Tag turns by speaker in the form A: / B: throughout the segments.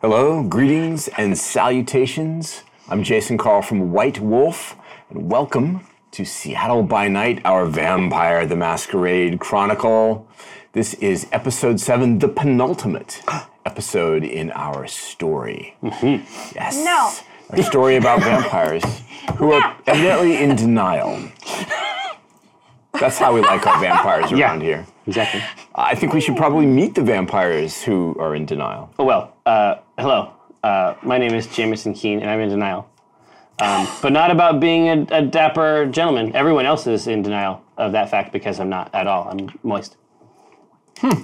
A: Hello, greetings, and salutations. I'm Jason Carl from White Wolf, and welcome to Seattle by Night, our Vampire the Masquerade Chronicle. This is episode seven, the penultimate episode in our story. Yes.
B: No.
A: Our story about vampires who are evidently in denial. That's how we like our vampires
C: Yeah.
A: around here.
C: Exactly.
A: I think we should probably meet the vampires who are in denial.
C: Oh, well, uh, hello. Uh, my name is Jameson Keene, and I'm in denial. Um, but not about being a, a dapper gentleman. Everyone else is in denial of that fact because I'm not at all. I'm moist.
B: Hi,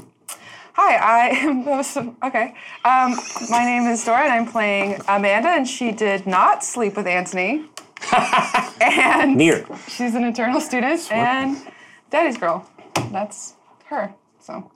B: I am. that was some- Okay. Um, my name is Dora, and I'm playing Amanda, and she did not sleep with Anthony. and
C: Near.
B: she's an internal student and daddy's girl. That's her. So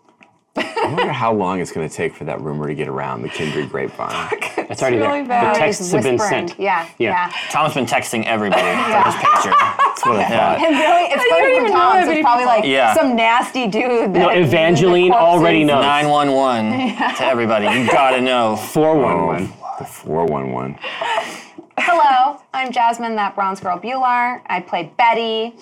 A: I wonder how long it's going to take for that rumor to get around the Kindred grapevine.
C: It's already
B: really
C: there.
B: bad.
C: The texts have been
D: Whispering.
C: sent.
D: Yeah, yeah.
C: Yeah.
E: Tom's been texting everybody from his pager.
A: That's what I thought.
D: And really, it's funny
B: even
D: for
B: know
D: Tom.
B: that
D: so
B: many
D: It's probably like
E: Yeah.
D: some nasty dude. That
C: No, Evangeline already knows.
E: 911 to everybody. You gotta know.
C: 411.
A: The 411.
D: Hello, I'm Jasmine, that bronze girl Bular. I play Betty,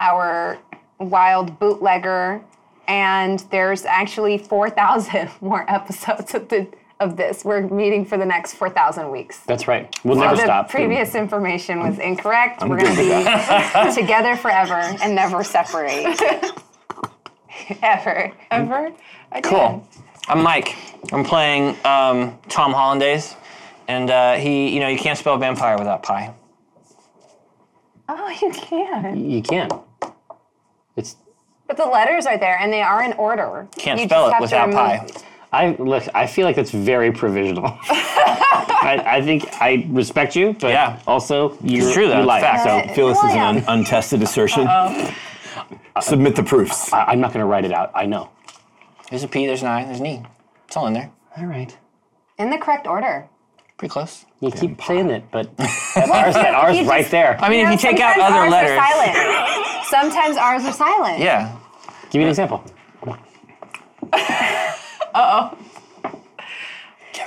D: our wild bootlegger. And there's actually 4,000 more episodes of, the, of this. We're meeting for the next 4,000 weeks.
C: That's right. We'll never
D: the
C: stop.
D: previous information was incorrect. We're
A: good
D: going to be together forever and never separate. Ever.
B: ever again.
E: Cool. I'm Mike. I'm playing um, Tom Hollandaise, and uh, he, you know, you can't spell vampire without pie.
D: Oh, you can.
C: You can. It's.
D: But the letters are there, and they are in order.
E: Can't
D: You
E: spell
D: just
E: it
D: have to
E: without
D: remove-
E: pie.
C: I look. I feel like that's very provisional. I, I think I respect you, but
E: Yeah.
C: also you're
E: true, though.
C: You
E: It's
C: lie,
E: fact.
C: so
A: I feel this is an
D: Well,
A: un- untested assertion. Submit the proofs.
C: I, I'm not going to write it out. I know.
E: There's a P, there's an I, there's an E. It's all in there.
C: All right.
D: In the correct order.
E: Pretty close.
C: You keep saying it, but that's ours, that ours
D: you
C: right
D: just-
C: there.
E: I mean, if
D: No,
E: you take out
D: sometimes
E: other
D: ours
E: letters.
D: Are silent. sometimes ours are silent.
E: Yeah.
C: Give me an example.
E: Give him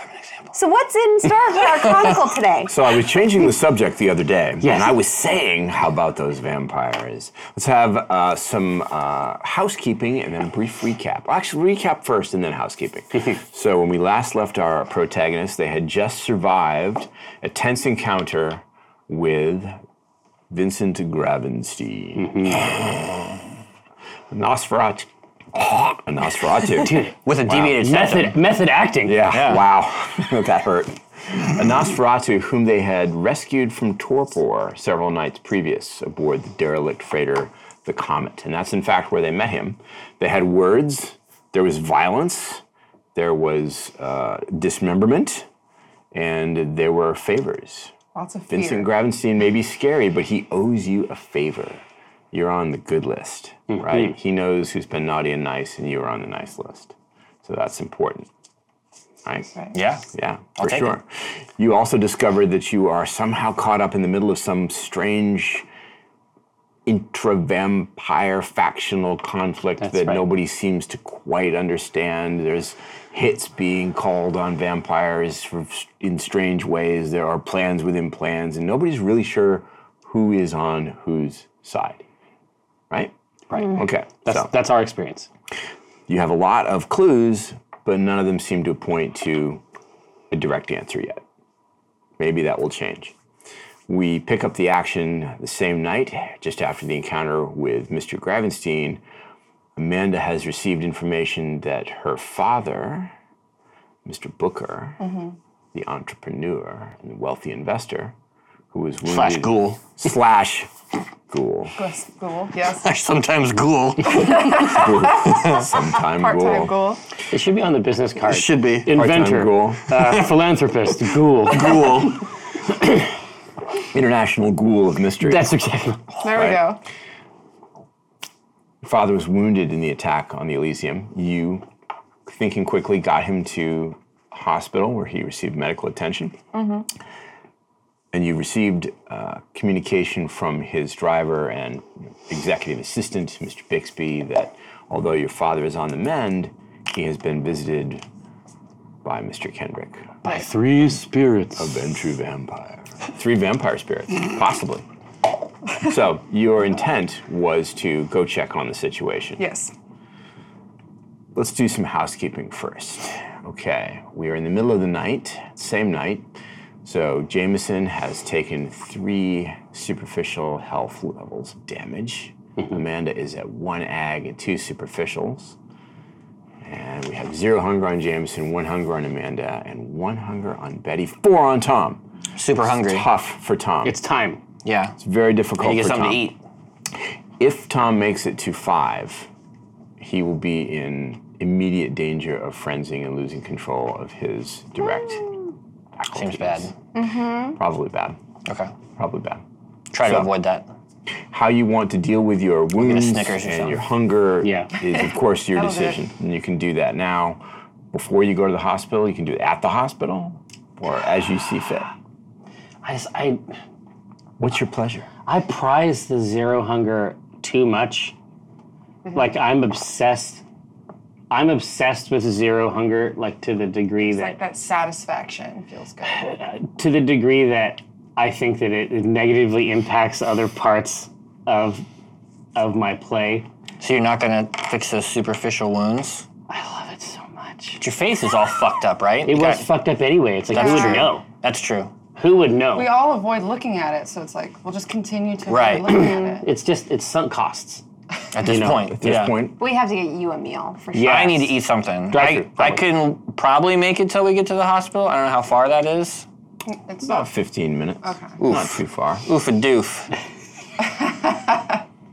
E: an example.
D: So what's in store for our chronicle today?
A: So I was changing the subject the other day,
C: Yes.
A: and I was saying, how about those vampires? Let's have uh, some uh, housekeeping and then a brief recap. Actually, recap first and then housekeeping. so when we last left our protagonists, they had just survived a tense encounter with Vincent Gravenstein. Nosferatu. A Nosferatu.
E: With a deviated septum.
C: Method method acting.
A: Yeah,
E: Yeah.
A: wow. that hurt. A Nosferatu, whom they had rescued from torpor several nights previous aboard the derelict freighter the Comet. And that's in fact where they met him. They had words, there was violence, there was uh, dismemberment, and there were favors.
B: Lots of fear.
A: Vincent Gravenstein may be scary, but he owes you a favor. You're on the good list, right? He knows who's been naughty and nice, and you are on the nice list. So that's important. Right?
E: Yeah.
A: Yeah, for
E: take
A: sure. You also discovered that you are somehow caught up in the middle of some strange intra-vampire factional conflict that
C: right.
A: nobody seems to quite understand. There's hits being called on vampires for, in strange ways. There are plans within plans, and nobody's really sure who is on whose side. Right?
C: Right.
A: Okay.
C: That's,
A: so
C: that's our experience.
A: you have a lot of clues, but none of them seem to point to a direct answer yet. Maybe that will change. We pick up the action the same night, just after the encounter with Mr. Gravenstein. Amanda has received information that her father, Mr. Booker, the entrepreneur and wealthy investor, who was wounded
E: Slash ghoul.
A: slash ghoul,
B: Yes, Ghoul. Yes.
E: Sometimes ghoul.
A: sometime
B: Part-time
A: ghoul,
B: ghoul.
C: It should be on the business card. It
E: should be.
A: part-time
C: Inventor.
A: ghoul,
C: Uh, philanthropist. Ghoul.
E: Ghoul.
A: international ghoul of mystery.
C: That's exactly.
B: There we
A: Right.
B: go.
A: father was wounded in the attack on the Elysium. You, thinking quickly, got him to hospital where he received medical attention. And you received uh, communication from his driver and executive assistant, Mr. Bixby, that although your father is on the mend, he has been visited by Mr. Kendrick.
C: By three spirits.
A: And true vampire. Three vampire spirits, possibly. So your intent was to go check on the situation.
B: Yes.
A: Let's do some housekeeping first. Okay, we are in the middle of the night, same night. So Jameson has taken three superficial health levels of damage. Amanda is at one ag and two superficials. And we have zero hunger on Jameson, one hunger on Amanda, and one hunger on Betty, four on Tom.
E: Super hungry.
A: Tough for Tom.
C: It's
A: It's
C: time.
E: Yeah.
A: very difficult
E: You get
A: for Tom.
E: something to eat.
A: If Tom makes it to five, he will be in immediate danger of frenzing and losing control of his direct.
E: Hmm. Seems
A: faculties.
E: bad.
B: Mm-hmm.
A: Probably bad.
E: Okay.
A: Probably bad.
E: Try to
A: So-
E: avoid that.
A: How you want to deal with your wounds
E: Snickers or
A: and
E: something.
A: your hunger
C: Yeah.
A: is, of course, your
B: That'll do it.
A: decision. And you can do that now. Before you go to the hospital, you can do it at the hospital or as you see fit.
C: I just I
A: What's your pleasure?
C: I prize the zero hunger too much. Like I'm obsessed. I'm obsessed with zero hunger, like to the degree
B: It's
C: that
B: like that satisfaction feels good.
C: to the degree that I think that it negatively impacts other parts of of my play.
E: So you're not gonna fix those superficial wounds.
C: I love it so much.
E: But your face is all fucked up, right?
C: It was fucked up anyway. It's like who
E: That's
C: would
E: true.
C: know?
E: That's true.
C: Who would know?
B: We all avoid looking at it, so it's like we'll just continue to avoid
E: Right.
B: looking at it.
C: it's just it's sunk costs.
E: At this
C: know,
E: point.
A: At this
E: yeah.
A: point,
D: We have to get you a meal for sure.
C: Yeah.
E: I need to eat something. I,
C: Drive-thru,
E: I
C: probably.
E: can probably make it till we get to the hospital. I don't know how far that is.
B: It's not.
A: 15 minutes.
B: Okay.
A: Not too far.
E: Oof a doof.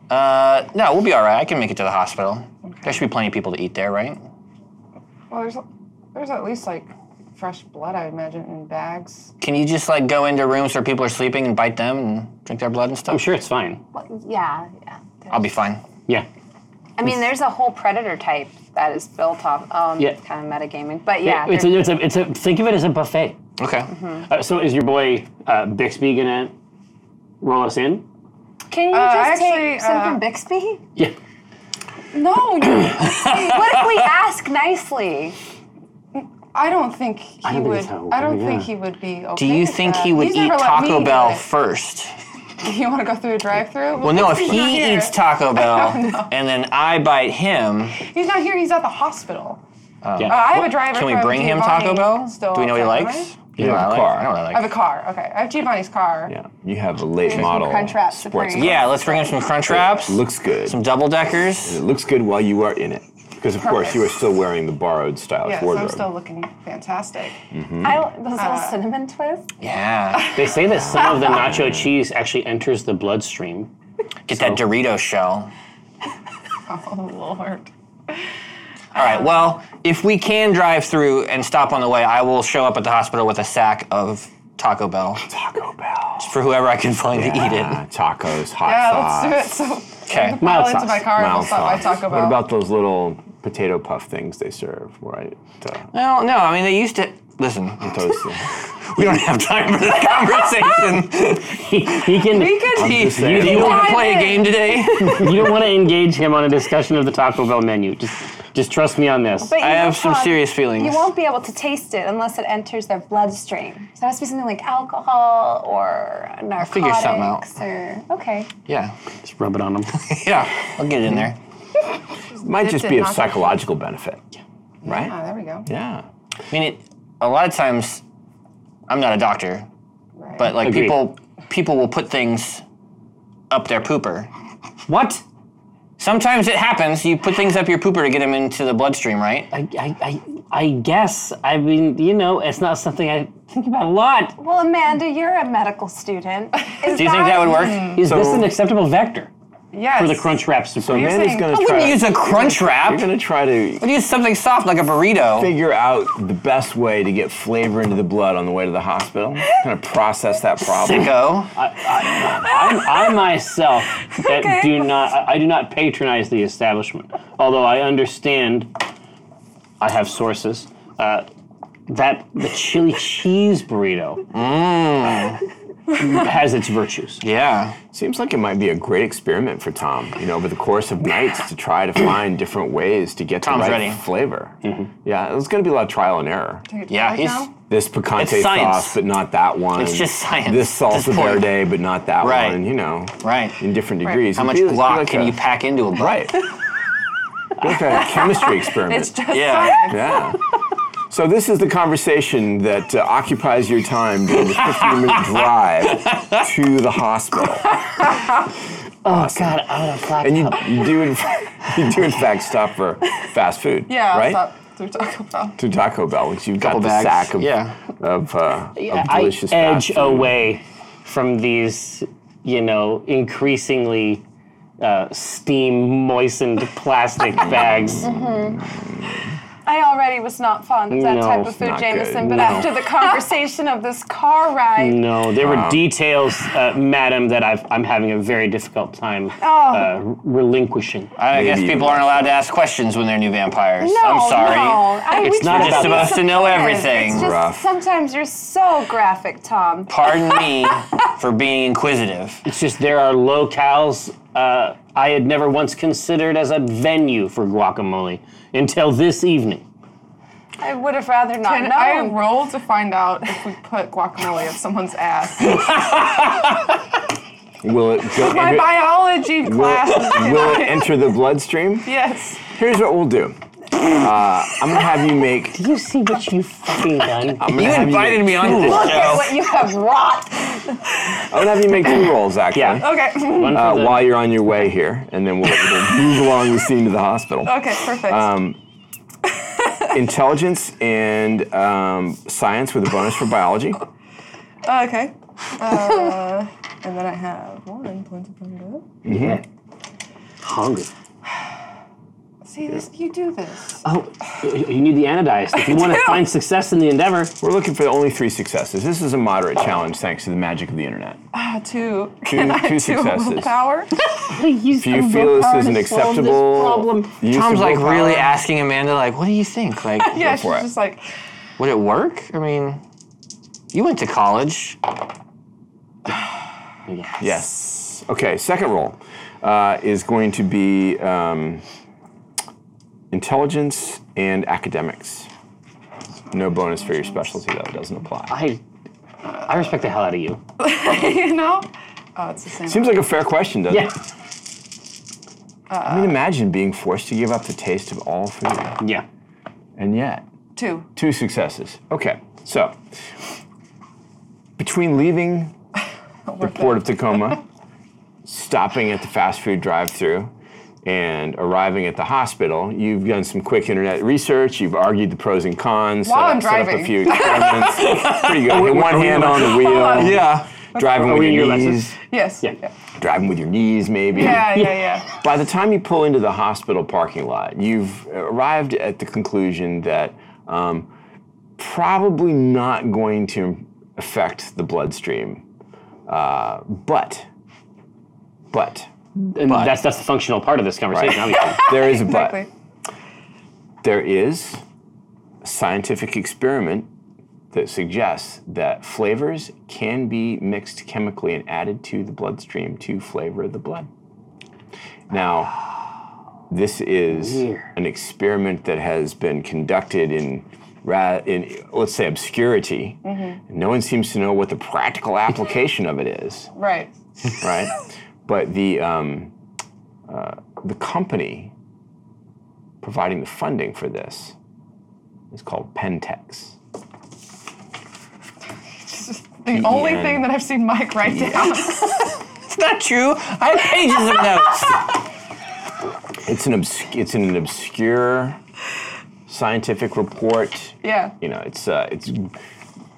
E: uh, no, we'll be all right. I can make it to the hospital. There should be plenty of people to eat there, right?
B: Well, there's there's at least like fresh blood, I imagine, in bags.
E: Can you just like go into rooms where people are sleeping and bite them and drink their blood and
C: I'm
E: stuff?
C: sure it's fine.
D: What- yeah, yeah.
E: I'll be fine.
C: Yeah.
D: I mean, there's a whole predator type that is built off. Um,
C: Yeah.
D: Kind of metagaming, but yeah.
C: It's
D: there-
C: a, it's a, it's a, think of it as a buffet.
E: Okay.
C: Uh, so is your boy uh, Bixby gonna roll us in?
D: can you
B: I
D: just
B: actually,
D: take some
B: uh,
D: from Bixby?
C: Yeah.
B: No, you-
D: what if we ask nicely?
B: I don't think he
C: don't think
B: would.
C: it's how-
B: I don't
C: yeah.
B: think he would be okay.
E: Do you
B: with
E: think
B: that.
E: he would
B: He's
E: eat
B: never let
E: Taco
B: me
E: Bell
B: do it.
E: first?
B: You want to go through a drive-through?
E: Well, no, if
B: he's not
E: he
B: here.
E: eats Taco Bell and then I bite him,
B: he's not here. He's at the hospital. Uh,
C: yeah.
B: I have a driver.
E: can we
B: from
E: bring him
B: Giovanni
E: Taco Bell?
B: Still
E: Do we know what he
B: outside,
E: likes?
B: right?
E: You know what I
A: Yeah,
E: like?
A: car.
E: I don't know what I
B: I
E: like.
B: have a car. Okay, I have Giovanni's car.
A: Yeah. You have a late
D: some
A: model.
D: Crunchwrap
A: sports
D: Supreme.
A: car.
E: Yeah, let's bring him some crunch wraps,
A: Looks good.
E: some double deckers.
A: It looks good while you are in it. Because, of course, you are
B: Perfect.
A: still wearing the borrowed style
B: Yes,
A: wardrobe.
B: I'm still looking fantastic.
E: Hmm.
D: I, those little
B: Uh,
D: cinnamon twists.
E: Yeah.
C: They say that some of the nacho cheese actually enters the bloodstream.
E: Get that Dorito shell.
B: Oh Lord.
E: All right. Well, if we can drive through and stop on the way, I will show up at the hospital with a sack of Taco Bell
A: Taco Bell.
E: for whoever I can find to eat
A: Yeah, Tacos, hot sauce.
B: Yeah, let's do it. So
E: it. Okay.
B: I'll
C: Mild
B: into
C: sauce.
B: my car and
A: mild
B: we'll stop by
A: sauce.
B: Taco Bell.
A: What about those little potato puff things they serve, right? Uh,
E: Well, no, I mean they used to. Listen,
A: toasted.
E: we don't have time for this conversation.
C: He, he can.
B: We could
E: do,
A: just saying.
E: do you want
B: Dive
E: to play a
B: in.
E: game today?
C: you don't want to engage him on a discussion of the Taco Bell menu. Just, just trust me on this.
D: But you
E: I have
D: won't
E: some
D: have-
E: serious feelings.
D: You won't be able to taste it unless it enters their bloodstream. So it has to be something like alcohol or narcotics
E: figure something out.
D: or okay.
E: Yeah.
C: Just rub it on him.
E: Yeah. I'll get in there.
A: Might just
B: Dipped
A: be
B: in
A: of
B: nacho
A: psychological benefit, right?
B: Ah, there we go.
A: Yeah.
E: I mean, it, a lot of times, I'm not a doctor,
B: Right.
E: but like
C: Agreed.
E: people, people will put things up their pooper.
C: What?
E: Sometimes it happens. You put things up your pooper to get them into the bloodstream, right?
C: I, I, I, I guess. I mean, you know, it's not something I think about a lot.
D: Well, Amanda, you're a medical student. Is
E: Do you think that would work?
C: Is this an acceptable vector
B: yes.
C: for the crunch wrap
A: So
C: supreme?
A: Amanda's
B: saying-
A: going
E: I
A: to
E: wouldn't
A: try.
E: use a crunch
A: You're
E: wrap.
A: going to try to
E: I'd use something soft like a burrito.
A: figure out the best way to get flavor into the blood on the way to the hospital. Kind of process that problem.
E: Sicko.
C: I, I myself that do not I, I do not patronize the establishment, although I understand. I have sources uh, that the chili cheese burrito has its virtues.
E: Yeah.
A: Seems like it might be a great experiment for Tom, you know, over the course of nights to try to find different ways to get
E: Tom's
A: the right
E: ready.
A: flavor. Yeah, it's going to be a lot of trial and error.
E: Yeah,
B: Right
E: he's-
B: now?
A: This picante
E: It's science.
A: sauce, but not that one.
E: It's just science
A: This
E: at this
A: salsa
E: point.
A: verde, but not that
E: Right.
A: one, you know.
E: Right.
A: In different degrees.
E: How much
A: It'd be like-
E: Glock
A: like
E: can
A: a-
E: you pack into a butt?
A: Right. like a chemistry experiment.
B: It's just
E: Yeah.
A: Yeah. So this is the conversation that uh, occupies your time during the 15-minute drive to the hospital,
C: Oh God, I would have thought.
A: and you, you do in, you do in fact stop for fast food,
B: yeah.
A: right?
B: Stop through Taco Bell.
A: To Taco Bell, which you've got
E: Couple
A: the
E: bags,
A: sack of
E: yeah.
A: of, uh, of
C: I
A: delicious fast
C: edge
A: food.
C: away from these, you know, increasingly uh, steam moistened plastic bags.
D: I already was not fond of that
C: No,
D: type of
C: it's
D: food,
A: not good.
D: Jameson, but
A: No.
D: after the conversation of this car ride,
E: Mm,
C: No, there were details, uh, madam, that I've, I'm having a very difficult time uh, relinquishing.
E: I guess
A: Maybe
E: people
A: you-
E: aren't allowed to ask questions when they're new vampires.
D: no,
E: I'm sorry.
D: No, I, we
C: It's not
D: try
C: just
D: be
C: supposed
E: to know
D: supportive.
E: everything.
D: It's just
A: Rough.
D: sometimes you're so graphic, Tom.
E: Pardon me for being inquisitive.
C: It's just there are locales uh, I had never once considered as a venue for guacamole until this evening.
D: I would have rather
A: Uh,
D: not
B: And I
D: known.
B: rolled to find out if we put guacamole up someone's ass.
A: Will it go?
B: My biology
A: will,
B: class.
A: it, will it enter the bloodstream?
B: yes.
A: Here's what we'll do. Uh, I'm gonna have you make.
C: Do you see what you've fucking done?
A: I'm gonna
E: You
A: have
E: invited
A: make
E: me
A: two
E: on this
A: rolls.
D: Look
E: show.
D: what you have wrought.
A: I'm gonna have you make two rolls actually.
C: Yeah.
B: Okay.
C: One for
A: uh,
C: the-
A: while you're on your way here, and then we'll, we'll move along the scene to the hospital.
B: Okay. Perfect.
A: Um, Intelligence and um, science with a bonus for biology.
B: Uh, okay. Uh, and then I have one point of plunder.
C: Yeah. Hungry.
B: See, this, you do this.
C: Oh, you you need the anodized. If you want to find success in the endeavor,
A: We're looking for only three successes. This is a moderate challenge thanks to the magic of the internet.
B: Uh, two.
A: Two-
B: Can I
A: two
B: do
A: successes.
B: willpower?
A: Do you feel this is an acceptable? use of
E: Tom's like
A: willpower?
E: really asking Amanda, like, what do you think? Like,
B: yeah,
A: Go for
B: she's
A: it.
B: just like,
E: would it work? I mean, you went to college.
A: Yes. Okay. Second roll uh, is going to be um, intelligence and academics. No bonus for your specialty though. It doesn't apply.
C: I, I respect the hell out of you.
B: you know? Oh, it's the same.
A: Seems like a fair question, doesn't
C: Yeah.
A: it? I mean, imagine being forced to give up the taste of all food,
C: Yeah.
A: and yet
B: two.
A: two successes. Okay, so between leaving the port of Tacoma, stopping at the fast food drive-through, and arriving at the hospital, you've done some quick internet research. You've argued the pros and cons. set,
B: While I'm
A: up- set up
B: driving.
A: a few experiments. Pretty good. Hit One hand on the wheel.
E: Yeah.
A: Driving
C: Are we
A: with
C: in
A: your
C: your lessons?
A: knees.
B: Yes.
C: Yeah.
A: Driving with your knees, maybe.
B: Yeah, yeah, yeah.
A: By the time you pull into the hospital parking lot, you've arrived at the conclusion that um, probably not going to affect the bloodstream, uh, but but
C: And that's that's the functional part of this conversation. obviously.
A: there is a
B: Exactly.
A: but. There is a scientific experiment that suggests that flavors can be mixed chemically and added to the bloodstream to flavor the blood. Now, this is
C: Weird.
A: an experiment that has been conducted in, ra- in let's say, obscurity. No one seems to know what the practical application of it is
B: Right.
A: right? but the um, uh, the company providing the funding for this is called Pentex.
B: The only
A: Yeah.
B: thing that I've seen Mike write down.
E: It's not true. I have pages of notes.
A: It's an obsc- it's in an obscure scientific report.
B: Yeah.
A: You know, it's uh, it's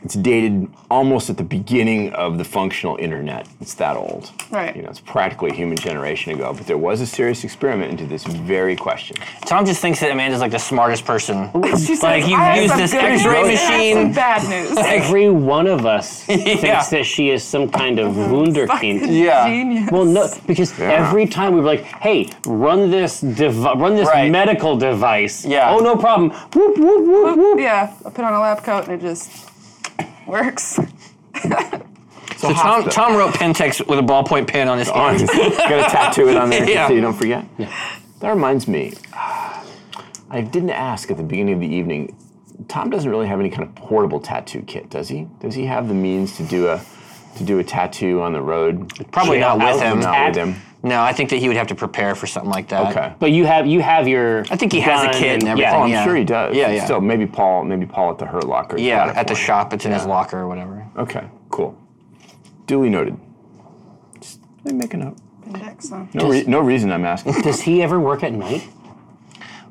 A: it's dated almost at the beginning of the functional internet. It's that old.
B: Right.
A: You know, it's practically a human generation ago. But there was a serious experiment into this very question.
E: Tom just thinks that Amanda's like the smartest person.
B: She says,
E: Like, you
B: "I have
E: use
B: some
E: this
B: good news
E: X-ray
B: and I have some
E: machine."
B: Bad news.
C: Every one of us
E: Yeah.
C: thinks that she is some kind of
A: Mm-hmm.
C: wunderkind.
E: Yeah.
B: Genius.
C: Well, no, because
A: Yeah.
C: every time we were like, "Hey, run this devi- run this
E: Right.
C: medical device."
E: Yeah.
C: Oh, no problem. Whoop whoop whoop whoop.
B: Yeah, I put on a lab coat and it just works.
A: So a
E: So Tom,
A: hospital.
E: Tom wrote Pentex with a ballpoint pen on his
A: on.
E: hand.
A: Got to tattoo it on there
E: Yeah.
A: so you don't forget. That reminds me. I didn't ask at the beginning of the evening. Tom doesn't really have any kind of portable tattoo kit, does he? Does he have the means to do a to do a tattoo on the road?
E: Probably not
A: Out-
E: with him.
A: Not with him.
E: No, I think that he would have to prepare for something like that.
A: Okay.
C: But you have you have your.
E: I think he has a
C: gun
E: kid and everything.
A: Oh, I'm
E: yeah.
A: sure he does.
E: Yeah, yeah.
A: Still, maybe Paul. Maybe Paul at the Hurt Locker. has
E: Yeah,
A: got it
E: at the
A: for him.
E: shop, it's in his locker or whatever.
A: Okay. Cool. Duly noted. Just let me make a note.
B: Next one.
A: No, re- no reason I'm asking.
C: Does he ever work at night?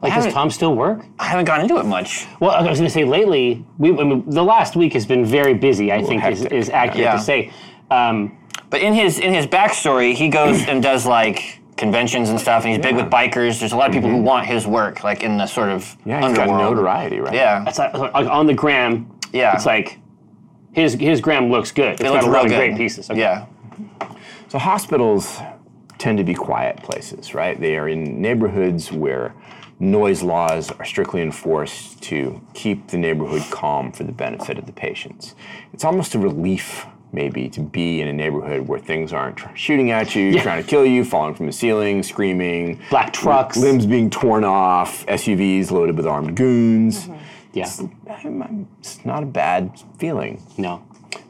C: Like, does
E: haven't-
C: Tom still work?
E: I haven't gone into it much.
C: Well, I was going to say lately, we, I mean, the last week has been very busy. I think is,
A: hectic.
C: is accurate
E: Yeah.
C: to say. Um,
E: But in his in his backstory, he goes and does like conventions and stuff, and he's big
A: Yeah. Mm-hmm.
E: with bikers. There's a lot of people who want his work, like in the sort of
A: Yeah, he's got
E: underworld.
A: notoriety, right?
E: Yeah,
C: it's like, like, on the gram.
E: Yeah.
C: it's like his his gram looks good. It's
E: it
C: got
E: looks
C: a
E: real
C: lot
E: good.
C: of great pieces. Okay.
E: Yeah,
A: So hospitals tend to be quiet places, right? They are in neighborhoods where noise laws are strictly enforced to keep the neighborhood calm for the benefit of the patients. It's almost a relief, maybe, to be in a neighborhood where things aren't tr- shooting at you, trying to kill you, falling from the ceiling, screaming,
C: black trucks.
A: limbs being torn off, SUVs loaded with armed goons.
C: Yeah,
A: It's not a bad feeling.
C: no.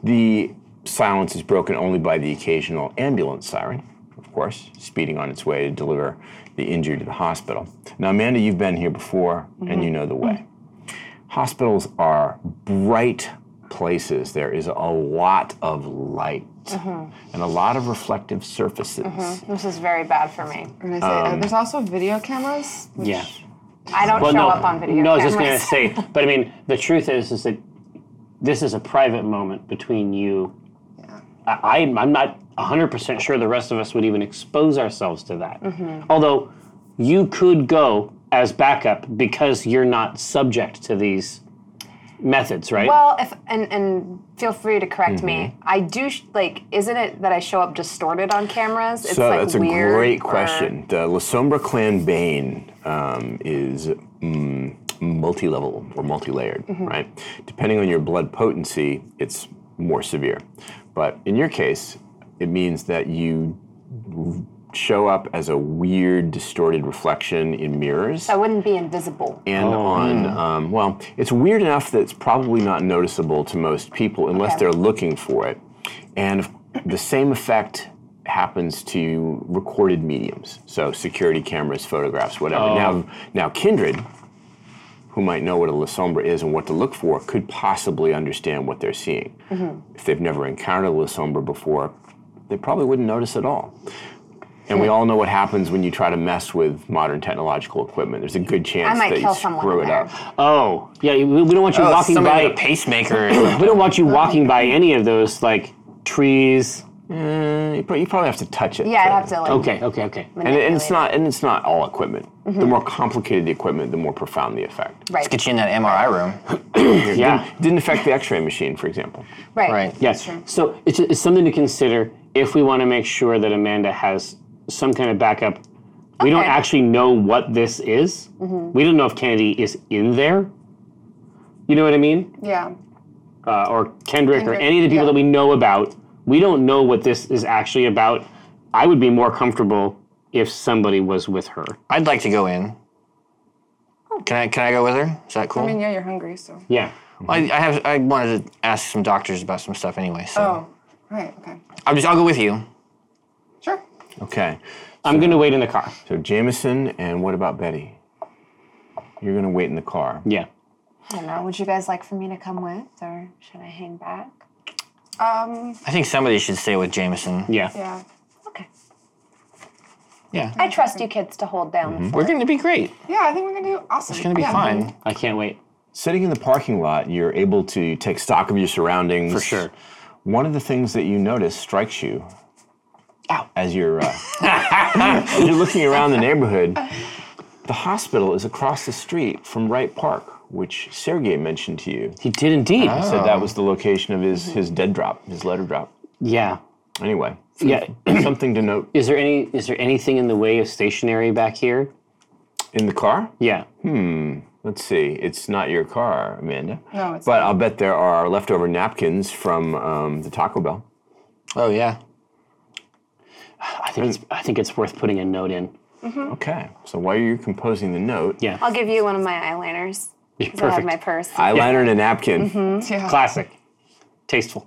A: The silence is broken only by the occasional ambulance siren, of course, speeding on its way to deliver the injured to the hospital. Now, Amanda, you've been here before and you know the way. Hospitals are bright places. There is a lot of light and a lot of reflective surfaces.
D: This is very bad for me.
B: I'm gonna say, uh, there's also video cameras. which-
C: Yeah.
D: I don't
C: Well,
D: show
C: no,
D: up on video
C: no, I was
D: cameras.
C: just gonna say, but I mean, the truth is, is that this is a private moment between you. I, I'm I'm not 100 percent sure the rest of us would even expose ourselves to that.
D: Mm-hmm.
C: Although you could go as backup because you're not subject to these methods, right?
D: Well, if and and feel free to correct
C: Mm-hmm.
D: me. I do sh- like, isn't it that I show up distorted on cameras? It's
A: so
D: like
A: that's a
D: weird
A: great
D: or-
A: question. The La Sombra clan Bane um, is mm, multi-level or multi-layered,
D: Mm-hmm.
A: right? Depending on your blood potency, it's more severe. But in your case, it means that you show up as a weird, distorted reflection in mirrors
D: I wouldn't be invisible.
A: and on um, well it's weird enough that it's probably not noticeable to most people unless
D: Okay.
A: they're looking for it and if- the same effect happens to recorded mediums so security cameras photographs whatever now now kindred who might know what a La Sombra is and what to look for could possibly understand what they're seeing. If they've never encountered a La Sombra before, they probably wouldn't notice at all. And
D: Hmm.
A: we all know what happens when you try to mess with modern technological equipment. There's a good chance
D: might
A: that you
D: kill someone
A: screw
D: in
A: it
D: there.
A: up.
C: oh, yeah, we, we don't want you
E: oh,
C: walking
E: somebody
C: by.
E: with a pacemaker.
C: we don't want you walking by any of those like trees.
A: Eh, you prob- you probably have to touch it.
D: Yeah, I'd
A: to-
D: have to like.
C: Okay, okay, okay.
A: And, and it's not. And it's not all equipment. The more complicated the equipment, the more profound the effect.
D: Mm-hmm. Right.
E: Let's get you in that MRI room.
C: Yeah.
A: It didn't affect the X-ray machine, for example.
D: right.
E: Right.
C: Yes. So it's, it's something to consider if we want to make sure that Amanda has some kind of backup. We don't
D: Okay.
C: actually know what this is.
B: Mm-hmm.
C: We don't know if Kennedy is in there. You know what I mean?
B: Yeah.
C: Uh, or Kendrick, or
B: Kendrick,
C: any of the people
B: yeah.
C: that we know about. We don't know what this is actually about. I would be more comfortable if somebody was with her.
E: I'd like to go in. Can I can I go with her? Is that cool?
B: I mean, yeah, you're hungry, so.
C: Yeah.
E: I, I have I wanted to ask some doctors about some stuff anyway, so
B: Oh, right. Okay.
E: I'll just I'll go with you.
B: Sure.
A: Okay.
C: I'm going to wait in the car.
A: So Jameson, and what about Betty? You're gonna wait in the car.
C: Yeah.
D: I don't know. Would you guys like for me to come with, or should I hang back?
B: Um.
E: I think somebody should stay with Jameson.
C: Yeah.
B: Yeah.
D: Okay.
E: Yeah.
D: I trust you kids to hold down.
C: Mm-hmm.
D: the
E: We're gonna be great.
B: Yeah. I think we're gonna do awesome.
E: It's gonna be
B: Yeah.
E: fine.
C: I can't wait.
A: Sitting in the parking lot, you're able to take stock of your surroundings.
C: For sure.
A: One of the things that you notice strikes you as you're uh, as you're looking around the neighborhood. The hospital is across the street from Wright Park, which Sergei mentioned to you.
C: He did indeed.
A: He said that was the location of his his dead drop, his letter drop.
C: Yeah.
A: Anyway,
C: Yeah.
A: something to note
C: Is there any is there anything in the way of stationery back here?
A: in the car.
C: Yeah.
A: Let's see. It's not your car, Amanda.
B: No, it's
A: But I'll bet there are leftover napkins from um, the Taco Bell.
E: Oh yeah.
C: I think it's, I think it's worth putting a note in.
A: Okay. So while you're composing the note,
C: Yeah.
D: I'll give you one of my eyeliners. 'cause I have
C: Perfect.
D: my purse.
A: eyeliner and a napkin.
D: Mm-hmm.
B: Yeah.
C: Classic. Tasteful.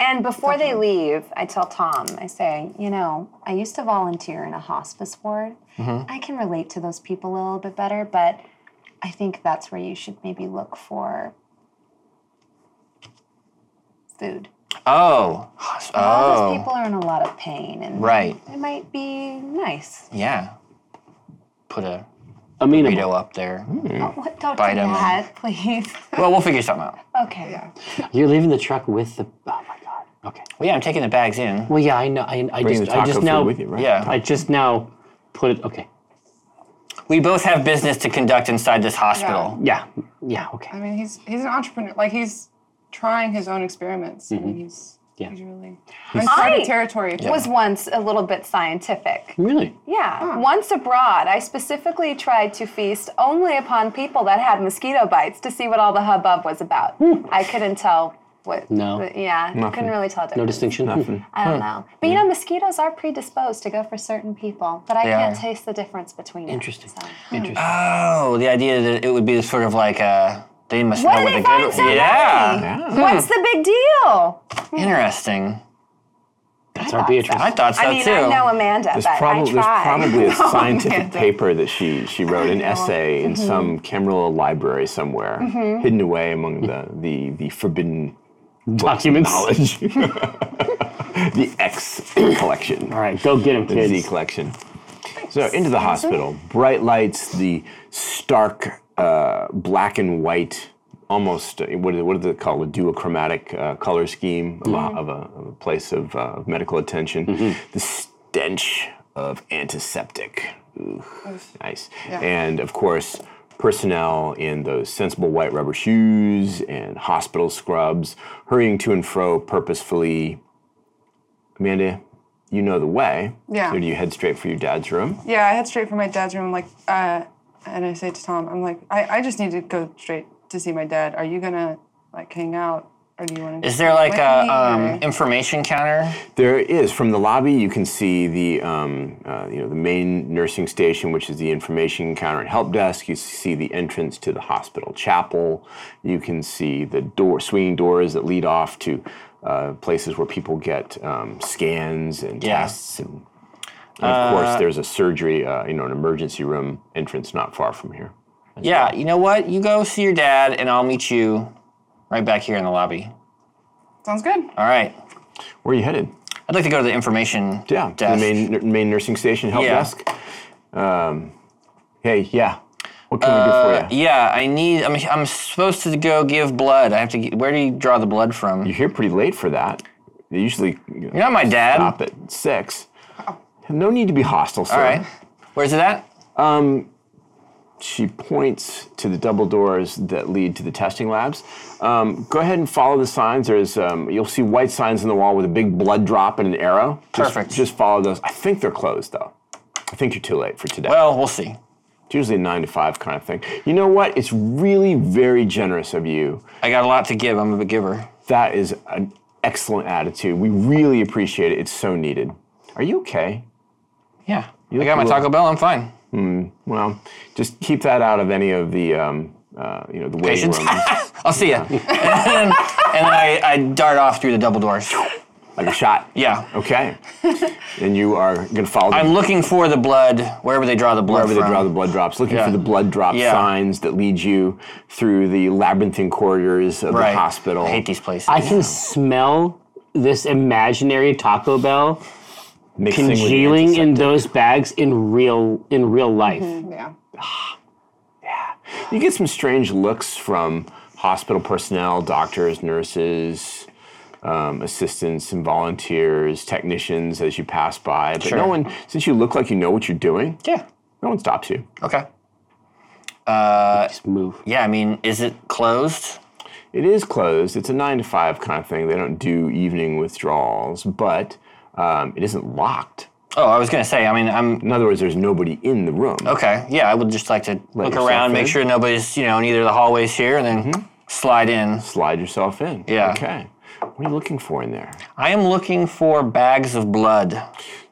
D: And before they leave, I tell Tom, I say, you know, I used to volunteer in a hospice ward.
E: Mm-hmm.
D: I can relate to those people a little bit better, but I think that's where you should maybe look for food.
E: Oh. hos-
D: All those
E: Oh.
D: people are in a lot of pain, and
E: Right.
D: it might be nice.
E: Yeah. Put a burrito
C: Amenable.
E: up there.
D: What, don't
E: Bite
D: do
E: 'em and-
D: that, please.
E: Well, we'll figure something out.
D: okay.
C: You're leaving the truck with the. Oh my god. Okay.
E: Well, yeah, I'm taking the bags in.
C: Well, yeah, I know. I, I
A: Bring
C: just,
A: the taco
C: I just
A: food
C: now.
A: with you, right?
E: Yeah.
C: I just now put it. Okay.
E: We both have business to conduct inside this hospital.
C: Yeah. Yeah. Okay.
B: I mean, he's he's an entrepreneur. Like he's trying his own experiments. I mean, he's
C: Yeah.
B: he's really uncharted
D: I
B: territory.
D: Was once a little bit scientific.
C: Really?
D: Yeah. Once abroad, I specifically tried to feast only upon people that had mosquito bites to see what all the hubbub was about. I couldn't tell what.
C: No.
D: what- yeah, couldn't really tell.
C: No
D: Difference.
C: distinction. Hmm.
A: Nothing.
D: I don't know. But you know, mosquitoes are predisposed to go for certain people, but I
E: They
D: can't
E: are.
D: taste the difference between them.
C: Interesting.
D: So.
A: Mm-hmm.
C: Interesting.
E: Oh, the idea that it would be sort of like a. They must
D: What
E: know
D: do
E: what
D: they
E: the
D: find
E: good.
D: so
E: yeah.
A: Yeah.
D: What's the big deal?
E: Interesting.
C: That's our Beatrice.
E: I thought so
D: I mean,
E: too.
D: I know Amanda,
A: There's,
D: but
A: prob-
D: I
A: there's
D: tried. Oh,
A: probably a scientific
B: Amanda.
A: paper that she she wrote, an essay in
D: Mm-hmm.
A: some Camarillo library somewhere, hidden away among the the, the forbidden
C: Documents. All
A: knowledge, the X collection.
C: right, go get him,
A: the Z
C: kids.
A: collection. So into the hospital, bright lights, the stark uh, black and white, almost uh, what, do- what do they call it? A duochromatic uh, color scheme of, a, of, a, of a place of uh, medical attention. The stench of antiseptic, Ooh, nice, and of course. Personnel in those sensible white rubber shoes and hospital scrubs, hurrying to and fro purposefully. Amanda, you know the way.
B: Yeah.
A: So do you head straight for your dad's room?
B: Yeah, I head straight for my dad's room, like, uh, and I say to Tom, I'm like, I, I just need to go straight to see my dad. Are you gonna like hang out, or do you want to?
E: Is there like a um,
B: or?
E: information counter?
A: There is from the lobby. You can see the um, uh, you know the main nursing station, which is the information counter and help desk. You see the entrance to the hospital chapel. You can see the door swinging doors that lead off to uh, places where people get um, scans and
E: Yeah.
A: tests and. and of course, there's a surgery, uh, you know, an emergency room entrance not far from here.
E: Yeah, you know what? You go see your dad, and I'll meet you right back here in the lobby.
B: Sounds good.
E: All right.
A: Where are you headed?
E: I'd like to go to the information
A: Yeah, to
E: desk.
A: the main n- main nursing station help
E: Yeah.
A: desk. Um, hey, yeah. What can
E: Uh,
A: we do for you?
E: yeah, I need. I'm, I'm supposed to go give blood. I have to. Get, where do you draw the blood from?
A: You're here pretty late for that. They usually you know,
E: You're not my dad.
A: stop at six. No need to be hostile, sir.
E: All right. Where's it at?
A: She points to the double doors that lead to the testing labs. Um, go ahead and follow the signs. There's um, you'll see white signs on the wall with a big blood drop and an arrow. Just,
E: Perfect.
A: Just follow those. I think they're closed though. I think you're too late for today.
E: Well, we'll see.
A: It's usually a nine to five kind of thing. You know what? It's really very generous of you
E: I got a lot to give. I'm a big giver.
A: That is an excellent attitude. We really appreciate it. It's so needed. Are you okay?
E: Yeah. I got my
A: look-
E: Taco Bell. I'm fine.
A: Well, just keep that out of any of the, um, uh, you know, the waiting
E: Patients?
A: rooms.
E: I'll see ya. and then, and then I, I dart off through the double doors.
A: like a shot.
E: Yeah.
A: Okay. and you are going to follow them
E: I'm looking for the blood wherever they draw the blood.
A: wherever they
E: from.
A: draw the blood drops, looking
E: Yeah.
A: for the blood drop
E: Yeah.
A: signs that lead you through the labyrinthine corridors of
E: right.
A: the hospital.
E: I hate these places.
C: I can smell this imaginary Taco Bell
A: mixing with the
C: congealing in
A: antiseptic.
C: those bags in real in real life.
B: Yeah.
A: You get some strange looks from hospital personnel, doctors, nurses, um, assistants, and volunteers, technicians as you pass by. But no
E: Sure.
A: one, since you look like you know what you're doing,
E: yeah.
A: no one stops you.
E: Okay.
C: Just move.
E: Yeah, I mean, is it closed?
A: It is closed. It's a nine to five kind of thing. They don't do evening withdrawals, but um, it isn't locked.
E: Oh, I was gonna say. I mean, I'm
A: In other words, there's nobody in the room.
E: okay. Yeah, I would just like to look
A: yourself in.
E: around,
A: Mm-hmm.
E: make sure nobody's you know in either of the hallways here, and then slide in.
A: Slide yourself in.
E: Yeah.
A: Okay. What are you looking for in there?
E: I am looking for bags of blood.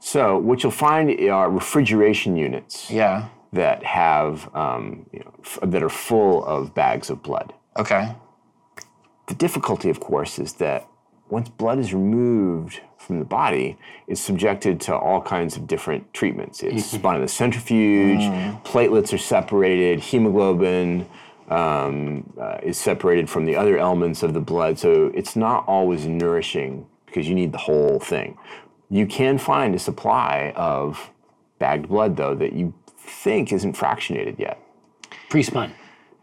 A: So, what you'll find are refrigeration units
E: Yeah.
A: that have um, you know, f- that are full of bags of blood.
E: Okay.
A: The difficulty, of course, is that once blood is removed from the body, it's subjected to all kinds of different treatments. It's spun in a centrifuge, platelets are separated, hemoglobin um, uh, is separated from the other elements of the blood. So it's not always nourishing because you need the whole thing. You can find a supply of bagged blood, though, that you think isn't fractionated yet.
C: Pre spun.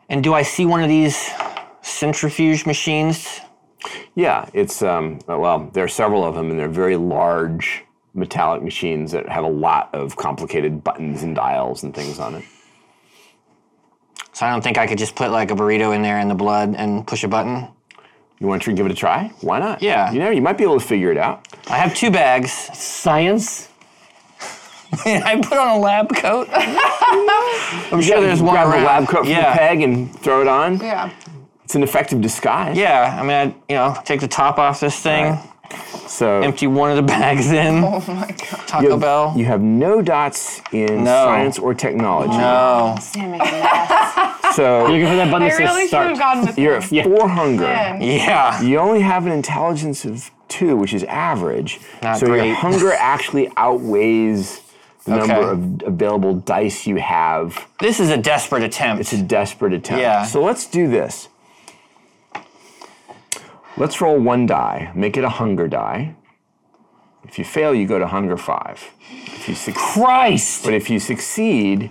E: And do I see one of these centrifuge machines?
A: Yeah, it's um, well, there are several of them, and they're very large metallic machines that have a lot of complicated buttons and dials and things on it.
E: So I don't think I could just put like a burrito in there in the blood and push a button.
A: You want to give it a try? Why not?
E: Yeah.
A: you know, you might be able to figure it out.
E: I have two bags.
C: Science?
E: I put on a lab coat. I'm sure there's one
A: Grab
E: around.
A: a lab coat from
E: yeah.
A: the peg and throw it on.
B: Yeah.
A: It's an effective disguise.
E: Yeah. I mean, I, you know, take the top off this thing,
A: So
E: empty one of the bags in. Oh my god. Taco
A: you have,
E: Bell.
A: you have no dots in
E: No.
A: science or technology.
E: no.
D: Damn it, yes.
A: So
C: Looking for that button
B: I
C: that says
B: really should
C: start.
B: have gone with
A: you're at
B: that.
A: four hunger.
B: Man.
E: Yeah.
A: You only have an intelligence of two, which is average.
E: Not
A: so
E: Ah, great.
A: your hunger actually outweighs the number of available dice you have.
E: This is a desperate attempt.
A: It's a desperate attempt.
E: Yeah.
A: So let's do this. Let's roll one die. Make it a hunger die. If you fail, you go to hunger five. If you succeed,
C: Christ!
A: but if you succeed,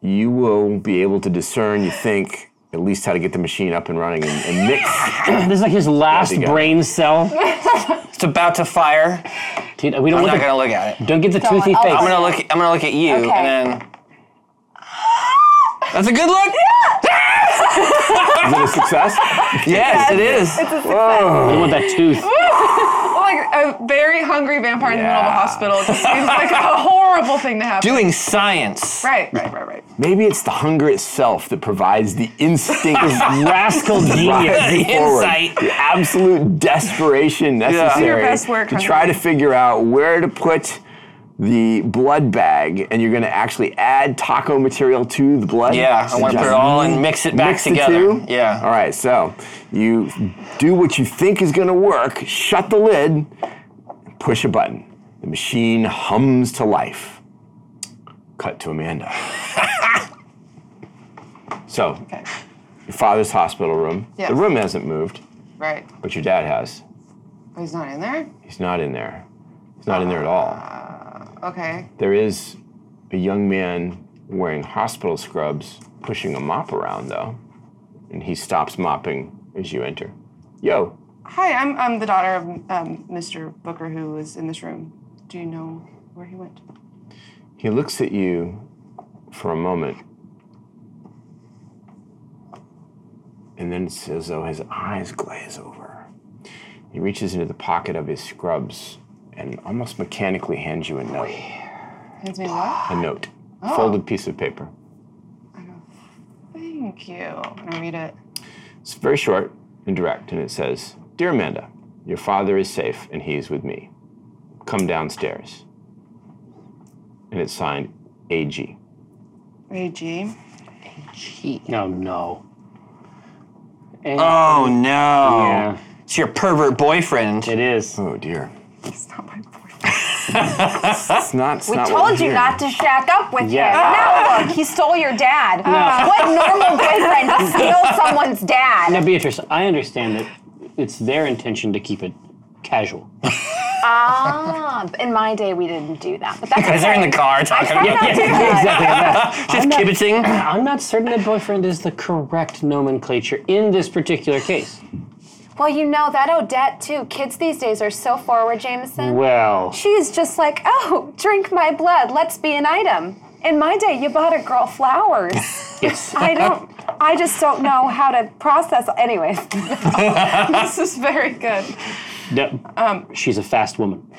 A: you will be able to discern. You think at least how to get the machine up and running and, and mix.
C: This is like his last
A: There you go.
C: brain cell.
E: it's about to fire.
C: Dude, we don't
E: I'm
C: look
E: not
C: at,
E: gonna look at it.
C: Don't get the toothy
D: I'll-
C: face.
E: I'm gonna look. I'm gonna look at you,
D: Okay.
E: and then. That's a good look.
A: Is it a success?
E: Yes, it is.
A: Whoa.
C: I want that tooth.
B: Well, like a very hungry vampire in the middle of a
A: Yeah.
B: hospital just seems like a horrible thing to happen.
E: Doing science.
B: right, right, right, right.
A: Maybe it's the hunger itself that provides the instinct to
C: Rascal
A: drive
C: genius.
A: you forward.
E: Insight.
A: The absolute desperation
E: Do
A: necessary
B: your best work,
A: to
B: hunger.
A: try to figure out where to put the blood bag, and you're going to actually add taco material to the blood.
E: Yeah, I want to put it all and mix it back
A: Mix the
E: together.
A: two.
E: Yeah.
A: All right. So you do what you think is going to work. Shut the lid. Push a button. The machine hums to life. Cut to Amanda. so,
B: Okay.
A: your father's hospital room.
B: Yes.
A: The room hasn't moved,
B: Right. Oh,
A: but your dad has.
B: He's not in there?
A: He's not in there. He's not in there at all.
B: Okay.
A: There is a young man wearing hospital scrubs pushing a mop around, though, and he stops mopping as you enter. Yo,
B: Hi, I'm, I'm the daughter of um, Mr. Booker who was in this room. Do you know where he went?
A: He looks at you for a moment. And then it's as though his eyes glaze over. He reaches into the pocket of his scrubs and almost mechanically hands you a note.
B: Hands me what?
A: A note.
D: Oh.
A: Folded piece of paper.
B: Thank you. And I read it.
A: It's very short and direct, and it says Dear Amanda, your father is safe and he is with me. Come downstairs. And it's signed AG.
B: AG.
C: No, no. And-
E: Oh no.
C: yeah,
E: It's your pervert boyfriend.
C: it is.
E: Hmm.
A: Oh dear.
B: It's not my boyfriend.
A: It's not. It's
D: We
A: not what I'm
D: told you
A: hearing.
D: not to shack up with
C: Yeah.
D: him. Now look, he stole your dad. What normal boyfriend would steal someone's dad?
C: Now, Beatrice, I understand that it's their intention to keep it casual.
D: Ah, in my day we didn't do that. But that's
E: Because they're in the car
D: I
E: talking.
D: try not to do that.
C: exactly. I'm not-
E: Just kibitzing.
C: I'm not certain that boyfriend is the correct nomenclature in this particular case.
D: Well, you know that Odette too. Kids these days are so forward, Jameson.
C: Well,
D: She's just like, oh, drink my blood. Let's be an item. In my day, you bought a girl flowers.
C: it's
D: I don't. I just don't know how to process. Anyways,
B: this is very good.
C: no,
B: um,
C: she's a fast woman.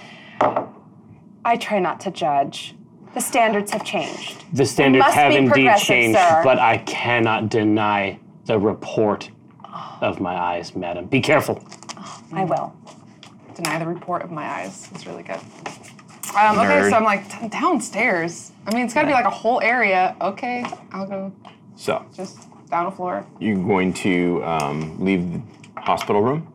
D: I try not to judge. The standards have changed.
C: The standards
D: must
C: have
D: be
C: indeed
D: progressive,
C: changed,
D: sir.
C: but I cannot deny the report of my eyes, madam. Be careful.
D: I will.
B: Deny the report of my eyes. It's really good. Um, okay,
E: Nerd.
B: so I'm like "D- downstairs. I mean, it's got to be like a whole area. Okay, I'll go
A: So
B: just down a floor.
A: you're going to um, leave the hospital room?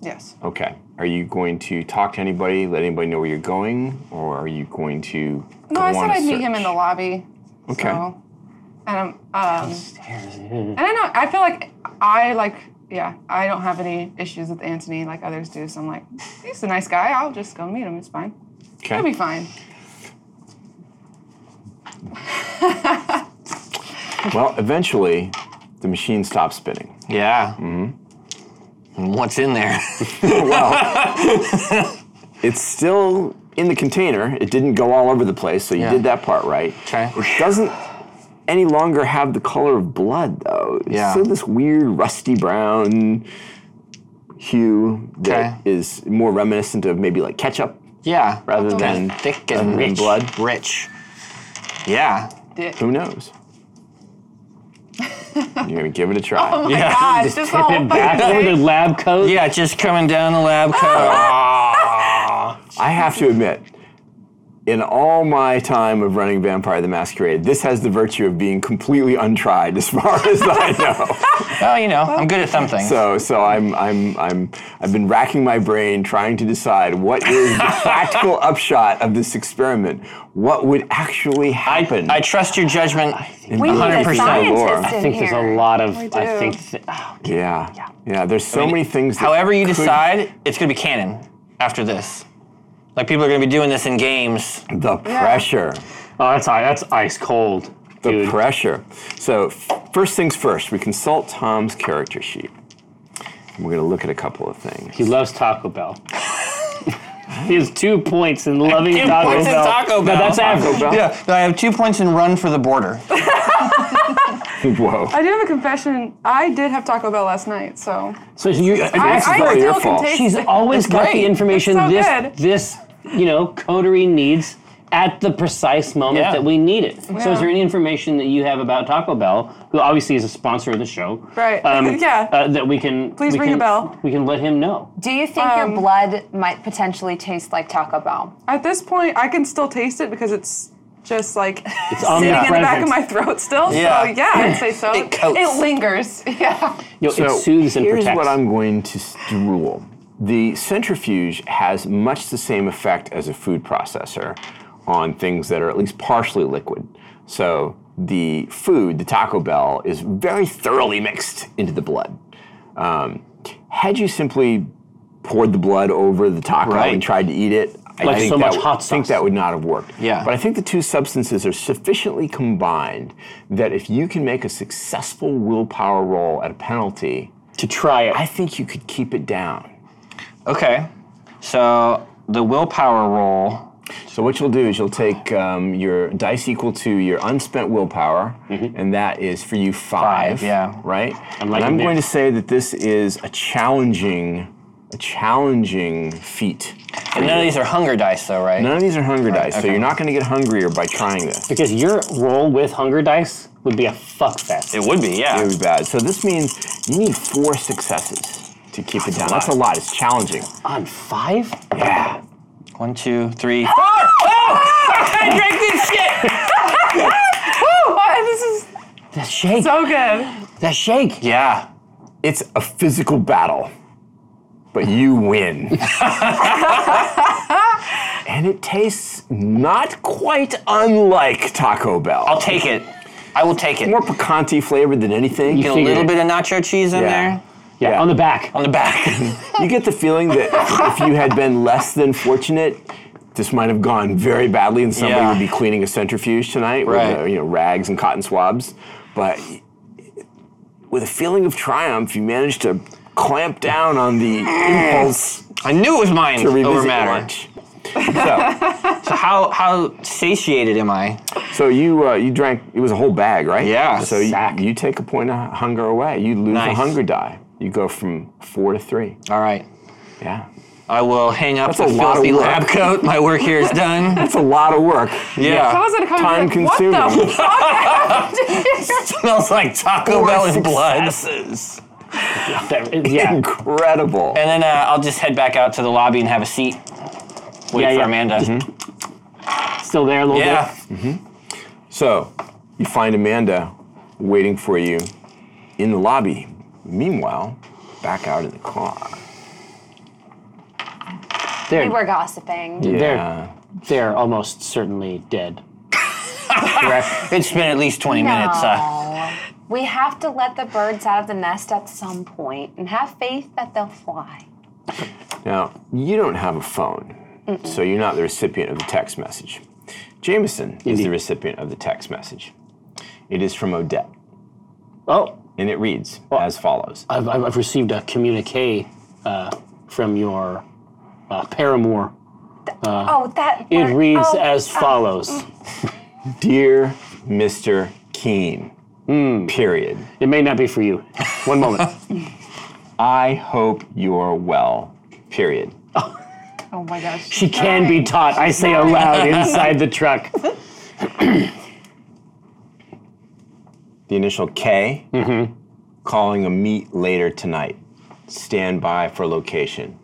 B: Yes.
A: Okay. Are you going to talk to anybody, let anybody know where you're going, or are you going to? go
B: No, I
A: on
B: said
A: a
B: I'd meet him in
A: search?
B: the lobby.
A: Okay.
B: So, and I'm, um, and I know I feel like I like yeah I don't have any issues with Anthony like others do. So I'm like he's a nice guy. I'll just go meet him. It's fine.
A: Okay.
B: He'll be fine.
A: Well, eventually, the machine stops spinning.
E: Yeah. Mm-hmm.
A: Mm-hmm.
E: And what's in there?
A: It's still in the container. It didn't go all over the place, so you
E: Yeah.
A: did that part right.
E: Okay.
A: It doesn't any longer have the color of blood, though. It's
E: Yeah.
A: still this weird rusty brown hue that
E: Okay.
A: is more reminiscent of maybe like ketchup
E: yeah.
A: rather than
E: and thick and
A: than
E: rich.
A: blood.
E: Rich. Yeah.
B: Dick.
A: Who knows? You're gonna give it a try.
B: Oh my
E: Yeah.
B: god! Just the
D: Oh
B: whole
C: Back over the
B: fucking thing.
C: lab coat.
E: Yeah, just coming down the lab coat. Ah.
A: I have to admit, in all my time of running Vampire the Masquerade, this has the virtue of being completely untried as far as I know.
E: well, you know, I'm good at something.
A: So, so I'm, I'm, I'm, I've been racking my brain trying to decide what is the practical upshot of this experiment. What would actually happen?
E: I trust your judgment.
D: We need a
A: Laura.
E: 100%
D: scientist
A: I
D: in
C: I think
D: here.
C: there's a lot of.
B: We
C: I
B: do.
C: think. Th- oh,
A: yeah, yeah, There's so many things. That
E: However you
A: could-
E: decide, it's going to be canon after this. Like people are going to be doing this in games.
A: the pressure.
C: oh, that's i- that's ice cold,
A: The
C: dude.
A: pressure. So, f- first things first, we consult Tom's character sheet. And we're going to look at a couple of things.
C: he loves Taco Bell. he has two points in loving
E: Two
C: Taco
E: points in
C: Bell.
E: Taco
C: No,
E: Bell.
C: that's average.
A: Bell.
E: Yeah, but I have two points in run for the border.
A: Whoa.
B: I do have a confession. I did have Taco Bell last night, so
C: So you.
B: I, I
A: is all
B: still
A: your
B: can
A: fault.
B: taste
C: She's
B: it.
C: always got
E: great.
C: the information
B: It's so
C: this
B: good.
C: this you know coterie needs at the precise moment
E: Yeah.
C: that we need it. So
B: Yeah.
C: is there any information that you have about Taco Bell, who obviously is a sponsor of the show?
B: Right.
C: Um,
B: Yeah.
C: Uh, that we can
B: Please
C: we
B: ring
C: can-
B: a bell.
C: We can let him know.
D: Do you think your blood might potentially taste like Taco Bell?
B: At this point, I can still taste it because it's just like sitting in the
C: omnipresent.
B: back of my throat still.
E: Yeah.
B: So yeah, I'd say so.
E: It coats.
B: lingers. Yeah.
C: Yo,
A: So
C: it soothes and
A: here's
C: protects.
A: what I'm going to s- to rule. The centrifuge has much the same effect as a food processor on things that are at least partially liquid. So the food, the Taco Bell, is very thoroughly mixed into the blood. Um, had you simply poured the blood over the taco
E: Right.
A: and tried to eat it, I
C: Like
A: think
C: so
A: that
C: much
A: would-
C: hot
A: think
C: sauce.
A: that would not have worked.
E: Yeah.
A: But I think the two substances are sufficiently combined that if you can make a successful willpower roll at a penalty,
C: to try it.
A: I think you could keep it down.
E: Okay. So the willpower roll.
A: So what you'll do is you'll take um, your dice equal to your unspent willpower, and that is for you five.
E: Five, yeah.
A: Right.
C: Unlike
A: and I'm
C: me.
A: going to say that this is a challenging, a challenging feat.
E: And none of these are hunger dice, though, right?
A: None of these are hunger dice, so
E: okay.
A: you're not going to get hungrier by trying this. It
C: because your roll with hunger dice would be a fuck fest.
E: It would be, yeah.
A: would be bad. So this means you need four successes to keep it down. That's a lot. It's challenging.
C: On five?
A: Yeah.
E: One, two, three, four. Oh! I drank this shit.
B: Woo! What? This is
E: That shake.
B: so good.
E: That shake. Yeah.
A: It's a physical battle, but you win. and it tastes not quite unlike Taco Bell.
E: I'll take it. I will take it.
A: more picante flavored than anything.
E: Get a
C: figured
E: little
C: it.
E: bit of nacho cheese in
A: Yeah.
E: there
C: Yeah,
A: Yeah.
C: on the back.
E: on the back.
A: you get the feeling that if you had been less than fortunate, this might have gone very badly, and somebody
E: Yeah.
A: would be cleaning a centrifuge tonight
E: Right.
A: with uh, you know rags and cotton swabs. But with a feeling of triumph, you managed to clamp down on the impulse
E: I knew it was mine
A: to
E: over
A: revisit
E: matter.
A: lunch. So,
E: So how how satiated am I?
A: so you uh, you drank it was a whole bag, right?
E: Yeah.
A: So you,
C: Sack.
A: you take a point of hunger away. You lose a
E: Nice.
A: hunger die. You go from four to three.
E: All right.
A: Yeah.
E: I will hang up
A: That's
E: the
A: a lot of
E: filthy
A: work.
E: lab coat. My work here is done.
A: That's a lot of work.
B: I
E: Yeah.
B: was gonna come in
A: Time
B: and be like, What
A: consuming.
B: the fuck? happened here?"
E: smells like Taco Bell and blood.
A: successes.
C: That- yeah.
A: Incredible.
E: And then uh, I'll just head back out to the lobby and have a seat. Wait
C: Yeah,
E: for
C: yeah.
E: Amanda. Hmm?
C: Still there a little
E: Yeah.
A: So you find Amanda waiting for you in the lobby. Meanwhile, back out in the car.
C: bit. They're,
D: We were gossiping.
A: Yeah.
C: they're almost certainly dead.
E: It's been at least 20 minutes. Uh,
D: We have to let the birds out of the nest at some point and have faith that they'll fly.
A: Now, you don't have a phone, so you're not the recipient of the text message. Jameson is the recipient of the text message. It is from Odette,
C: Oh,
A: and it reads as follows
C: I've, I've, I've received a communique uh, from your uh, paramour.
D: oh, that.
C: Uh-huh. It
D: bird-
C: reads
D: oh,
C: as follows.
A: Dear Mr. Keen, period.
C: It may not be for you. One moment.
A: I hope you're well, period.
B: Oh my gosh.
C: She can be taught, I say aloud inside the truck.
A: the initial K,
C: Mm-hmm.
A: calling a meet later tonight. Stand by for location.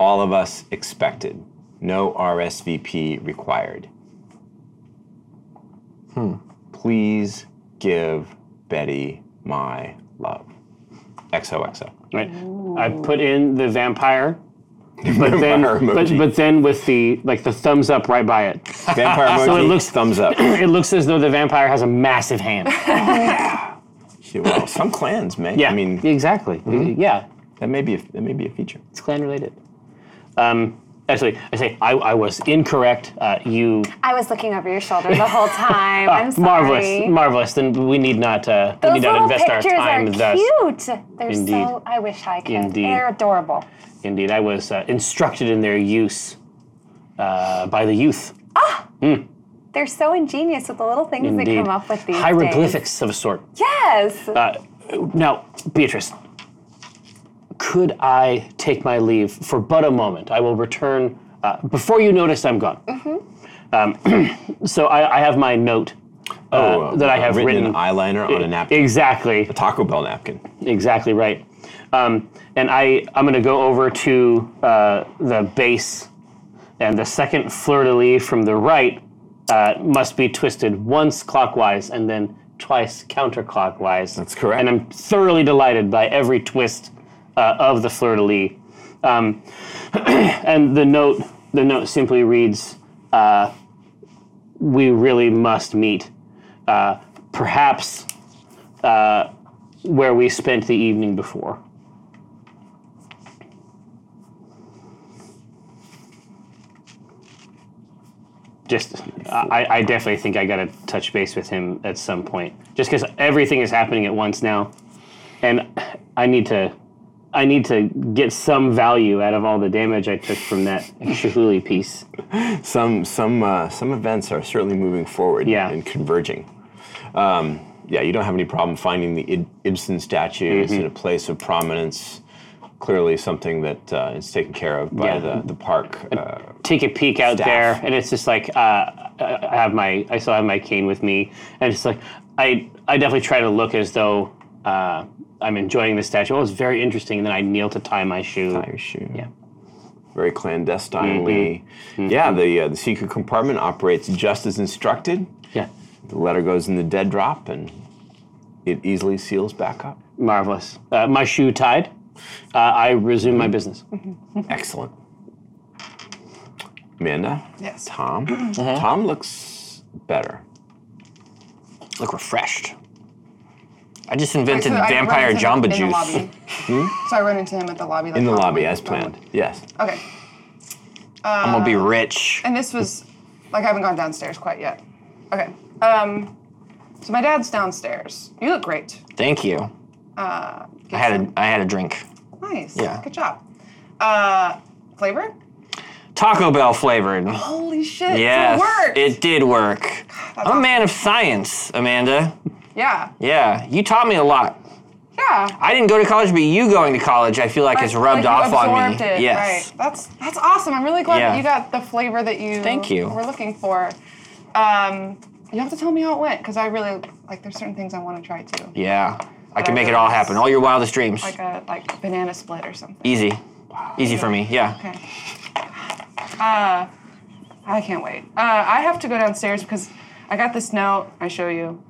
A: All of us expected. No RSVP required. Hmm. Please give Betty my love. XOXO.
C: Right. I put in the vampire, but then
A: Vampire
C: but,
A: emoji.
C: but then with the like the thumbs up right by it.
A: Vampire emoji.
C: it looks-
A: thumbs up.
C: It looks as though the vampire has a massive hand.
A: well, some clans, man.
C: Yeah.
A: I mean, mm-hmm.
C: exactly. Yeah.
A: that may be a, that may be a feature.
C: It's clan related. Um, actually, I say I, I was incorrect. Uh, you
D: I was looking over your shoulder the whole time. I'm sorry.
C: Oh, Ah, marvelous, marvelous. Then we need not uh, we
D: Those
C: need not
D: little
C: invest our
D: pictures
C: time
D: are
C: thus.
D: cute. They're
C: Indeed.
D: so. I wish I could.
C: Indeed.
D: They're adorable.
C: Indeed, I was uh, instructed in their use uh, by the youth.
D: They're so ingenious with the little things they
C: Indeed,
D: come up with these
C: hieroglyphics of a sort.
D: Days. Yes.
C: Uh, now, Beatrice, could I take my leave for but a moment? I will return uh, before you notice I'm gone.
D: Mm-hmm.
C: Um, so I, I have my note uh, that I have
A: Oh, written,
C: written. e-
A: an eyeliner on a napkin.
C: Exactly,
A: Taco Bell napkin.
C: exactly right. Um, and I, I'm going to go over to uh, the base, and the second fleur de lis from the right uh, must be twisted once clockwise and then twice counterclockwise.
A: That's correct.
C: And I'm thoroughly delighted by every twist uh, of the fleur de lis. Um, and the note, the note simply reads, uh, "We really must meet, uh, perhaps uh, where we spent the evening before." Just, I, I definitely think I got to touch base with him at some point, just because everything is happening at once now, and I need to. I need to get some value out of all the damage I took from that Shahuli piece.
A: some some uh, some events are certainly moving forward
C: Yeah.
A: and converging. Um, yeah, you don't have any problem finding the Ib- Ibsen statue.
C: Mm-hmm.
A: It's in a place of prominence. Clearly, something that uh, is taken care of by
C: Yeah.
A: the the park. Uh,
C: Take a peek out
A: Staff.
C: there, and it's just like uh, I I have my I still have my cane with me, and it's like I I definitely try to look as though uh, I'm enjoying the statue. Oh, it's very interesting. And then I kneel to tie my shoe.
A: Irish shoe.
C: Yeah. Mm-hmm.
A: Very clandestinely. Yeah, the uh, the secret compartment operates just as instructed.
C: Yeah,
A: The letter goes in the dead drop, and it easily seals back up.
C: marvelous. Uh, my shoe tied. Uh, I resume my business.
A: Excellent. Amanda.
B: Yes.
A: Tom. Tom looks better.
E: look refreshed. I
B: Right,
E: just
B: so
E: invented
B: I run
E: vampire
B: into him
E: jamba
B: in the
E: juice.
B: lobby. So I run into him at the lobby. Like,
A: In the
B: oh,
A: lobby,
B: wait,
A: as
B: oh,
A: planned. Yes.
B: Okay.
E: I'm gonna be rich.
B: And this was like I haven't gone downstairs quite yet. Okay. Um, so my dad's downstairs. You look great.
E: Thank you.
B: Uh,
E: I had a I had a drink.
B: nice.
E: yeah.
B: Good job. Uh, flavor?
E: Taco Bell flavored.
B: Holy shit!
E: Yes,
B: It worked.
E: it did work. I'm a man of science, Amanda.
B: yeah.
E: Yeah, you taught me a lot.
B: Yeah.
E: I didn't go to college, but you going to college, I feel like has rubbed
B: Like, you
E: off on me.
B: absorbed It.
E: Yes.
B: Right. That's that's awesome. I'm really glad
E: Yeah.
B: that you got the flavor that you
E: Thank you.
B: were looking for. Um, you have to tell me how it went because I really like. There's certain things I want to try too.
E: Yeah. I can make it
B: whatever
E: all
B: is.
E: happen. All your wildest dreams.
B: Like a like a banana split or something.
E: Easy. Easy for me. Yeah.
B: Okay. Hmm. Uh, I can't wait. Uh, I have to go downstairs because I got this note. I show you.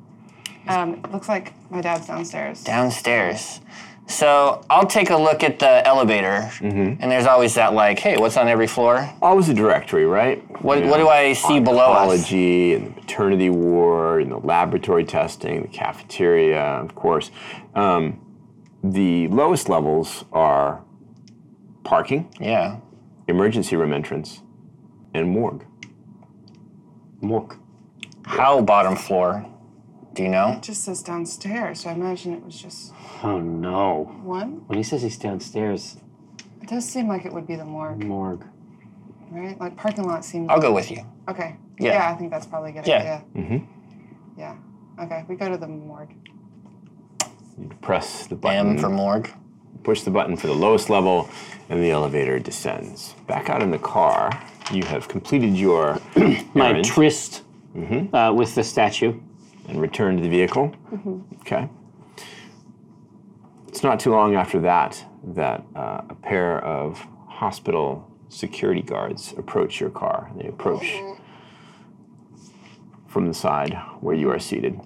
B: Um, it looks like my dad's downstairs.
E: Downstairs. So I'll take a look at the elevator, and there's always that like, hey, what's on every floor?
A: Always a directory, right?
E: What- what do I see below us?
A: Oncology and the maternity ward and the laboratory testing, the cafeteria, of course. Um, the lowest levels are parking,
E: Yeah.
A: emergency room entrance, and morgue.
C: Mork.
E: How bottom floor? Do you know?
B: It just says downstairs, so I imagine it was just
C: Oh no.
B: one.
C: When he says he's downstairs,
B: It does seem like it would be the morgue,
C: morgue.
B: right? Like parking lot seems.
E: I'll go with you.
B: Okay.
E: Oh, Yeah.
B: I think that's probably a good
E: Yeah.
B: idea. Mm-hmm. Yeah. Okay, we go to the morgue.
A: Press the button,
E: M for morgue.
A: push the button for the lowest level, and the elevator descends. Back out in the car, you have completed your
C: My
A: errand
C: tryst uh, with the statue.
A: and returned to the vehicle. Okay. It's not too long after that that uh, a pair of hospital security guards approach your car. They approach from the side where you are seated.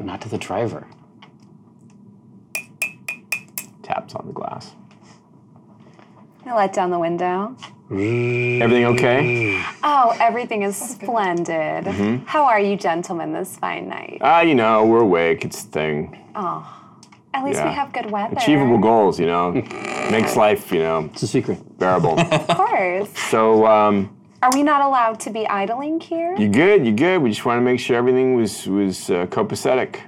C: Not to the driver.
A: Taps on the glass.
D: I let down the window.
A: Everything okay?
D: Oh, everything is splendid.
C: Mm-hmm.
D: How are you, gentlemen, this fine night?
C: Uh,
A: Ah, you know, we're awake. It's a thing.
D: At least
A: yeah.
D: we have good weather.
A: Achievable goals, you know. Makes life, you know,
C: It's a secret.
A: bearable.
D: Of course.
A: so, um,
D: Are we not allowed to be idling here?
A: You good? You good? We just want to make sure everything was was uh, copacetic.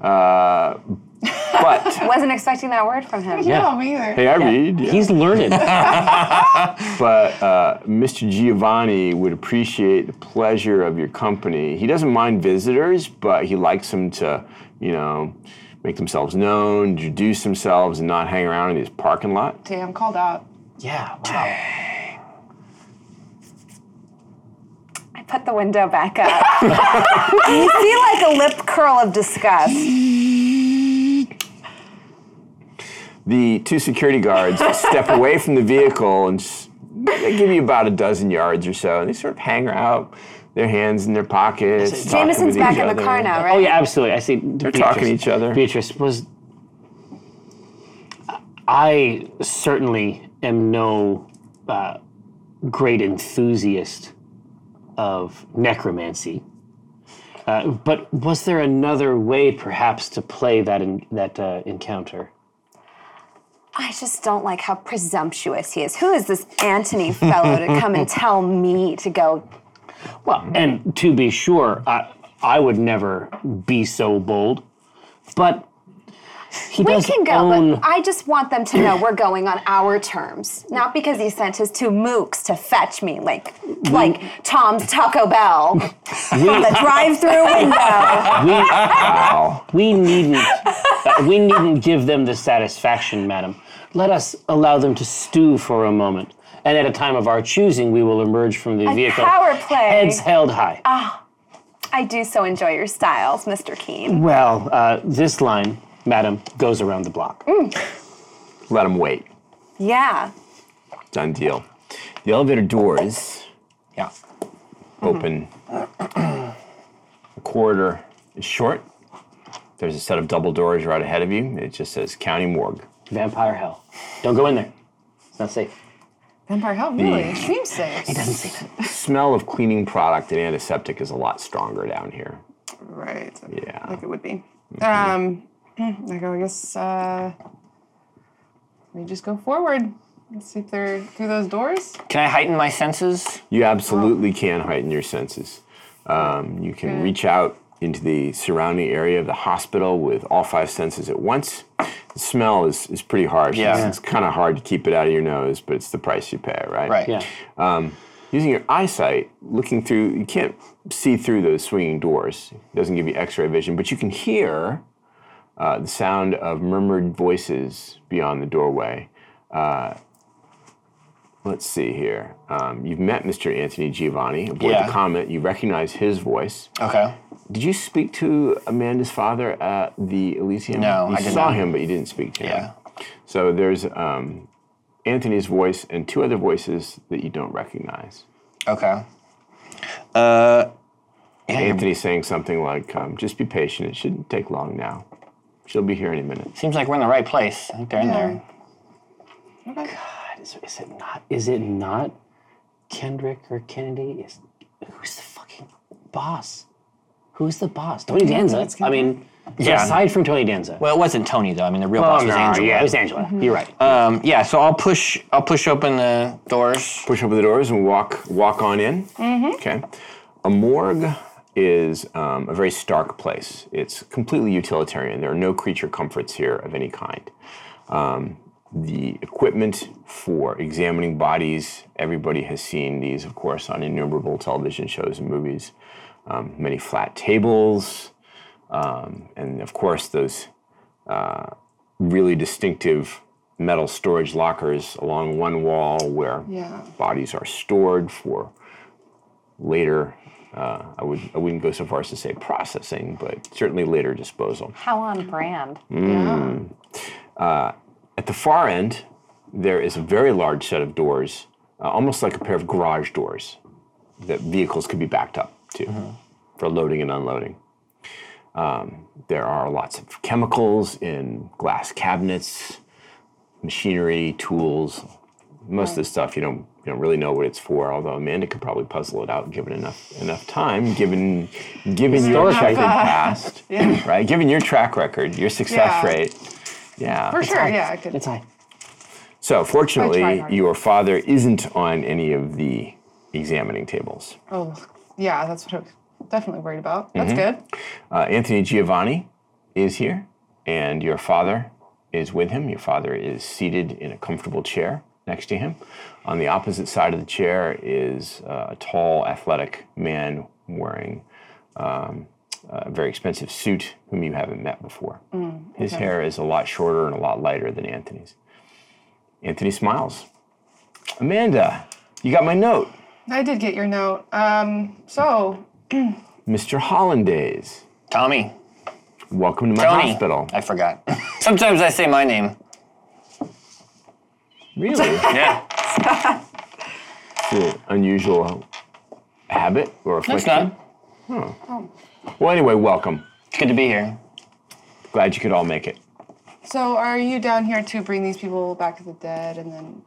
A: Uh, but
D: Wasn't expecting that word from him.
C: Yeah.
B: No, me either.
A: hey, I read. yeah.
C: He's learned.
A: But uh, Mr. Giovanni would appreciate the pleasure of your company. He doesn't mind visitors, but he likes them to, you know, make themselves known, introduce themselves, and not hang around in his parking lot.
B: Damn, called out.
C: yeah. Wow.
D: I put the window back up. you see like a lip curl of disgust.
A: The two security guards step away from the vehicle and s- they give you about a dozen yards or so, and they sort of hang out, their hands in their pockets. talking
D: Jameson's
A: with
D: back
A: each
D: in the
A: other.
D: car now, right?
C: Oh yeah, absolutely. I see. They're
A: talking to each other.
C: Beatrice was. I certainly am no uh, great enthusiast of necromancy, uh, but was there another way, perhaps, to play that in, that uh, encounter?
D: I just don't like how presumptuous he is. Who is this Antony fellow to come and tell me to go?
C: Well,
A: Hmm.
C: and to be sure, I I would never be so bold, but he
D: We
C: does
D: can go,
C: own.
D: but I just want them to know we're going on our terms, not because he sent his two mooks to fetch me, like like Tom's Taco Bell from the drive-through window.
A: Wow.
C: We needn't. uh, we needn't give them the satisfaction, madam. Let us allow them to stew for a moment, and at a time of our choosing, we will emerge from the vehicle.
D: power play. Ah.
C: Heads held high.
D: I do so enjoy your styles, Mr. Keene.
C: well, uh, this line, madam, goes around the block.
D: Mm.
A: Let him wait.
D: Yeah,
A: Done deal. The elevator doors
E: Yeah.
D: Mm-hmm.
A: open. the corridor is short. There's a set of double doors right ahead of you. It just says County Morgue.
C: Vampire hell. Don't go in there. It's not safe.
B: Vampire Hell, really? It seems safe.
C: Doesn't say that.
A: Smell of cleaning product and antiseptic is a lot stronger down here.
B: Right.
A: Yeah.
B: Like it would be. Um, hmm, I go, I guess uh, we just go forward. Let's see if they're through those doors.
E: Can I heighten my senses?
A: You absolutely can heighten your senses. Um, you can reach out into the surrounding area of the hospital with all five senses at once. The smell is, is pretty harsh.
E: Yeah.
A: It's, kind of hard to keep it out of your nose, but it's the price you pay, right?
E: Right.
C: Yeah.
A: Using your eyesight, looking through, you can't see through those swinging doors. It doesn't give you x ray vision, but you can hear uh, the sound of murmured voices beyond the doorway. Uh, Let's see here. Um, you've met Mr. Anthony Giovanni aboard
E: Yeah.
A: the Comet. You recognize his voice.
E: Okay.
A: Did you speak to Amanda's father at the Elysium?
E: No,
A: you
E: I did
A: saw
E: not.
A: him, but you didn't speak to
E: Yeah.
A: him. So there's um, Anthony's voice and two other voices that you don't recognize.
E: Okay.
A: Anthony's saying something like, um, "Just be patient. It shouldn't take long now. She'll be here any minute."
E: Seems like we're in the right place. I think they're in there.
C: Is, is it not? Is it not Kendrick or Kennedy? Is who's the fucking boss? Who's the boss? Tony Danza. I mean,
E: Yeah.
C: aside from Tony Danza.
E: Well, it wasn't Tony though. I mean, the
A: Oh,
E: real boss was Angela.
C: Yeah, it was Angela.
D: Mm-hmm.
C: You're right.
A: Uh,
E: Um, yeah. So I'll push. I'll push open the doors.
A: push open the doors and walk walk on in. Okay, a morgue is um, a very stark place. It's completely utilitarian. There are no creature comforts here of any kind. Um, the equipment for examining bodies, everybody has seen these, of course, on innumerable television shows and movies. Um, many flat tables, um, and of course, those uh, really distinctive metal storage lockers along one wall where
B: Yeah.
A: bodies are stored for later. Uh, I would I wouldn't go so far as to say processing, but certainly later disposal.
D: How on brand.
A: At the far end, there is a very large set of doors, uh, almost like a pair of garage doors, that vehicles could be backed up to
B: Mm-hmm.
A: for loading and unloading. Um, there are lots of chemicals in glass cabinets, machinery, tools. Most of this stuff you don't you don't really know what it's for. Although Amanda could probably puzzle it out given enough enough time, given given your
C: Historical.
A: checkered past, right? Given your track record, your success
B: Yeah.
A: rate, yeah,
B: For sure, yeah, I could.
C: It's high.
A: so
B: I tried
A: fortunately,
B: hard.
A: your father isn't on any of the examining tables.
B: Oh, yeah, that's what I was definitely worried about. That's good.
A: Uh, Anthony Giovanni is here, and your father is with him. Your father is seated in a comfortable chair next to him. On the opposite side of the chair is uh, a tall, athletic man wearing um, a very expensive suit, whom you haven't met before. His hair is a lot shorter and a lot lighter than Anthony's. Anthony smiles. Amanda, you got my note.
B: I did get your note. Um, so
A: Mr. Hollandaise,
E: Tommy.
A: welcome to my
E: Tony.
A: hospital.
E: I forgot. Sometimes I say my name.
A: Really?
E: Yeah.
A: an unusual habit or
E: It's
A: affliction.
E: not.
A: Well, anyway, welcome.
E: It's good to be here.
A: Glad you could all make it.
B: So are you down here to bring these people back to the dead and then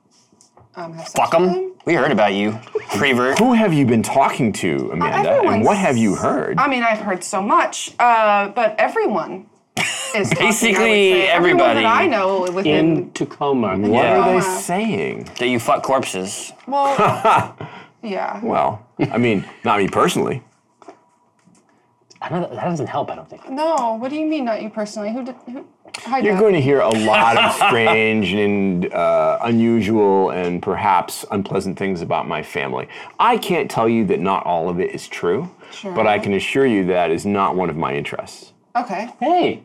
B: um, have sex
E: Fuck
B: with
E: 'em. We heard about you, prevert.
A: Who have you been talking to, Amanda? and
B: everyone's-
A: what have you heard?
B: I mean, I've heard so much, uh, but everyone is talking, I would
E: Basically
B: say. Everyone
E: everybody
B: that I know within.
C: In Tacoma.
A: what
E: Yeah.
A: are they
B: Yeah.
A: saying?
E: That you fuck corpses.
B: well, yeah.
A: Well, I mean, not me personally.
C: I don't, that doesn't help. I don't think.
B: No, what do you mean, not you personally? Who did? Who, hi,
A: You're
B: Dad.
A: going to hear a lot of strange and uh, unusual and perhaps unpleasant things about my family. I can't tell you that not all of it is true, but I can assure you that is not one of my interests.
B: Okay.
C: Hey,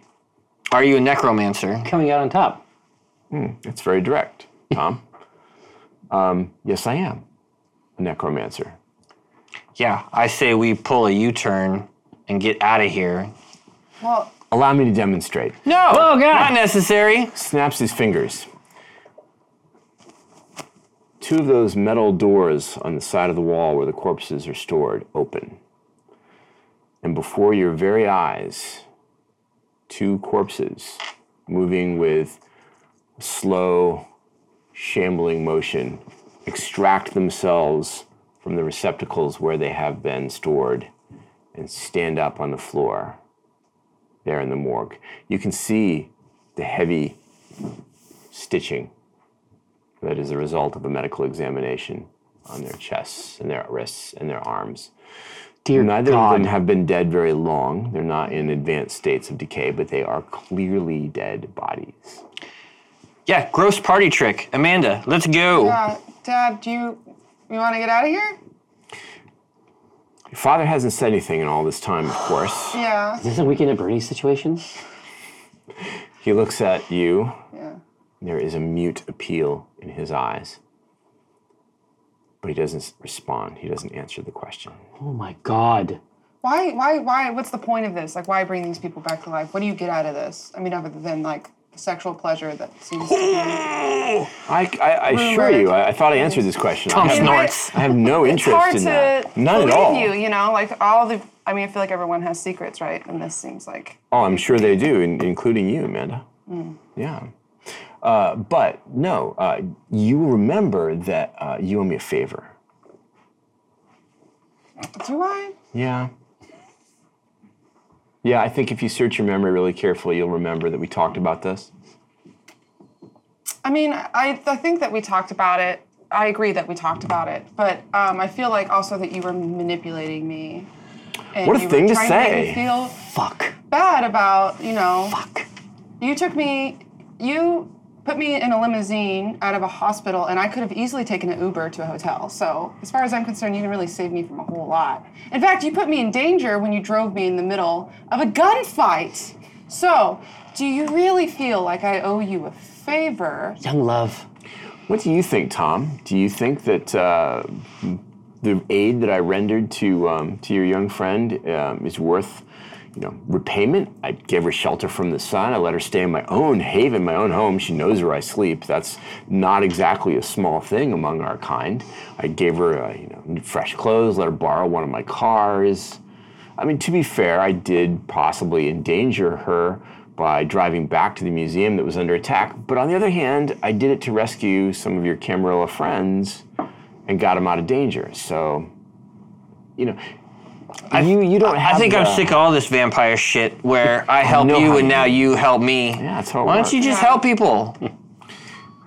E: Are you a necromancer?
C: coming out on top.
A: It's very direct, Tom. um, yes, I am a necromancer.
E: Yeah. I say we pull a U-turn and get out of here.
B: Well,
A: Allow me to demonstrate.
E: No.
C: Oh, God.
E: Not necessary.
A: Snaps his fingers. Two of those metal doors on the side of the wall where the corpses are stored open. And before your very eyes, two corpses moving with slow, shambling motion extract themselves from the receptacles where they have been stored and stand up on the floor there in the morgue. You can see the heavy stitching that is the result of a medical examination on their chests and their wrists and their arms.
C: Dear
A: Neither
C: God.
A: of them have been dead very long. They're not in advanced states of decay, but they are clearly dead bodies.
E: Yeah. Gross party trick. Amanda, let's go.
B: uh, Dad, do you you want to get out of here?
A: Your father hasn't said anything in all this time, of course.
B: Yeah.
C: Is this a weekend at Bernie's situation?
A: He looks at you.
B: Yeah.
A: There is a mute appeal in his eyes. but he doesn't respond. He doesn't answer the question.
C: Oh my god.
B: Why? Why? Why? What's the point of this? Like, why bring these people back to life? What do you get out of this? I mean, other than like the sexual pleasure that seems.
A: I, I, I assure you, I, I thought I answered this question. I
E: Tom
A: have,
E: snorts.
A: I have no interest
B: hard
A: in
B: to
A: that. None
B: believe
A: at all.
B: you. You know, like all the. I mean, I feel like everyone has secrets, right? And this seems like.
A: Oh, I'm sure they do, in, including you, Amanda.
B: Hmm.
A: Yeah. Uh, but no, uh, you will remember that uh, you owe me a favor.
B: Do I?
A: Yeah. Yeah, I think if you search your memory really carefully, you'll remember that we talked about this.
B: I mean, I, I think that we talked about it. I agree that we talked about it, but um, I feel like also that you were manipulating me. And
A: What a
B: you were
A: thing to
B: trying make
A: say.
B: me feel
C: Fuck.
B: bad about, you know.
C: Fuck.
B: You took me, you put me in a limousine out of a hospital, and I could have easily taken an Uber to a hotel. So, as far as I'm concerned, you didn't really save me from a whole lot. In fact, you put me in danger when you drove me in the middle of a gunfight. So, do you really feel like I owe you a favor?
C: Young love.
A: What do you think, Tom? Do you think that uh, the aid that I rendered to um, to your young friend um, is worth, you know, repayment? I gave her shelter from the sun. I let her stay in my own haven, my own home. She knows where I sleep. That's not exactly a small thing among our kind. I gave her, uh, you know, fresh clothes. Let her borrow one of my cars. I mean, to be fair, I did possibly endanger her by driving back to the museum that was under attack. But on the other hand, I did it to rescue some of your Camarilla friends and got them out of danger. So, you know, you you don't have.
E: I think I'm
A: the-
E: sick of all this vampire shit where I help
A: know how
E: you and
A: you-
E: now you help me.
A: Yeah, that's how it
E: Why don't you
A: works.
E: just
B: Yeah.
E: help people?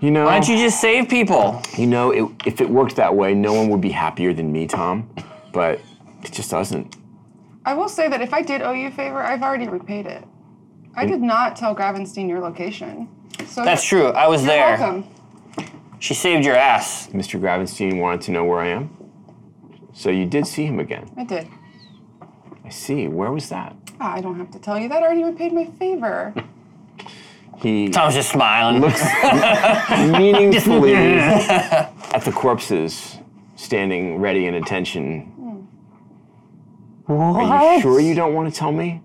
A: You know,
E: Why don't you just save people?
A: you know, it, if it worked that way, no one would be happier than me, Tom. But it just doesn't.
B: I will say that if I did owe you a favor, I've already repaid it. I did not tell Gravenstein your location. So
E: Mm. That's true. I was
B: You're
E: there.
B: welcome.
E: She saved your ass.
A: Mr. Gravenstein wanted to know where I am. So you did see him again.
B: I did.
A: I see. Where was that?
B: Ah, I don't have to tell you that. I already repaid my favor.
A: He
E: Tom's just smiling.
A: meaningfully at the corpses standing ready and attention. Are you sure you don't want to tell me?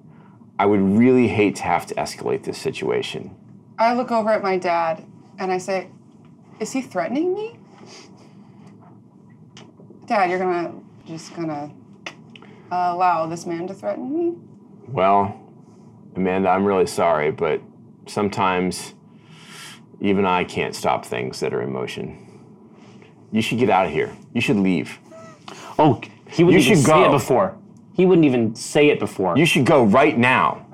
A: I would really hate to have to escalate this situation.
B: I look over at my dad and I say, Is he threatening me? Dad, you're gonna just gonna allow this man to threaten me?
A: Well, Amanda, I'm really sorry, but sometimes even I can't stop things that are in motion. You should get out of here. You should leave.
C: Oh, he wouldn't
A: You
C: even
A: should
C: say
A: go.
C: it before. He wouldn't even say it before.
A: You should go right now.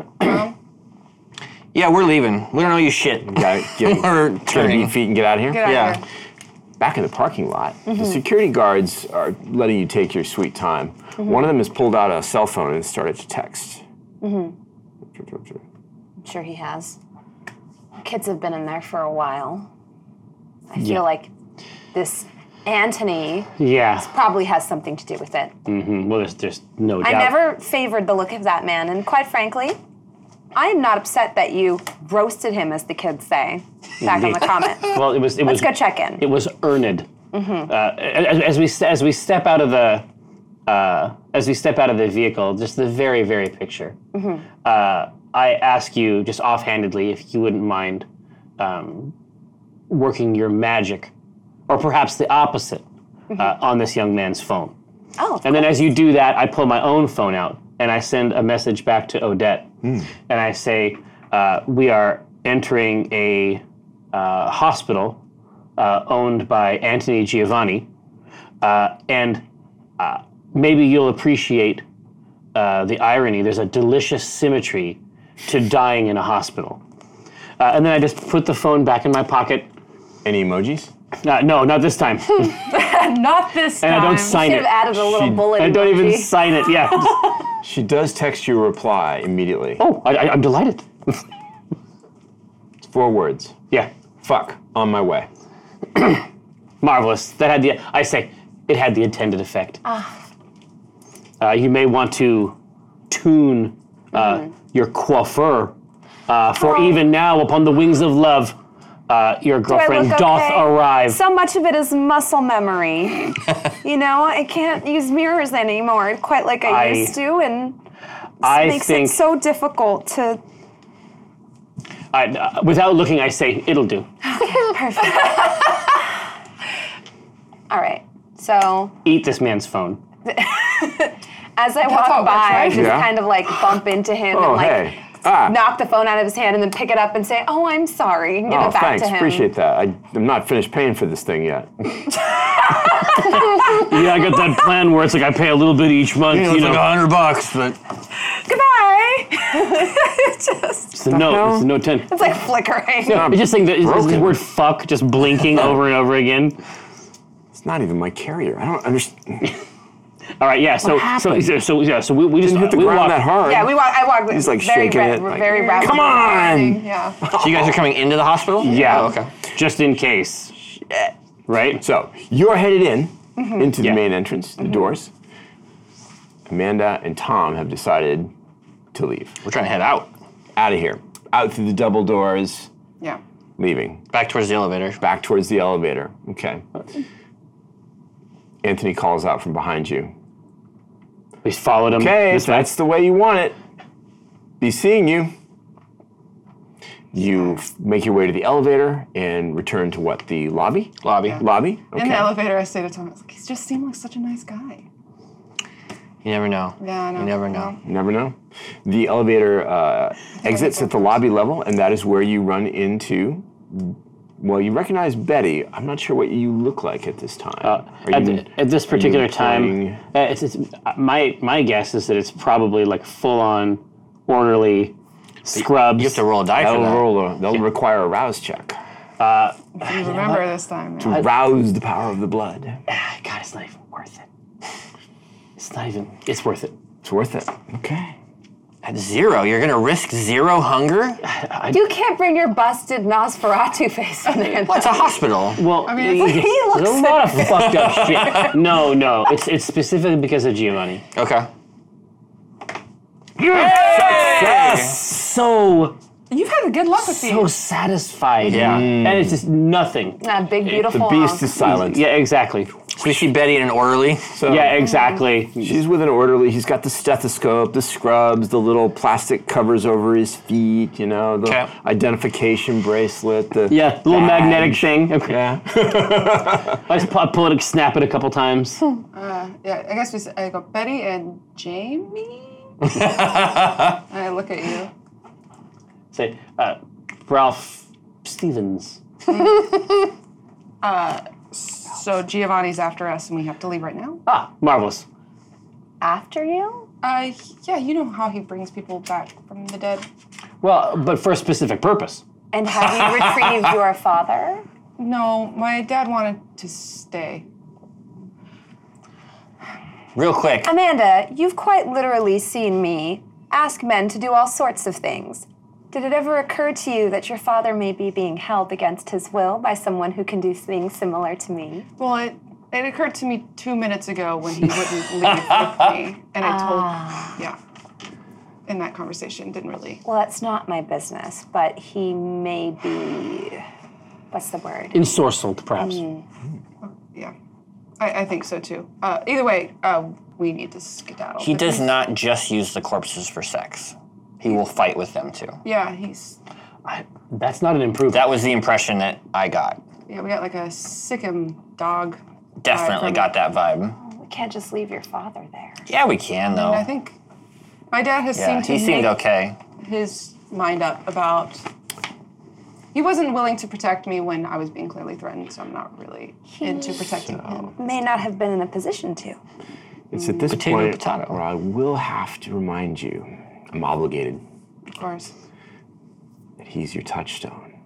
E: yeah, we're leaving. We don't owe you shit.
A: Gotta get,
E: We're
A: gotta
E: turning.
A: beat feet and get out of here.
B: Get out
E: Yeah. Mm-hmm.
B: of here.
A: back in the parking lot. The security guards are letting you take your sweet time.
E: Mm-hmm.
A: One of them has pulled out a cell phone and started to text.
E: Mm-hmm.
D: I'm sure he has. Kids have been in there for a while. I feel
C: Yeah.
D: like this Antony
C: yeah.
D: probably has something to do with it.
C: Mm, Well, there's, there's no
D: I
C: doubt.
D: never favored the look of that man, and quite frankly, I am not upset that you roasted him, as the kids say, back on the comment.
C: Well, it was. It was.
D: Let's go check in.
C: It was earned. Uh, as, as we st- as we step out of the uh, as we step out of the vehicle, just the very very picture. Uh, I ask you just offhandedly if you wouldn't mind um, working your magic, or perhaps the opposite, uh, on this young man's phone.
D: Oh,
C: And then as you do that, I pull my own phone out and I send a message back to Odette. And I say, uh, We are entering a uh, hospital uh, owned by Anthony Giovanni. Uh, and uh, maybe you'll appreciate uh, the irony. There's a delicious symmetry to dying in a hospital. Uh, and then I just put the phone back in my pocket.
A: Any emojis?
C: Uh, no, not this time. and
B: Not this
C: I
B: time.
C: don't sign
D: should have
C: it.
D: added a little
A: She-
D: bullet.
C: I don't even
D: emoji.
C: sign it. Yeah.
A: She does text you a reply immediately.
C: Oh, I, I, I'm delighted.
A: It's four words.
C: Yeah,
A: Fuck. On my way.
C: marvelous. That had the I say it had the intended effect.
D: Ah.
C: Uh, you may want to tune
D: Mm-hmm.
C: uh, your coiffure, uh, for even now upon the wings of love, uh, your
D: Oh. Do I
C: girlfriend
D: look
C: doth
D: okay?
C: arrive.
D: So much of it is muscle memory. you know, I can't use mirrors anymore quite like I,
C: I-
D: used to, and
C: I
D: makes
C: think
D: it so difficult to.
C: I, uh, without looking, I say it'll do.
D: Perfect. All right. So
C: Eat this man's phone.
D: as I
B: how
D: walk
B: it works,
D: by, I
B: right?
D: just
A: Yeah.
D: kind of like bump into him
A: Oh,
D: and like
A: hey. Ah.
D: knock the phone out of his hand and then pick it up and say, "Oh, I'm sorry," and give
A: Oh,
D: it back
A: thanks.
D: to him.
A: Appreciate that. I, I'm not finished paying for this thing yet.
C: Yeah, I got that plan where it's like I pay a little bit each month.
E: It's
C: You
E: like
C: know,
E: a
A: oh,
E: hundred bucks, but
D: Goodbye. it's just
C: it's a note. It's a note ten.
D: it's like flickering.
C: No, it's just saying that is is the
A: broken.
C: word "fuck" just blinking over and over again.
A: It's not even my carrier. I don't understand.
C: All right, yeah. So, so, so, so, yeah. So we, we just
A: Didn't hit the
C: we
A: ground
C: walk.
A: that hard.
D: Yeah, we walk. I walk.
A: He's like
D: very
A: shaking
D: ra-
A: it. like,
D: Very rapidly.
A: Come on.
B: Yeah.
E: so you guys are coming into the hospital?
C: Yeah.
E: Oh, okay.
C: Just in case. Right.
A: So you're headed in into the
C: Yeah.
A: main entrance, the doors. Amanda and Tom have decided to leave.
E: We're trying to head out,
A: Out of here. Out through the double doors,
B: Yeah.
A: leaving.
E: back towards the elevator.
A: Back towards the elevator. Okay. Anthony calls out from behind you.
C: We followed him.
A: Okay,
C: this way.
A: that's the way you want it. Be seeing you. You f- make your way to the elevator and return to what the lobby.
E: Lobby.
A: Lobby.
B: In the elevator, I say to Tom, I was like, he just seemed like such a nice guy.
E: You never know.
B: Yeah, I know.
E: You never know.
A: You never know. The elevator uh, exits at the lobby level, and that is where you run into. Well, you recognize Betty. I'm not sure what you look like at this time. Are
C: Uh, at,
A: you-
C: th- at this particular time,
A: employing-
C: uh, it's, it's, uh, my my guess is that it's probably like full on orderly scrubs.
E: You have to roll a die for
A: that'll
E: that.
A: roll a- that'll require a rouse check.
B: You remember this time. yeah.
A: Rouse the power of the blood.
C: Ah, God, it's not even worth it. It's not even. It's worth it.
A: It's worth it. Okay.
E: At zero, you're gonna risk zero hunger?
D: You can't bring your busted Nosferatu face in there.
E: Well, it's a hospital.
C: Well, I
B: mean, it's-
D: He
C: there's
D: looks
C: a lot of fucked up shit. No, no, it's it's specifically because of Giovanni.
E: Okay.
C: So
B: You've had good luck with
C: so
B: these.
C: satisfied.
E: Yeah.
C: and it's just nothing.
D: That big, beautiful.
A: The beast is
D: house.
A: silent.
C: Yeah, exactly.
E: So we see Betty in an orderly.
A: So
C: Yeah, exactly.
A: she's with an orderly. He's got the stethoscope, the scrubs, the little plastic covers over his feet. You know, the
E: Okay.
A: identification bracelet. The
C: Yeah, little
A: badge.
C: magnetic thing. Okay.
A: Yeah.
C: I just pu- pull it, snap it a couple times.
B: Uh, Yeah, I guess we said, I go, Betty and Jamie? and I look at you.
C: Say, uh, Ralph Stevens.
B: So Giovanni's after us and we have to leave right now?
C: Ah, marvelous.
D: after you.
B: Uh, yeah, you know how he brings people back from the dead.
C: Well, but for a specific purpose.
D: And have you retrieved your father?
B: No, my dad wanted to stay.
E: Real quick.
D: Amanda, you've quite literally seen me ask men to do all sorts of things. Did it ever occur to you that your father may be being held against his will by someone who can do things similar to me?
B: Well, it, it occurred to me two minutes ago when he wouldn't leave with me. And I told, yeah, in that conversation, didn't really.
D: Well, that's not my business, but he may be. What's the word?
C: Ensorcelled, perhaps.
B: Yeah, I, I think so too. Uh, either way, uh, we need to skedaddle.
E: He
B: But
E: does
B: he's-
E: not just use the corpses for sex. He will fight with them too.
B: Yeah, he's.
C: I, that's not an improvement.
E: That was the impression that I got.
B: Yeah, we got like a sickum dog.
E: Definitely
B: from-
E: got that vibe.
D: We can't just leave your father there.
E: Yeah, we can though.
B: I think my dad has
E: Oh. yeah,
B: seemed to
E: he seemed
B: make
E: okay.
B: his mind up about. He wasn't willing to protect me when I was being clearly threatened, so I'm not really into protecting him.
D: May not have been in a position to.
A: It's at this
E: Potato,
A: point
E: potato.
A: where I will have to remind you, I'm obligated,
B: Of course.
A: that he's your touchstone.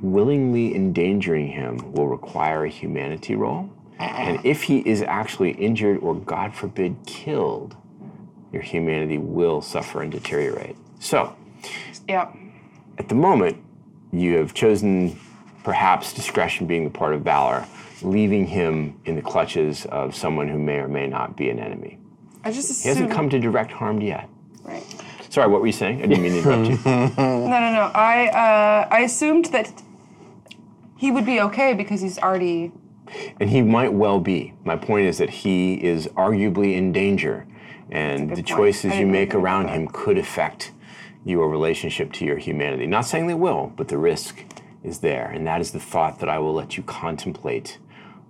A: Willingly endangering him will require a humanity roll.
E: Uh-uh.
A: And if he is actually injured or, God forbid, killed, your humanity will suffer and deteriorate. So,
B: Yeah.
A: at the moment, you have chosen perhaps discretion being the part of valor, leaving him in the clutches of someone who may or may not be an enemy.
B: I just
A: He
B: assumed.
A: hasn't come to direct harm yet.
B: Right.
A: Sorry, what were you saying? I didn't mean to interrupt you.
B: No, no, no. I uh, I assumed that he would be okay because he's already.
A: and he might well be. My point is that he is arguably in danger, and the
B: point. I
A: choices you
B: didn't
A: make
B: really think
A: around him could affect your relationship to your humanity. Not saying they will, but the risk is there, and that is the thought that I will let you contemplate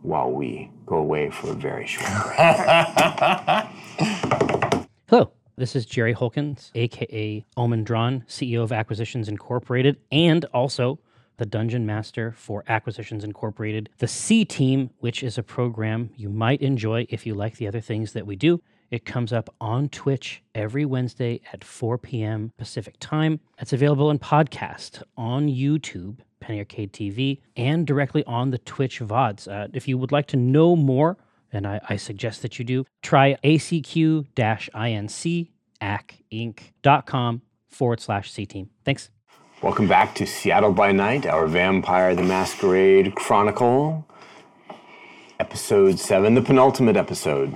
A: while we go away for a very short break.
F: Hello, this is Jerry Holkins, aka Omen Drawn, CEO of Acquisitions Incorporated, and also the Dungeon Master for Acquisitions Incorporated, the C Team, which is a program you might enjoy if you like the other things that we do. It comes up on Twitch every Wednesday at 4 p.m. Pacific time. It's available in podcast on YouTube. Penny Arcade TV, and directly on the Twitch VODs. Uh, if you would like to know more, and I, I suggest that you do, try acq inc.com forward slash C team. Thanks.
A: Welcome back to Seattle by Night, our Vampire the Masquerade Chronicle, episode seven, the penultimate episode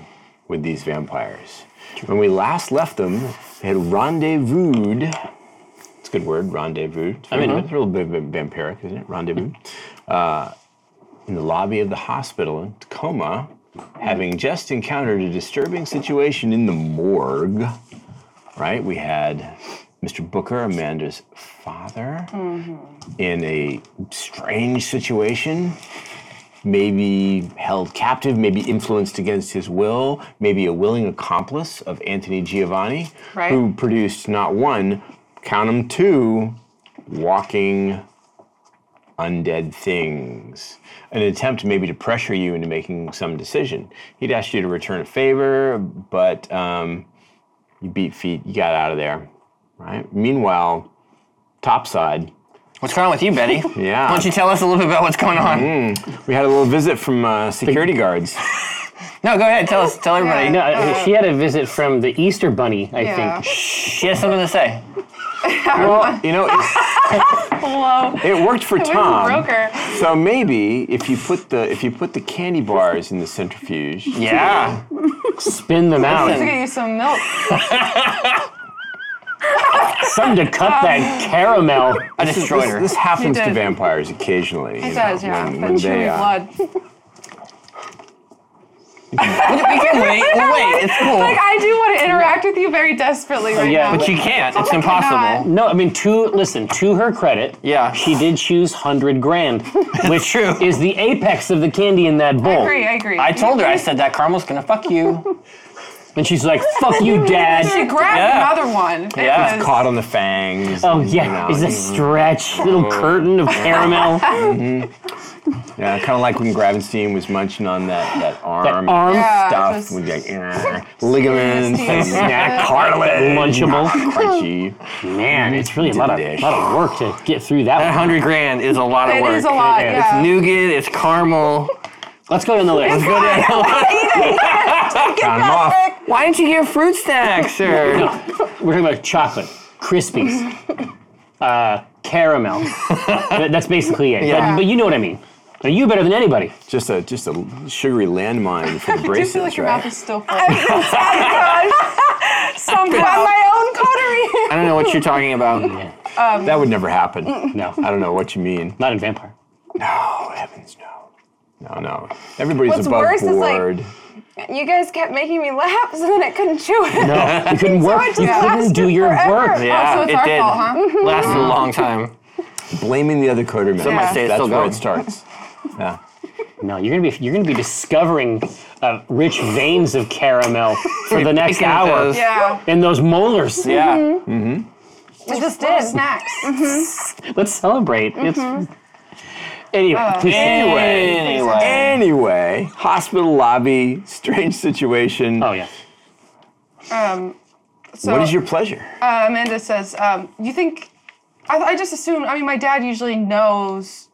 A: with these vampires. When we last left them, they had rendezvoused. It's a good word, rendezvous. I mean, it's a little bit vampiric, isn't it? Rendezvous. Uh, in the lobby of the hospital in Tacoma, having just encountered a disturbing situation in the morgue right? We had Mr. Booker, Amanda's father, in a strange situation, maybe held captive, maybe influenced against his will, maybe a willing accomplice of Anthony Giovanni,
B: Right.
A: who produced not one, count them two, walking undead things. An attempt maybe to pressure you into making some decision. He'd asked you to return a favor, but um, you beat feet, you got out of there. Right? Meanwhile, topside,
E: What's going on with you, Betty?
A: Yeah.
E: Why don't you tell us a little bit about what's going on?
A: we had a little visit from uh, security guards.
E: No, go ahead. Tell us. Tell everybody.
C: No, Uh, she had a visit from the Easter Bunny, I
B: Oh. Yeah.
C: think.
E: She has something to say.
A: well, you know, it,
B: Hello.
A: it worked for Tom.
B: broker.
A: So maybe if you put the if you put the candy bars in the centrifuge,
E: Yeah.
C: Spin them
B: To
C: out.
B: get you some milk.
C: Some to cut
B: Oh.
C: that caramel.
E: I
A: this,
E: destroyed her.
A: this happens to
B: did.
A: vampires occasionally. It
B: It does, yeah.
A: When,
B: but
A: when
B: chewy
A: they, uh,
B: blood.
E: we can wait. We'll wait. It's cool.
B: Like I do want to interact with you very desperately right
C: yeah,
B: now.
E: but you can't. It's
B: Oh my
E: impossible.
B: God.
C: No, I mean to listen to her credit.
E: Yeah.
C: she did choose hundred grand, which
E: true.
C: is the apex of the candy in that bowl.
B: I agree. I agree.
E: I told her. I said that caramel's gonna fuck you.
C: And she's like, "Fuck you,
B: she
C: Dad."
B: grabbed
E: Yeah.
B: another one.
E: Yeah.
B: It was-
A: caught on the fangs.
C: Oh
A: and, you
C: yeah,
A: know,
C: is a stretch little curtain of caramel, that
A: Yeah, kind of like when Gravenstein was munching on that, that arm
C: arm
B: Yeah, it
A: stuff.
B: was-
A: When you're like, "Eh," ligaments and
B: Steve.
A: snack cartilage.
C: lunchable.
A: Crunchy.
C: Man, it's really a lot of
A: Delish.
C: lot of work to get through that.
E: That
C: one.
E: hundred grand is a lot of
B: It
E: work.
B: is a lot,
E: It's
B: yeah.
E: nougat. It's caramel.
C: Let's go down the list.
E: Go down.
A: Count 'em off.
E: Why didn't you get a fruit snack, sir?
C: We're talking about chocolate, Krispies, uh, caramel. That- That's basically it.
E: Yeah.
C: But, but you know what I mean. Are you better than anybody?
A: Just a just a sugary landmine for the
B: I do feel
A: bracelets,
B: like your mouth
A: right?
B: is still full.
D: Somehow. my own
E: I don't know what you're talking about.
A: that would never happen.
C: No,
A: I don't know what you mean.
C: not in vampire.
A: No, heavens, no, no, no. Everybody's
D: What's
A: above
D: worse is, like,
A: board.
D: coterie. You guys kept making me laugh, so then I couldn't chew it.
C: No, you couldn't work.
D: just
C: you couldn't
D: lasted
C: do your
D: forever.
C: work.
E: Yeah,
B: so it's
E: it
B: our
E: did.
B: fault, huh?
E: Lasted a long time.
A: Blaming the other coder members.
E: might say it's
A: That's
E: still
A: where
E: going.
A: it starts. Yeah.
C: No, you're gonna be you're gonna be discovering uh, rich veins of caramel for the next
E: picking
C: hour
E: those.
B: Yeah.
C: in those molars.
E: Yeah.
D: It just did.
B: Snacks.
C: Let's celebrate.
E: Mm-hmm.
C: It's anyway.
E: Oh.
C: please-
E: Anyway. Anyway.
A: Anyway, hospital lobby, strange situation.
C: Oh yeah.
B: Um, so
A: What is your pleasure?
B: uh, Amanda says, um, you think? I, I just assume. I mean, my dad usually knows.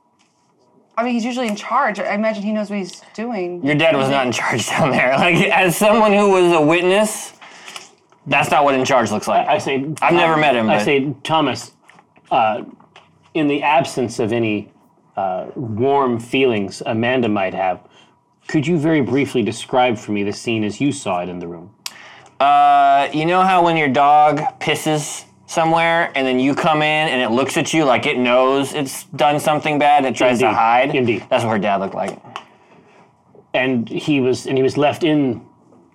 B: I mean, he's usually in charge. I imagine he knows what he's doing.
E: Your dad was not in charge down there. Like, as someone who was a witness, that's not what in charge looks like.
C: I say
E: I've never met him,
C: I
E: but-
C: say Thomas, uh, in the absence of any uh, warm feelings Amanda might have, could you very briefly describe for me the scene as you saw it in the room?
E: Uh, you know how when your dog pisses somewhere, and then you come in and it looks at you like it knows it's done something bad and it tries to
C: Indeed.
E: hide.
C: Indeed.
E: That's what her dad looked like.
C: and he was and he was left in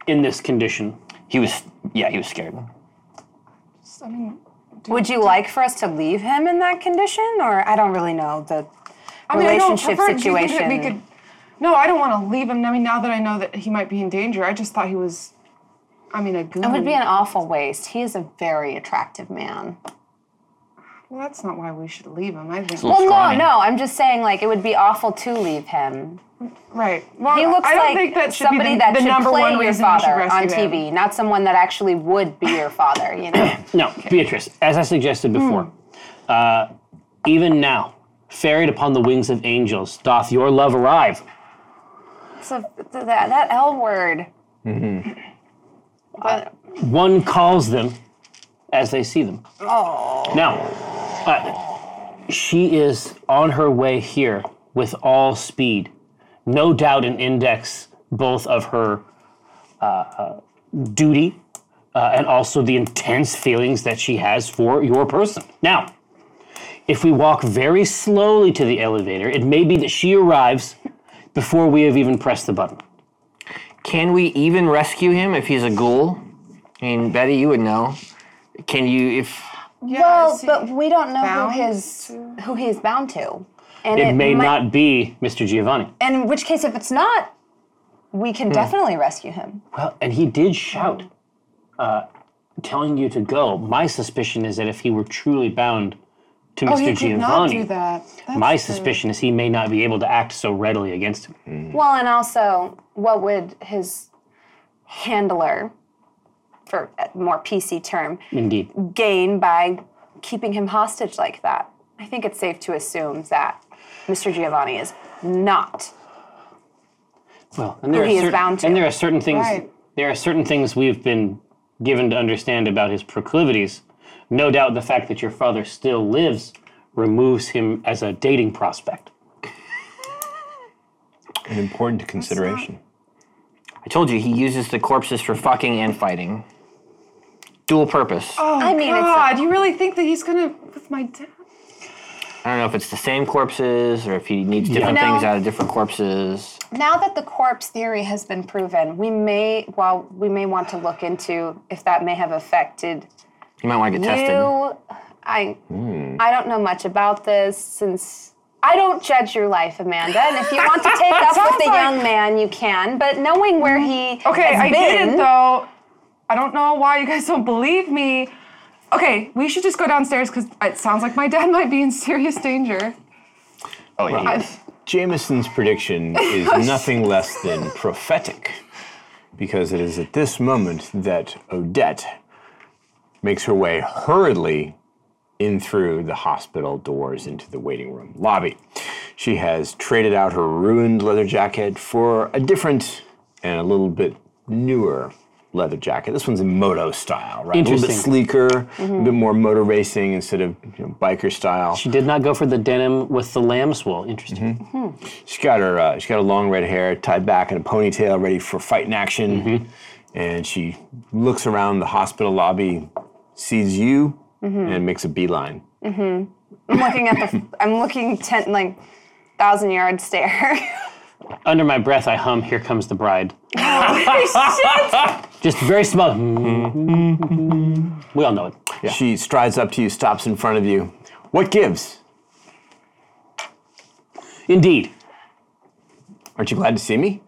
C: in this condition.
E: He was, yeah, he was scared.
B: I mean,
D: Would you like for us to leave him in that condition, or I don't really know the
B: I mean, I don't
D: relationship
B: prefer. do you think
D: situation?
B: that We could. No, I don't want to leave him. I mean, now that I know that he might be in danger, I just thought he was. I mean, a goon.
D: It would be an awful waste. He is a very attractive man.
B: well, that's not why we should leave him. I think.
E: Well,
D: Well,
E: scrawny.
D: no, no. I'm just saying, like, it would be awful to leave him.
B: right. Well,
D: He looks
B: I don't
D: like
B: think that should
D: somebody
B: be the,
D: that
B: the
D: should
B: number
D: play
B: one
D: your
B: reason we should
D: father on
B: rescue him.
D: TV, not someone that actually would be your father. You know,
C: No, Beatrice, as I suggested before,
E: Hmm.
C: uh, even now, ferried upon the wings of angels, doth your love arrive.
D: so th- that that L word.
C: One calls them as they see them. Oh. Now, uh, she is on her way here with all speed. No doubt an index both of her uh, uh, duty uh, and also the intense feelings that she has for your person. Now, if we walk very slowly to the elevator, it may be that she arrives before we have even pressed the button.
E: Can we even rescue him if he's a ghoul? I mean, Betty, you would know. Can you, if,
B: Yeah,
D: Well,
B: is he-
D: but we don't know
B: bound
D: who his who he's bound to, and
C: It, may
D: might-
C: not be Mr. Giovanni.
D: In which case, if it's not, we
C: Hmm.
D: can definitely rescue him.
C: Well, Uh, and he did shout, uh, telling you to go. My suspicion is that if he were truly bound to
B: oh,
C: Mr.
B: he did not
C: Giovanni,
B: do that. That's
C: my
B: true.
C: suspicion is he may not be able to act so readily against him.
D: Well, and also, what would his handler, for a more PC term,
C: Indeed.
D: gain by keeping him hostage like that? I think it's safe to assume that Mr. Giovanni is not.
C: Well, and there
D: Who
C: are
D: he is
C: certain,
D: bound to.
C: And there are certain things.
B: Right.
C: There are certain things we've been given to understand about his proclivities. No doubt, the fact that your father still lives removes him as a dating prospect.
A: An important consideration.
E: I told you, he uses the corpses for fucking and fighting. Dual purpose.
B: Oh,
D: I mean, it's-
B: God, you really think that he's gonna with my dad?
E: I don't know if it's the same corpses or if he needs different
D: You know-
E: things out of different corpses.
D: Now that the corpse theory has been proven, we may, well, we may want to look into if that may have affected
E: You might want to get tested.
D: You, I,
B: Hmm.
D: I don't know much about this since I don't judge your life, Amanda. And if you want to take up
B: Sounds
D: with a
B: like-
D: young man, you can. But knowing where he
B: Okay,
D: has
B: I
D: been,
B: didn't though. I don't know why you guys don't believe me. Okay, we should just go downstairs because it sounds like my dad might be in serious danger. Uh,
E: Oh, yeah.
B: I-
A: Jameson's prediction is nothing less than prophetic, because it is at this moment that Odette makes her way hurriedly in through the hospital doors into the waiting room lobby. She has traded out her ruined leather jacket for a different and a little bit newer leather jacket. This one's in moto style, right? A little bit
C: Interesting.
A: sleeker, a bit more motor racing instead of you know, biker style.
C: She did not go for the denim with the lamb's wool. Interesting.
A: She's got her. Uh, she's got her long red hair tied back in a ponytail, ready for fight and action. And she looks around the hospital lobby, sees you, and makes a beeline.
D: I'm looking at the, I'm looking ten like thousand yard stare.
C: Under my breath, I hum, Here Comes the Bride. Just very small. we all know it.
A: She strides up to you, stops in front of you. What gives?
C: Indeed.
A: Aren't you glad to see me?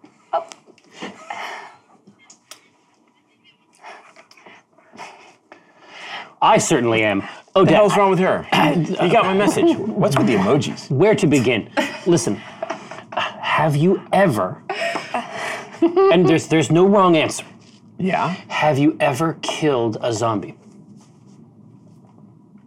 C: I certainly am.
A: What the
C: Odette,
A: hell's wrong with her? you got my message. What's with the emojis?
C: where to begin? Listen, have you ever, and there's, there's no wrong answer,
A: Yeah,
C: have you ever killed a zombie?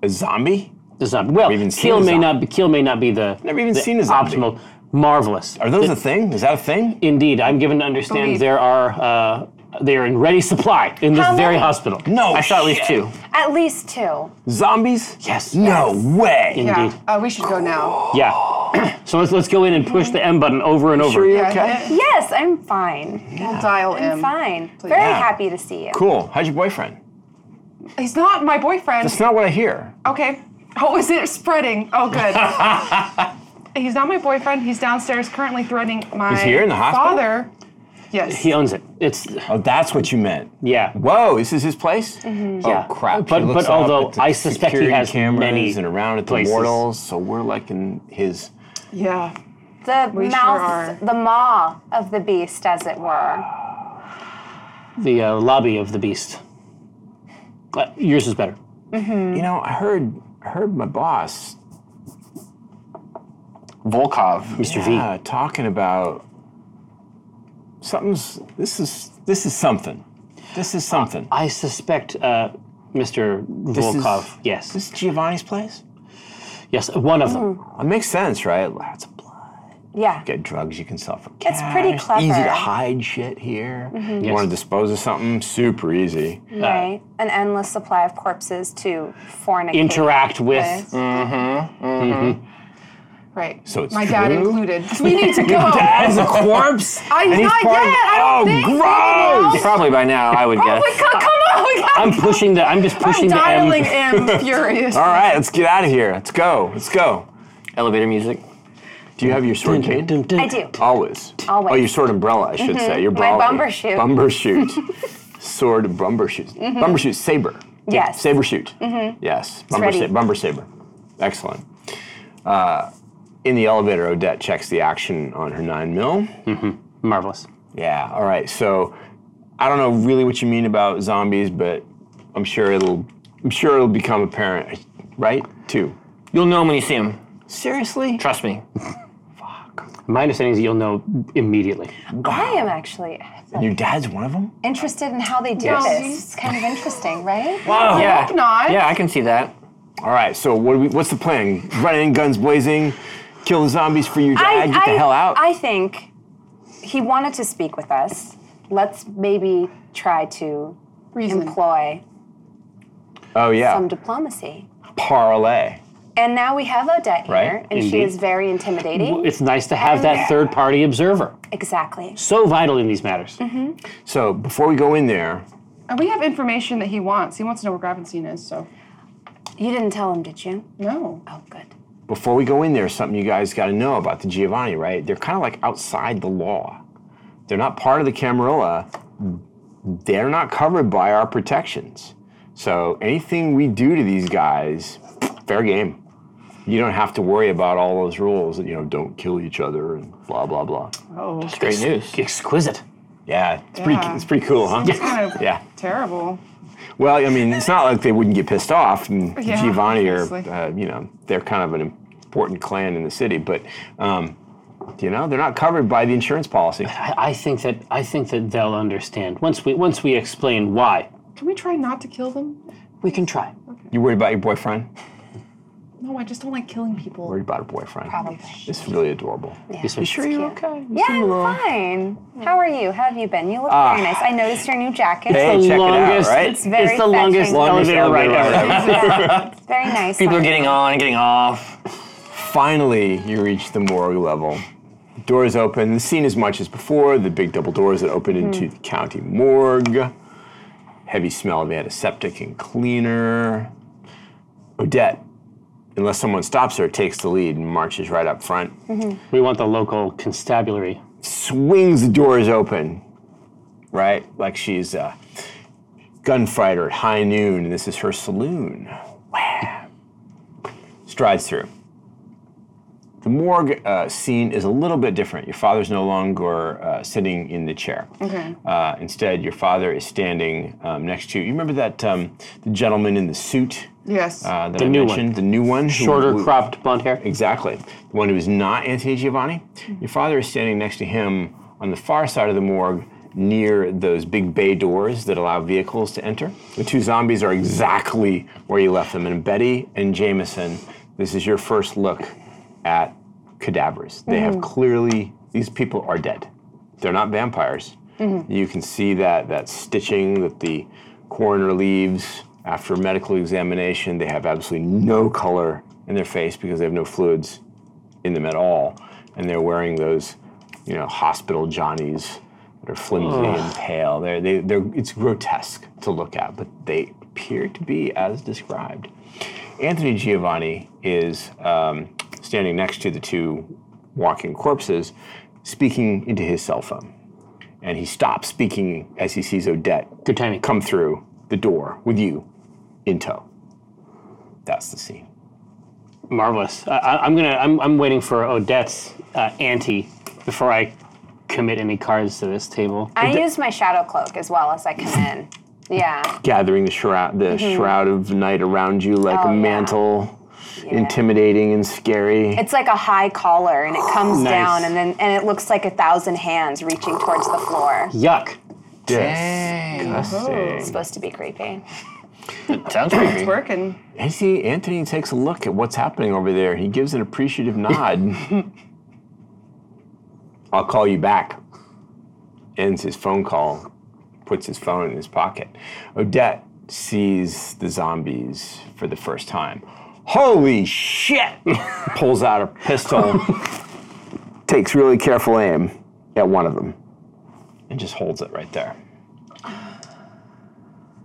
A: a zombie.
C: A zombie. Well,
A: even seen
C: kill
A: a
C: may
A: zombie.
C: not be, kill may not be the,
A: Never even
C: the
A: seen a zombie.
C: optimal. Marvelous.
A: Are those a thing? Is that a thing?
C: Indeed, I'm given to understand
B: Believe.
C: there are uh, they are in ready supply in this
D: How
C: very
D: many?
C: hospital.
A: No.
E: I saw at least
A: shit.
E: two.
D: At least two.
A: Zombies?
C: Yes.
A: No way.
B: Yeah,
C: Indeed.
B: uh, we should go now.
C: Yeah. so let's let's go in and push the M button over and over.
A: Sure you're
B: Yeah,
A: okay?
D: Yes, I'm fine.
B: We'll dial
D: I'm
B: in.
D: fine. Very
A: Yeah.
D: happy to see you.
A: Cool. How's your boyfriend?
B: He's not my boyfriend.
A: That's not what I hear.
B: Okay. Oh, is it spreading? Oh, good. he's not my boyfriend. He's downstairs currently threatening my
A: He's here in the hospital?
B: father. Yes.
C: He owns it. It's
A: Oh, that's what you meant.
C: yeah.
A: Whoa, this is his place?
D: Mm-hmm.
C: yeah.
A: Oh, crap.
C: But
A: He looks
C: but
A: up
C: although
A: at the
C: I suspect he
A: security
C: has
A: cameras
C: many
A: and around at the
C: places.
A: Wardles, so we're like in his.
B: yeah.
D: The
B: We sure
D: mouth,
B: are.
D: the maw of the beast, as it were.
C: the uh, lobby of the beast. But yours is better.
A: You know, I heard I heard my boss
E: Volkov.
C: Mr.
A: yeah, uh, talking about something's this is this is something. This is something.
C: V. I suspect uh, Mr.
A: This is-
C: Volkov. yes.
A: This is Giovanni's place?
C: yes, one of them.
A: It makes sense, right? Lots of blood.
D: Yeah.
A: Get drugs you can sell for cash.
D: It's pretty
A: Easy
D: clever. Mm-hmm.
A: to hide shit here. You
C: Yes.
A: want to dispose of something? Super easy.
D: Right. An endless supply of corpses to fornicate.
C: Interact with.
D: with.
B: Right.
A: So it's
B: my dad
A: true?
B: included. We need to go.
A: As a corpse?
B: I
A: And he's
B: not yet.
A: part of the-
B: I don't
A: oh,
B: think so,
A: gross!
B: you know?
E: Probably by now, I would
B: Oh
E: guess.
B: my God! Come on. We gotta
C: I'm pushing the. I'm just
B: I'm
C: pushing the. M.
B: dialing M furious.
A: All right, let's get out of here. Let's go. Let's go.
E: Elevator music.
A: Do you have your sword cane?
D: I do.
A: Always.
D: Always. Mm-hmm.
A: Oh, your sword umbrella, I should say. Your
D: My
A: brawler.
D: bumper shoot.
A: Bumper shoot. sword bumper shoot. Bumper shoot saber.
D: Mm-hmm. Yes. Mm-hmm.
A: Saber shoot. Yes. Bumper,
D: ready.
A: sa- bumper saber. Excellent. Uh, in the elevator, Odette checks the action on her nine mil.
C: Marvelous.
A: Yeah. All right. So I don't know really what you mean about zombies, but I'm sure it'll I'm sure it'll become apparent, right? Two.
E: You'll know when you see him.
A: Seriously?
E: Trust me.
C: My understanding is that you'll know immediately.
D: I am actually
A: Your dad's one of them?
D: interested in how they do
B: Yes.
D: this. It's kind of interesting, right?
E: Oh, yeah.
B: hope not.
E: Yeah, I can see that.
A: All right. So what do we, what's the plan? Run in, guns blazing, kill the zombies for your dad, get the hell out.
D: I think he wanted to speak with us. Let's maybe try to
B: Reason.
D: employ
A: oh yeah.
D: some diplomacy.
A: Parlay.
D: And now we have Odette here,
A: Right,
D: and she
C: indeed.
D: is very intimidating.
C: It's nice to have that third party observer.
D: exactly.
C: So vital in these matters.
A: So before we go in there,
B: And we have information that he wants. He wants to know where Gravenstein is. So
D: You didn't tell him, did you?
B: no.
D: Oh, good.
A: before we go in there, something you guys got to know about the Giovanni, right? They're kind of like outside the law. They're not part of the Camarilla. They're not covered by our protections. So anything we do to these guys, fair game. You don't have to worry about all those rules that you know don't kill each other and blah blah blah.
E: It's great news.
C: Exquisite.
A: Yeah, it's pretty
B: Yeah.
A: it's pretty cool, huh?
B: Kind of
A: Yeah.
B: terrible.
A: Well, I mean, it's not like they wouldn't get pissed off. And
B: Yeah,
A: Giovanni are,
B: obviously.
A: uh, you know, they're kind of an important clan in the city, but, um, you know, they're not covered by the insurance policy.
C: I, I think that I think that they'll understand once we once we explain why.
B: Can we try not to kill them?
C: We can try.
A: You worried about your boyfriend?
B: No, I just don't like killing people.
A: Worried about her boyfriend?
D: Probably.
A: It's really adorable.
C: Yes, sir.
A: You sure you're okay?
D: Yeah, I'm fine. How are you? How have you been? You look very nice. I noticed your new jacket.
A: Ah. Hey,
C: the
A: check
C: longest,
A: it out, right?
C: It's,
D: very
C: it's the longest
D: fetching.
A: Longest
C: elevator,
A: elevator
C: ride
A: ride
C: ever.
D: Yeah, it's very nice.
E: People are
D: huh?
E: getting on, getting off.
A: Finally, you reach the Morgue level. The door is open. The scene is much as before. The big double doors that open into the county morgue. Heavy smell of antiseptic and cleaner. Odette, unless someone stops her, takes the lead and marches right up front.
C: We want the local constabulary.
A: Swings the doors open, right? Like she's a gunfighter at high noon, and this is her saloon. Wham! Strides through. The morgue uh, scene is a little bit different. Your father's no longer uh, sitting in the chair.
B: Okay.
A: Uh, instead, your father is standing um, next to you. Remember that um, the gentleman in the suit
B: Yes.
A: uh, that
C: The
A: I
C: new one.
A: mentioned? The new one. who-
C: Shorter
A: who-
C: cropped blonde hair.
A: Exactly. The one who is not Anthony Giovanni. Your father is standing next to him on the far side of the morgue near those big bay doors that allow vehicles to enter. The two zombies are exactly where you left them. And Betty and Jameson, this is your first look at cadavers. They have clearly, these people are dead. They're not vampires. You can see that, that stitching that the coroner leaves after medical examination. They have absolutely no color in their face because they have no fluids in them at all. And they're wearing those, you know, hospital Johnnies that are flimsy and pale. They're, they, they're, it's grotesque to look at, but they appear to be as described. Anthony Giovanni is um, standing next to the two walking corpses, speaking into his cell phone. And he stops speaking as he sees Odette
C: Good timing.
A: come through the door with you in tow. That's the scene.
C: Marvelous. I, I, I'm gonna. I'm, I'm waiting for Odette's uh, ante before I commit any cards to this table.
D: I use my shadow cloak as well as I come in. Yeah.
A: Gathering the shroud, the shroud of night around you like
D: Mm-hmm. Oh,
A: a
D: yeah.
A: mantle,
D: Yeah.
A: intimidating and scary.
D: It's like a high collar and it comes
C: Nice.
D: down and then and it looks like a thousand hands reaching towards the floor. It's
C: Yuck.
A: Disgusting.
D: supposed to be creepy.
E: Sounds creepy.
B: Working.
A: And see, Anthony takes a look at what's happening over there. He gives an appreciative nod. I'll call you back. Ends his phone call, puts his phone in his pocket. Odette sees the zombies for the first time. Holy shit! Pulls out a pistol, takes really careful aim at one of them, and just holds it right there.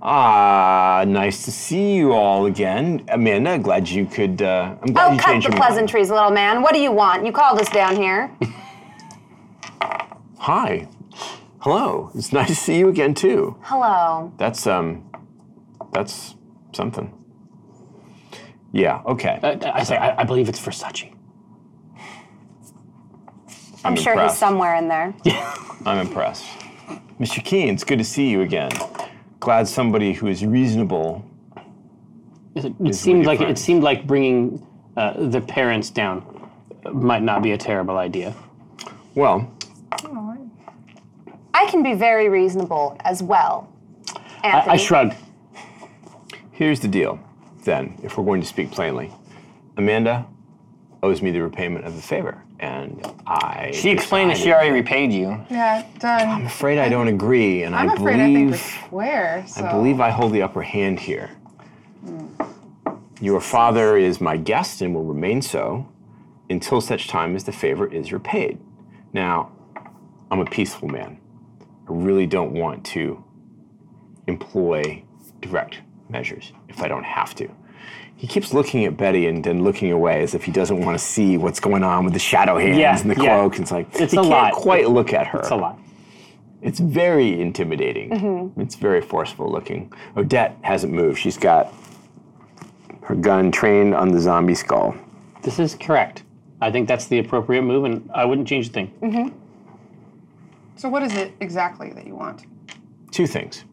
A: Ah, nice to see you all again. Amanda, glad you could. Uh, I'm glad
D: Oh,
A: you
D: cut
A: changed
D: the
A: your mind.
D: pleasantries, little man. What do you want? You called us down here.
A: Hi. Hello. It's nice to see you again too.
D: Hello.
A: That's um that's something. Yeah, okay.
B: Uh,
C: I, I say. I, I believe it's Versace.
D: I'm, sure
A: impressed.
D: he's somewhere in there.
A: I'm impressed. Mr. Keene, it's good to see you again. Glad somebody who is reasonable.
C: It, it seemed
A: your
C: like it
A: friends.
C: seemed like bringing uh, the parents down might not be a terrible idea.
A: Well,
D: I can be very reasonable as well. Anthony.
C: I, I shrug.
A: here's the deal then, if we're going to speak plainly. Amanda owes me the repayment of the favor, and I
E: She explained that she already repaid you.
B: Yeah, done.
A: I'm afraid I don't agree, and
B: I'm
A: I
B: afraid I think
A: believe
B: we're square. So.
A: I believe I hold the upper hand here. Your father is my guest and will remain so until such time as the favor is repaid. Now, I'm a peaceful man. I really don't want to employ direct measures if I don't have to. He keeps looking at Betty and then looking away as if he doesn't want to see what's going on with the shadow hands
C: Yeah,
A: and the
C: yeah.
A: cloak. And it's like
C: It's
A: he
C: a
A: can't
C: lot.
A: quite look at her.
C: It's a lot.
A: It's very intimidating. It's very forceful looking. Odette hasn't moved. She's got her gun trained on the zombie skull.
C: This is correct. I think that's the appropriate move, and I wouldn't change a thing.
B: so what is it exactly that you want?
A: Two things.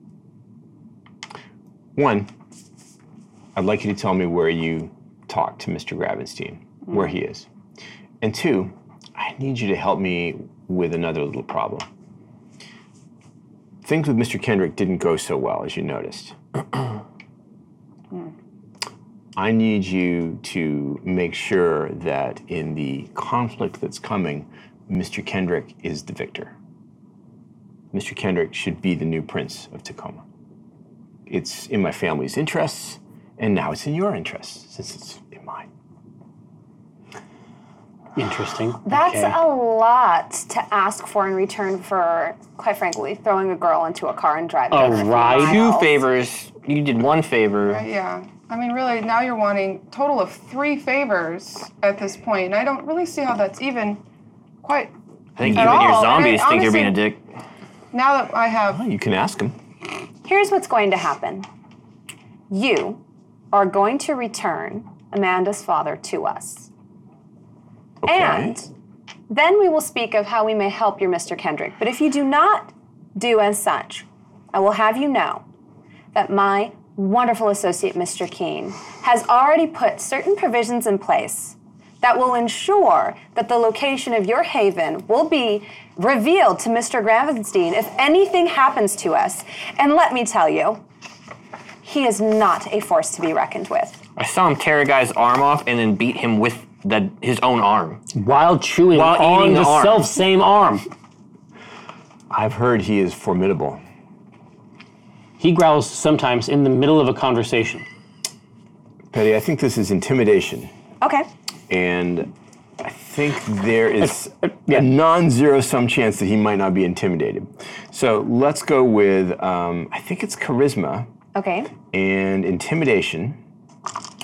A: One, I'd like you to tell me where you talked to Mr. Gravenstein, where he is. And two, I need you to help me with another little problem. Things with Mr. Kendrick didn't go so well, as you noticed. I need you to make sure that in the conflict that's coming, Mr. Kendrick is the victor. Mr. Kendrick should be the new prince of Tacoma. It's in my family's interests, and now it's in your interests, since it's in mine.
C: Interesting.
D: That's
C: Okay.
D: a lot to ask for in return for, quite frankly, throwing a girl into a car and driving.
C: A
D: her for
C: ride?
E: Two
D: miles.
E: favors. You did one favor.
B: Yeah. I mean, really, now you're wanting total of three favors at this point, and I don't really see how that's even quite.
E: I think
B: At
E: even your
B: all,
E: zombies
B: right?
E: think you're being a
B: Honestly-
E: dick.
B: Now that I have,
A: Well, you can ask him.
D: Here's what's going to happen you are going to return Amanda's father to us.
A: Okay.
D: And then we will speak of how we may help your Mr. Kendrick. But if you do not do as such, I will have you know that my wonderful associate, Mr. Keene, has already put certain provisions in place that will ensure that the location of your haven will be revealed to Mr. Gravenstein if anything happens to us. And let me tell you, he is not a force to be reckoned with.
E: I saw him tear a guy's arm off and then beat him with the, his own arm.
C: While chewing
E: While
C: on
E: eating
C: the
E: the arm.
C: self same arm,
A: I've heard he is formidable.
C: he growls sometimes in the middle of a conversation.
A: Petty, I think this is intimidation,
D: Okay.
A: and I think there is a non zero sum chance that he might not be intimidated. So let's go with, um, I think it's charisma
D: Okay.
A: and intimidation.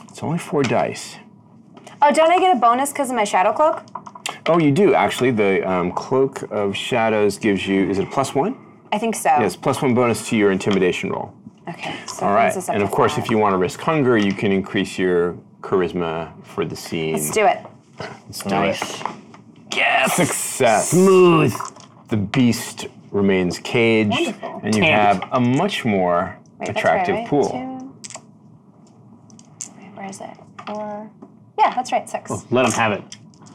A: It's only four dice.
D: Oh, don't I get a bonus because of my shadow cloak?
A: Oh, you do actually. The um, cloak of shadows gives you—is it a plus one?
D: I think so.
A: Yes, plus one bonus to your intimidation roll.
D: Okay. So
A: All
D: it
A: right,
D: brings us up
A: and
D: to
A: of course,
D: five.
A: if you want to risk hunger, you can increase your charisma for the scene.
D: Let's do it.
A: nice. Yes. Success. Smooth. The beast remains caged,
B: Wonderful.
A: and you
C: Tamed.
A: have a much more
D: Wait, that's
A: attractive
D: right, right?
A: pool.
D: Two. Wait, where is it? Four. Yeah, that's right. Six.
A: Oh.
C: Let them have it.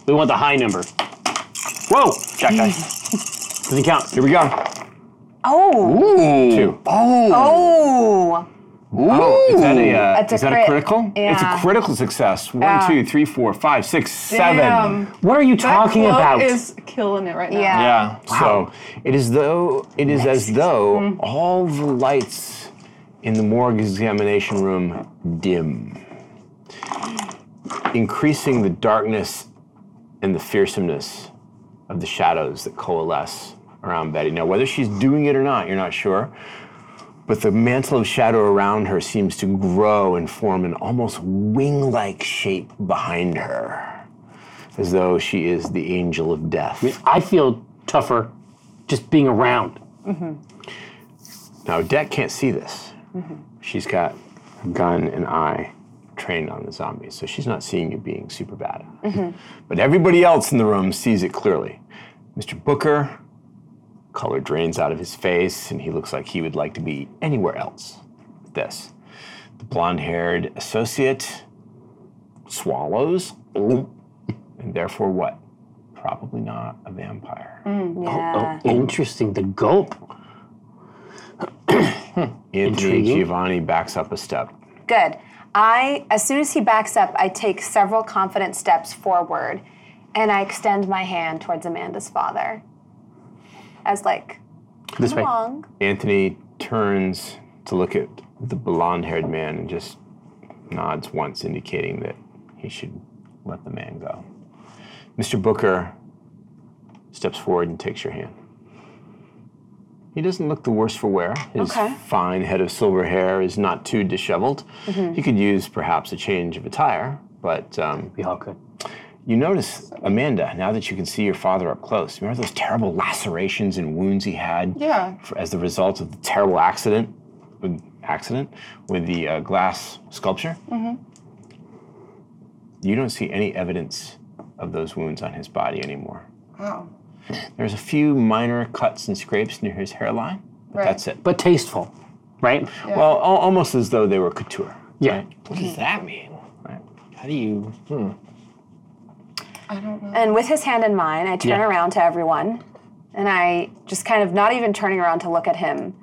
C: We want the high number. Whoa! Jack guy. Doesn't count.
A: Here we go.
D: Oh.
A: Two.
D: Oh.
A: Oh, is that a, uh,
D: That's a
A: is that
D: crit.
A: a critical? It's
D: Yeah.
A: a critical success. One,
D: Yeah.
A: two, three, four, five, six, seven.
B: Damn.
C: What are you
B: That
C: talking
B: cloak
C: about?
B: is killing it right now.
D: Yeah.
A: Yeah. So it is though it is as though all the lights in the morgue examination room dim, increasing the darkness and the fearsomeness of the shadows that coalesce around Betty. Now, whether she's doing it or not, you're not sure. But the mantle of shadow around her seems to grow and form an almost wing like shape behind her, as though she is the angel of death.
C: I feel tougher just being around.
A: Now, Deck can't see this. She's got a gun and eye trained on the zombies, so she's not seeing you being super bad. But everybody else in the room sees it clearly. Mr. Booker, color drains out of his face, and he looks like he would like to be anywhere else. with This. The blonde haired associate swallows, and therefore what? Probably not a vampire. Oh,
D: Yeah.
C: Interesting. The gulp.
A: Anthony
C: Intriguing.
A: Giovanni backs up a step.
D: Good. I, as soon as he backs up, I take several confident steps forward and I extend my hand towards Amanda's father. As, like,
C: This way.
D: along.
A: Anthony turns to look at the blonde haired man and just nods once, indicating that he should let the man go. Mr. Booker steps forward and takes your hand. He doesn't look the worse for wear. His
D: Okay.
A: fine head of silver hair is not too disheveled. He could use perhaps a change of attire, but um,
C: We all could.
A: you notice, Amanda, now that you can see your father up close, remember those terrible lacerations and wounds he had
B: Yeah.
A: for- as the result of the terrible accident with, accident with the uh, glass sculpture? Mm-hmm. You don't see any evidence of those wounds on his body anymore.
B: Wow.
A: There's a few minor cuts and scrapes near his hairline, but
B: Right.
A: that's it.
C: But tasteful, right?
A: Well, al- almost as though they were couture.
C: Yeah.
E: What does that mean?
A: Right?
E: How do you?
B: I don't know.
D: And with his hand in mine, I turn
C: Yeah.
D: around to everyone and I just kind of, not even turning around to look at him,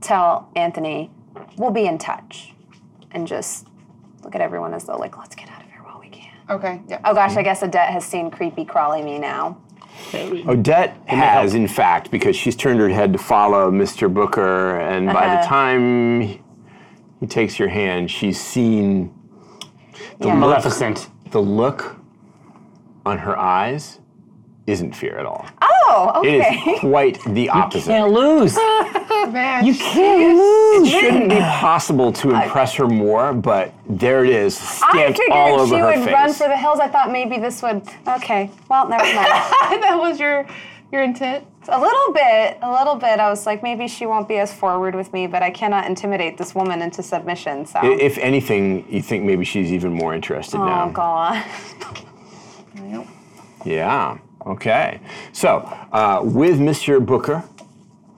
D: tell Anthony, we'll be in touch. And just look at everyone as though, like, let's get out of here while we can.
B: Okay. Yeah.
D: Oh gosh, I guess Adet has seen creepy crawly me now.
A: Odette has, in fact, because she's turned her head to follow Mr. Booker, and by the time he he takes your hand, she's seen
D: Yeah.
C: Maleficent.
A: the look on her eyes isn't fear at all.
D: Oh,
A: It is
D: okay.
A: quite the opposite.
C: Can't lose.
D: Ah.
B: Oh, Man, you
A: It shouldn't be possible to impress her more, but there it is,
D: I
A: stamped
D: figured
A: all over
D: she
A: her
D: would
A: face.
D: run for the hills. I thought maybe this would. Okay. Well, never mind.
B: that was your your intent.
D: a little bit, a little bit. I was like, maybe she won't be as forward with me, but I cannot intimidate this woman into submission. So.
A: I- if anything, you think maybe she's even more interested now.
D: oh god.
B: Yep.
A: Yeah. Okay. So, uh, with Mr. Booker,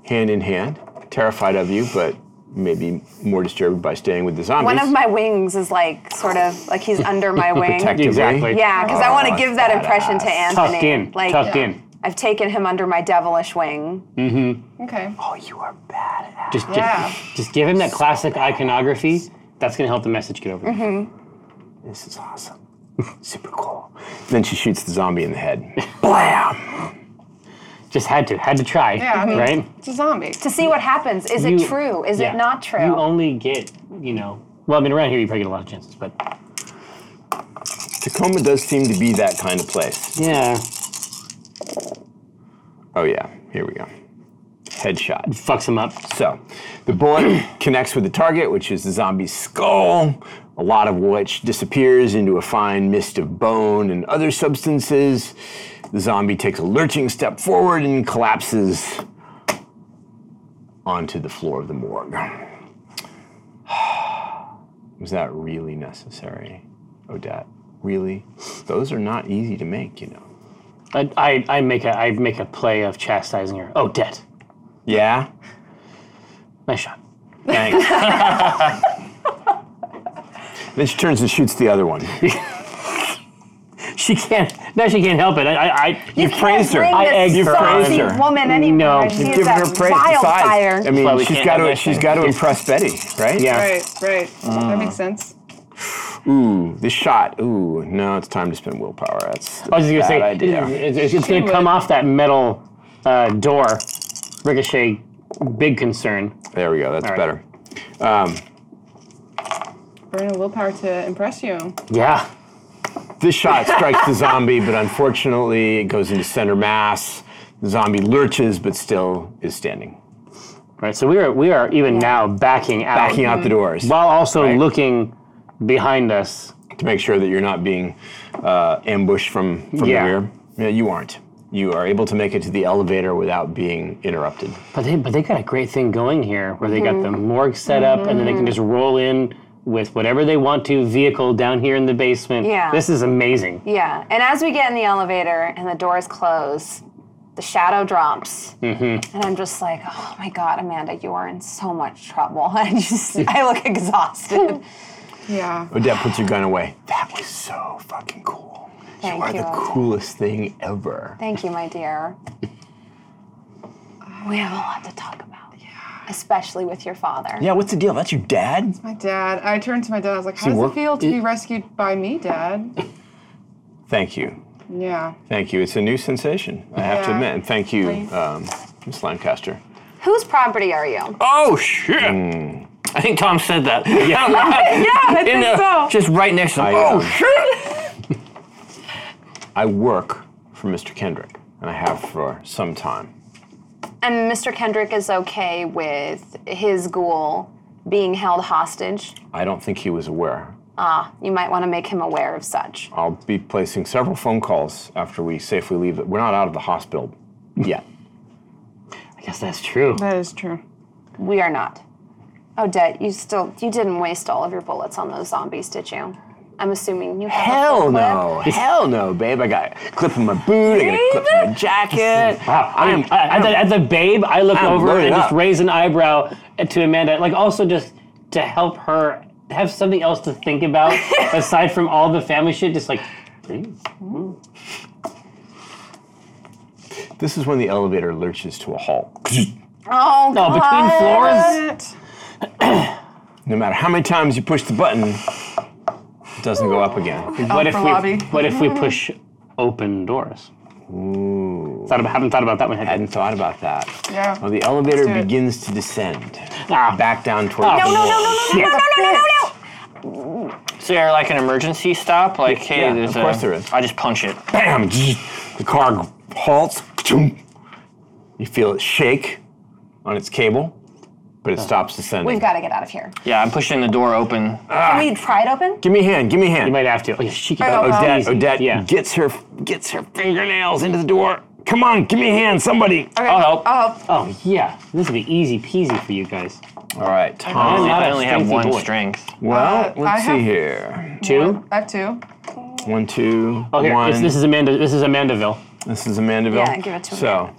A: hand in hand, terrified of you, but maybe more disturbed by staying with the zombies.
D: One of my wings is like sort of like he's under my wing.
A: Protectively.
C: Exactly.
D: Yeah, because I want
A: Oh,
D: to give that
A: badass.
D: impression to Anthony.
C: Tucked in.
D: Like
C: tucked in.
D: I've taken him under my devilish wing.
B: Okay.
A: Oh, you are bad.
C: Just,
B: Yeah.
C: give, just give him that classic iconography. That's going to help the message get over.
D: Mm-hmm.
C: there.
A: This is awesome. Super cool. Then she shoots the zombie in the head. Blam!
C: Just had to. Had to try.
B: Yeah, I mean-
C: right?
B: It's a zombie.
D: To see what happens. Is
C: You-
D: it true? Is
C: yeah.
D: it not true?
C: You only get, you know, well, I mean, around here you probably get a lot of chances, but
A: Tacoma does seem to be that kind of place.
C: yeah.
A: Oh, yeah. Here we go. headshot.
C: Fucks him up.
A: So the bullet connects with the target, which is the zombie's skull, a lot of which disappears into a fine mist of bone and other substances. The zombie takes a lurching step forward and collapses onto the floor of the morgue. Was that really necessary, Odette? Really? Those are not easy to make, you know.
C: I, I, I make a I make a play of chastising her. Oh, debt.
A: Yeah?
C: Nice shot.
A: Thanks. then she turns and shoots the other one.
C: She can't. Now she can't help it. I I, I
A: You praised her.
D: Bring
A: I
D: this
A: egged her on.
D: saucy
A: You've praised her.
D: woman anymore.
C: No,
D: she
C: you've
D: is
A: Give
D: a
A: her praise.
D: wildfire.
A: Besides, I
C: why
A: mean,
C: we
A: she's
C: can't
A: got to
C: have
A: she's
C: that
A: got to
C: thing.
A: impress Betty, right?
C: Yeah.
B: Right, right. that
C: Uh.
B: makes sense.
A: Ooh, this shot. Ooh, no, it's time to spend willpower. That's
C: I was just gonna
A: a
C: say,
A: bad idea.
C: it's, it's, it's gonna come off that metal uh, door, ricochet. Big concern.
A: There we go. That's
C: All
A: better.
C: right.
B: Burn a willpower to impress you.
C: Yeah.
A: This shot strikes the zombie, but unfortunately, it goes into center mass. The zombie lurches, but still is standing,
C: Right. So we are we are even now backing out,
A: backing out the doors
C: while also
A: Right.
C: looking behind us.
A: to make sure that you're not being uh, ambushed from from
C: Yeah.
A: the rear. Yeah, you aren't. You are able to make it to the elevator without being interrupted.
C: But they but they got a great thing going here, where they got the
B: Mm-hmm.
C: morgue set up, and then they can just roll in with whatever they want to vehicle down here in the basement.
D: Yeah.
C: This is amazing.
D: Yeah, and as we get in the elevator and the doors close, the shadow drops, and I'm just like, oh my god, Amanda, you are in so much trouble. I just, I look exhausted.
B: Yeah.
A: Odette puts her gun away. That was so fucking cool. you
D: Thank
A: are
D: you.
A: the coolest thing ever.
D: Thank you, my dear. We have a lot to talk about, especially with your father.
A: Yeah, what's the deal? That's your dad?
B: My dad, I turned to my dad. I was like, how
A: See,
B: does
A: work-
B: it feel to be rescued by me, dad?
A: Thank you.
B: Yeah.
A: Thank you. It's a new sensation, I have to
B: Yeah.
A: admit. And thank you, um, Miss Lancaster.
D: Whose property are you?
E: Oh shit!
A: Hmm.
E: I think Tom said that. Yeah,
D: I
E: in the, just right next to.
A: I,
E: him.
A: uh,
E: oh shit!
A: I work for Mr. Kendrick, and I have for some time.
D: And Mr. Kendrick is okay with his ghoul being held hostage.
A: I don't think he was aware.
D: You might want to make him aware of such.
A: I'll be placing several phone calls after we safely leave. We're not out of the hospital yet.
C: I guess that's true.
B: That is true.
D: We are not. Odette, you still you didn't waste all of your bullets on those zombies, did you? I'm assuming you have a
A: Hell
D: full clip.
C: Oh.
A: no. Hell no, babe. I got a clip in my boot, I got a clip in my jacket.
C: Wow. I, am, at, the, at the babe, I look
A: I'm
C: over
A: loaded
C: and
A: up.
C: just raise an eyebrow to Amanda, like also just to help her have something else to think about aside from all the family shit. Just like, please.
A: This is when the elevator lurches to a halt.
D: Oh,
C: Oh, between
D: God.
C: floors.
B: But
A: No matter how many times you push the button, it doesn't go up again.
C: What if
B: for
C: we?
B: lobby.
C: What if we push open doors? Ooh. Thought about, haven't thought about that one.
A: I
C: Had you?
A: hadn't thought about that.
B: Yeah.
A: Well, the elevator
B: do it.
A: begins to descend.
C: Ah.
A: Back down towards
C: Oh,
A: the
D: No, no, no,
A: wall.
D: no, no, no, no, no, no, no, no.
E: So you're like an emergency stop. Like, hey,
A: Yeah,
E: there's
A: of
E: a-
A: course there is.
E: I just punch it.
A: Bam! The car halts. You feel it shake on its cable, but it
C: Oh.
A: stops descending.
D: We've got to get out of here.
E: Yeah, I'm pushing the door open.
D: Can we pry it open?
A: give me a hand. Give me a hand.
C: You might have to. Oh, yeah, she can.
D: I'll
C: oh,
D: go.
A: Odette,
C: easy.
A: Odette
C: Yeah.
A: gets her gets her fingernails into the door. Come on, give me a hand, somebody.
D: Okay.
E: I'll help.
D: I'll help.
C: Oh yeah. This would be easy peasy for you guys.
A: All right,
E: I
A: Tom.
E: only,
C: not
E: I
C: a
E: only have
C: strengthy
E: one
C: boy.
E: strength.
A: Well,
B: I
A: let's see
B: have-
A: here.
C: Two.
B: I have two.
A: One, two,
C: Oh here.
A: one.
C: It's, this is Amanda. This is Amandaville.
A: This is Amandaville.
D: Yeah, give it to
A: So,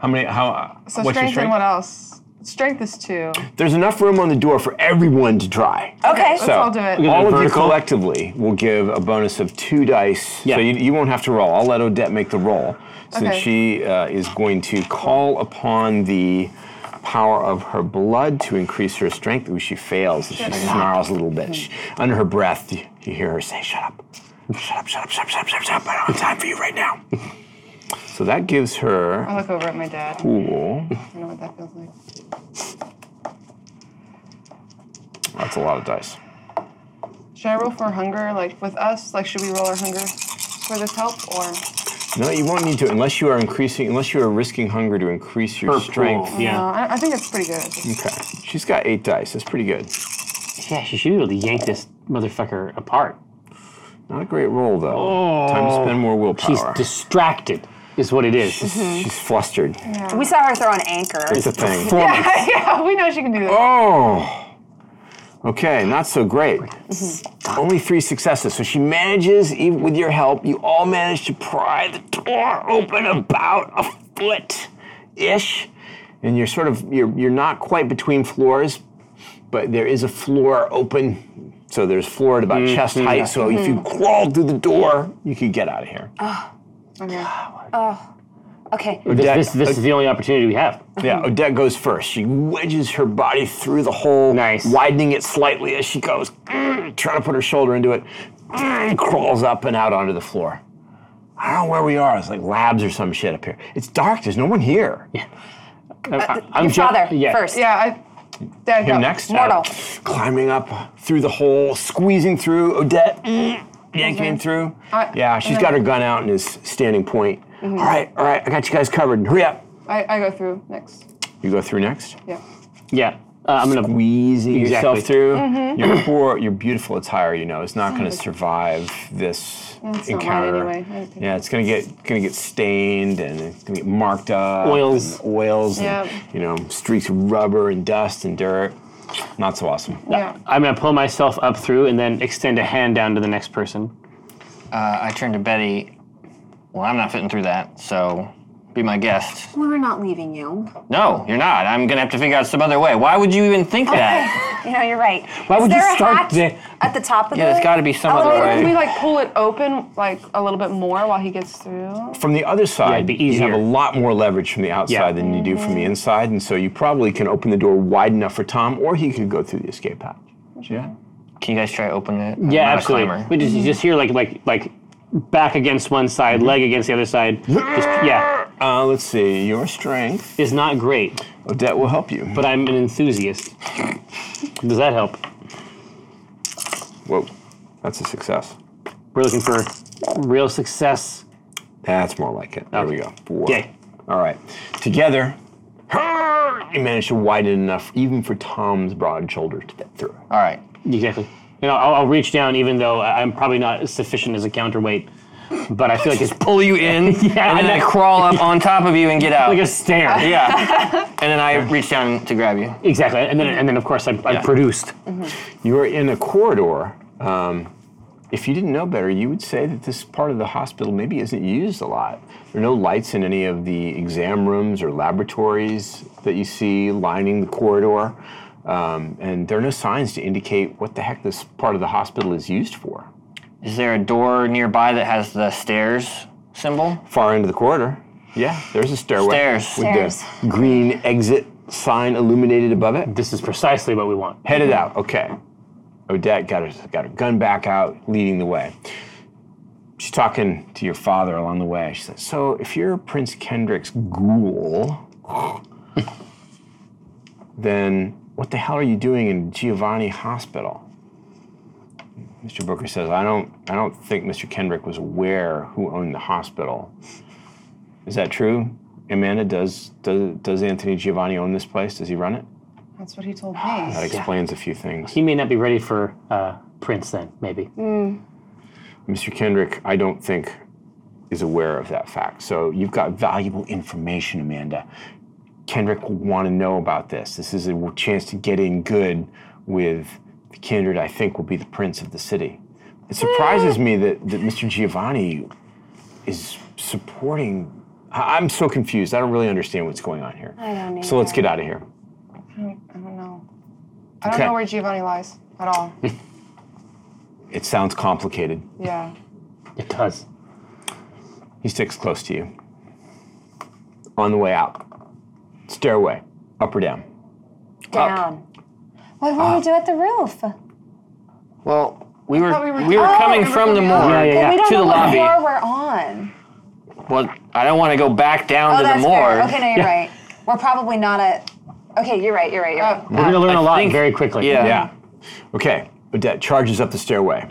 A: how many? How?
B: So
A: what's
B: strength,
A: your strength?
B: and what else? Strength is two.
A: There's enough room on the door for everyone to try.
D: Okay.
B: Let's all do it.
A: All of you
C: Vertical.
A: collectively will give a bonus of two dice.
C: Yeah.
A: So you, you won't have to roll. I'll let Odette make the roll since
B: Okay.
A: she uh, is going to call upon the power of her blood to increase her strength. Ooh, she fails. She snarls a little bit. She- under her breath, you, you hear her say, Shut up. Shut up, shut up, shut up, shut up, shut up, shut up. I don't have time for you right now. so that gives her
B: I look over at my dad.
A: Cool.
B: I know what that feels like.
A: That's a lot of dice.
B: Should I roll for hunger, like with us? Like, should we roll our hunger for this help, or
A: No, you won't need to unless you are increasing unless you are risking hunger to increase your
C: Her
A: strength.
C: pool, Yeah.
B: No, I, I think that's pretty good.
A: Okay. She's got eight dice. That's pretty good.
C: Yeah, she should be able to yank this motherfucker apart.
A: Not a great roll though.
C: Oh.
A: Time to spend more
C: She's
A: willpower.
C: distracted, is what it is.
A: Oh, She's flustered.
D: We saw her throw an anchor.
A: It's a thing.
B: yeah, we know she can do that.
A: Oh. Okay, not so great. Only three successes. So she manages, even with your help, you all manage to pry the door open about a foot ish. And you're sort of, you're, you're not quite between floors, but there is a floor open. So there's floor at about chest height. So if you crawled through the door, you could get out of here.
B: Okay.
D: Okay.
A: Odette-
C: This, this is the only opportunity we have.
A: Yeah, Odette goes first. She wedges her body through the hole,
C: Nice.
A: widening it slightly as she goes, mm, trying to put her shoulder into it, mm, crawls up and out onto the floor. I don't know where we are. It's like labs or some shit up here. It's dark. There's no one here.
C: I- I'm
D: Uh, Your
C: ju-
D: father
C: yeah.
D: first.
B: Yeah, I. Dad,
A: Him
B: go.
A: next. Uh,
D: Mortal.
A: Climbing up through the hole, squeezing through. Odette mm, yanking him through.
B: I-
A: yeah, she's got her gun out and is standing point. All right, all right. I got you guys covered. Hurry up.
B: I, I go through next.
A: You go through next.
B: Yeah.
C: Yeah. Uh, I'm gonna
A: squeezing
C: Exactly.
A: yourself through. Your poor, your beautiful attire, you know, is not going to survive this
B: It's not mine
A: encounter.
B: anyway. I didn't think-
A: Yeah, it's going to get going to get stained and it's going to get marked up.
C: Oils.
A: and oils,
B: Yep.
A: and you know, streaks of rubber and dust and dirt. Not so awesome.
B: Yeah.
C: I'm gonna pull myself up through and then extend a hand down to the next person.
E: Uh, I turned to Betty. Well, I'm not fitting through that, so be my guest.
D: We're not leaving you.
E: No, you're not. I'm gonna have to figure out some other way. Why would you even think that?
D: You know, you're right. Why
E: would you
D: there a
E: start
D: hatch
E: the-
D: at the top of
E: Yeah,
D: the?
E: there's gotta be some other
D: elevator?
E: way.
B: Can we like pull it open like a little bit more while he gets through?
A: From the other side,
C: be
A: you have a
C: easier.
A: lot more leverage from the outside
C: Yeah.
A: than you do from the inside, and so you probably can open the door wide enough for Tom, or he could go through the escape hatch. Yeah.
E: Can you guys try opening it? I'm
C: Yeah,
E: not a
C: absolutely.
E: climber.
C: We just you just hear like like like back against one side, leg against the other side. Just, yeah,
A: Uh, let's see. Your strength,
C: is not great,
A: Odette will help you.
C: but I'm an enthusiast. Does that help?
A: Whoa, that's a success.
C: We're looking for real success.
A: That's more like it. There we go. Four.
C: Okay.
A: All right. Together, you managed to widen enough, even for Tom's broad shoulders to fit through.
E: All right.
C: Exactly. You know, I'll, I'll reach down, even though I- I'm probably not as sufficient as a counterweight. But I feel like it's
E: Pull you in, and then
C: and
E: I
C: I-
E: crawl up on top of you and get out.
C: like a stare.
E: yeah. and then I reach down to grab you.
C: Exactly. And then and then of course I'm, I'm
E: Yeah.
C: produced.
A: You are in a corridor. Um, if you didn't know better, you would say that this part of the hospital maybe isn't used a lot. There are no lights in any of the exam rooms or laboratories that you see lining the corridor. Um, and there are no signs to indicate what the heck this part of the hospital is used for.
E: Is there a door nearby that has the stairs symbol?
A: far into the corridor. Yeah, there's a stairway.
E: Stairs.
A: With the green exit sign illuminated above it.
C: This is precisely what we want.
A: Headed out. Okay. Odette got her, got her gun back out, leading the way. She's talking to your father along the way. She says, So if you're Prince Kendrick's ghoul, then what the hell are you doing in Giovanni Hospital? Mr. Booker says, I don't I don't think Mr. Kendrick was aware who owned the hospital. Is that true? Amanda, does does does Anthony Giovanni own this place? Does he run it?
B: That's what he told me.
A: That explains a few things.
C: He may not be ready for uh, Prince then, maybe.
A: Mr. Kendrick, I don't think is aware of that fact. So you've got valuable information, Amanda. Kendrick will want to know about this. This is a chance to get in good with the kindred I think will be the prince of the city. It surprises me that, that Mr. Giovanni is supporting. I- I'm so confused. I don't really understand what's going on here. I
D: don't
A: so let's get out of here.
B: I don't know. I don't
A: Okay.
B: know where Giovanni lies at all.
A: It sounds complicated.
B: yeah.
C: It does.
A: He sticks close to you. On the way out, stairway, up or down.
D: Down. What will
E: Ah.
D: we do at the roof?
E: Well, we were
B: thought we
E: we
B: were-
E: were,
B: Oh,
E: coming
B: we were
E: from the
B: coming
E: morgue
B: out.
C: Yeah, yeah, yeah.
D: we don't
E: to
D: know
E: the
D: what
E: lobby.
D: floor we're on.
E: Well, I don't want to go back down
D: Oh,
E: to the
D: that's
E: morgue.
D: fair. Okay, no, you're right. We're probably not at. Okay, you're right. You're right. You're right.
C: We're gonna learn a
E: I
C: lot
E: think-
C: very quickly.
E: Yeah.
A: Yeah. Okay. Odette charges up the stairway.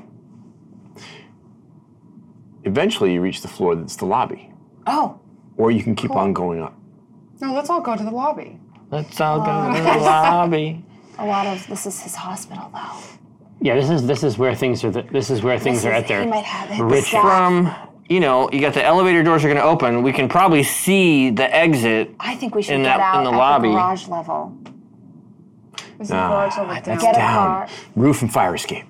A: Eventually, you reach the floor that's the lobby,
D: Oh,
A: or you can keep on going up.
B: No, let's all go to the lobby.
E: Let's all go to the lobby.
D: a lot of this is his hospital though.
C: Yeah, this is this is where things are. The, this is where things
D: This
C: are
D: is-
C: at their
D: he might have it.
C: rich-
D: Yeah.
E: From, you know, you got the elevator doors are going to open. We can probably see the exit.
D: I think we should
E: In
D: get
E: that-
D: out
E: in the
D: at
E: lobby.
D: the garage level.
B: Is the
E: Ah,
B: garage level down?
A: That's
D: Get a
A: down.
D: car.
A: Roof and fire escape.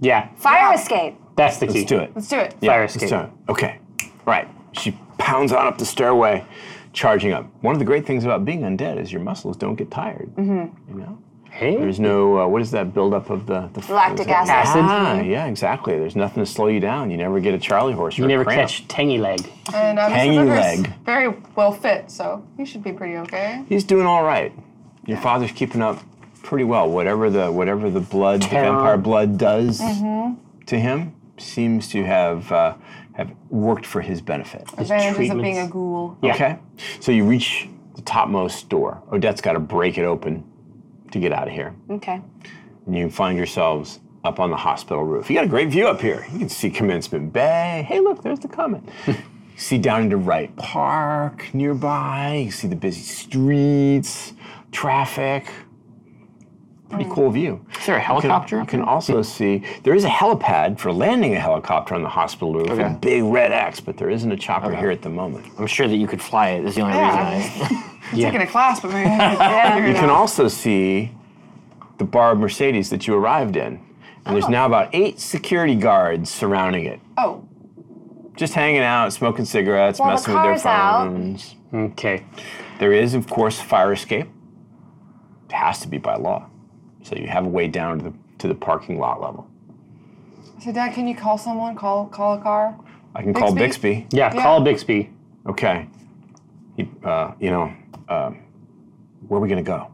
C: Yeah,
D: Fire escape.
C: that's the key.
A: Let's do it.
B: Let's do it.
C: Fire
A: Let's
C: escape.
A: do it. Okay. Right. She pounds on up the stairway, charging up. One of the great things about being undead is your muscles don't get tired.
D: Mm-hmm.
A: You know?
C: Hey,
A: There's no, uh, what is that buildup of the, the
D: Lactic
A: is that-
D: acid.
A: Ah, yeah, exactly. There's nothing to slow you down. You never get a Charlie horse. Or
C: you
A: a
C: never
A: cramp.
C: catch tangy leg.
B: And uh, Mr.
A: Hanging
B: River's
A: leg.
B: very well fit, so he should be pretty okay.
A: He's doing all right. Your father's keeping up pretty well. Whatever the whatever the blood, the
C: Terror.
A: vampire blood, does to him seems to have uh, have worked for his benefit.
B: Advantages of being a
C: treatments.
B: ghoul.
C: Yeah.
A: Okay. So you reach the topmost door. Odette's got to break it open to get out of here.
D: Okay.
A: And you find yourselves up on the hospital roof. You got a great view up here. You can see Commencement Bay. Hey, look, there's the Comet. you see down into Wright Park nearby. You see the busy streets, traffic. Pretty cool view.
E: Is there a helicopter?
A: You can also see there is a helipad for landing a helicopter on the hospital roof. A
E: Okay.
A: big red X, but there isn't a chopper here at the moment.
E: I'm sure that you could fly it. That's the only
B: Yeah.
E: reason I.
B: I'm taking a class, but maybe I can figure it
A: You can
B: out.
A: also see the bar of Mercedes that you arrived in. And
E: Oh.
A: there's now about eight security guards surrounding it,
B: Oh,
A: just hanging out, smoking cigarettes,
D: Well, the
A: messing with their
D: car's out.
A: phones.
C: Okay,
A: There is, of course, fire escape. It has to be by law. So you have a way down to the, to the parking lot level.
B: so Dad, can you call someone? Call call a car.
A: I can call
B: Bixby?
A: Bixby.
C: yeah,
B: Yeah.
C: call Bixby.
A: Okay. You, uh, you know, uh, where are we going to go?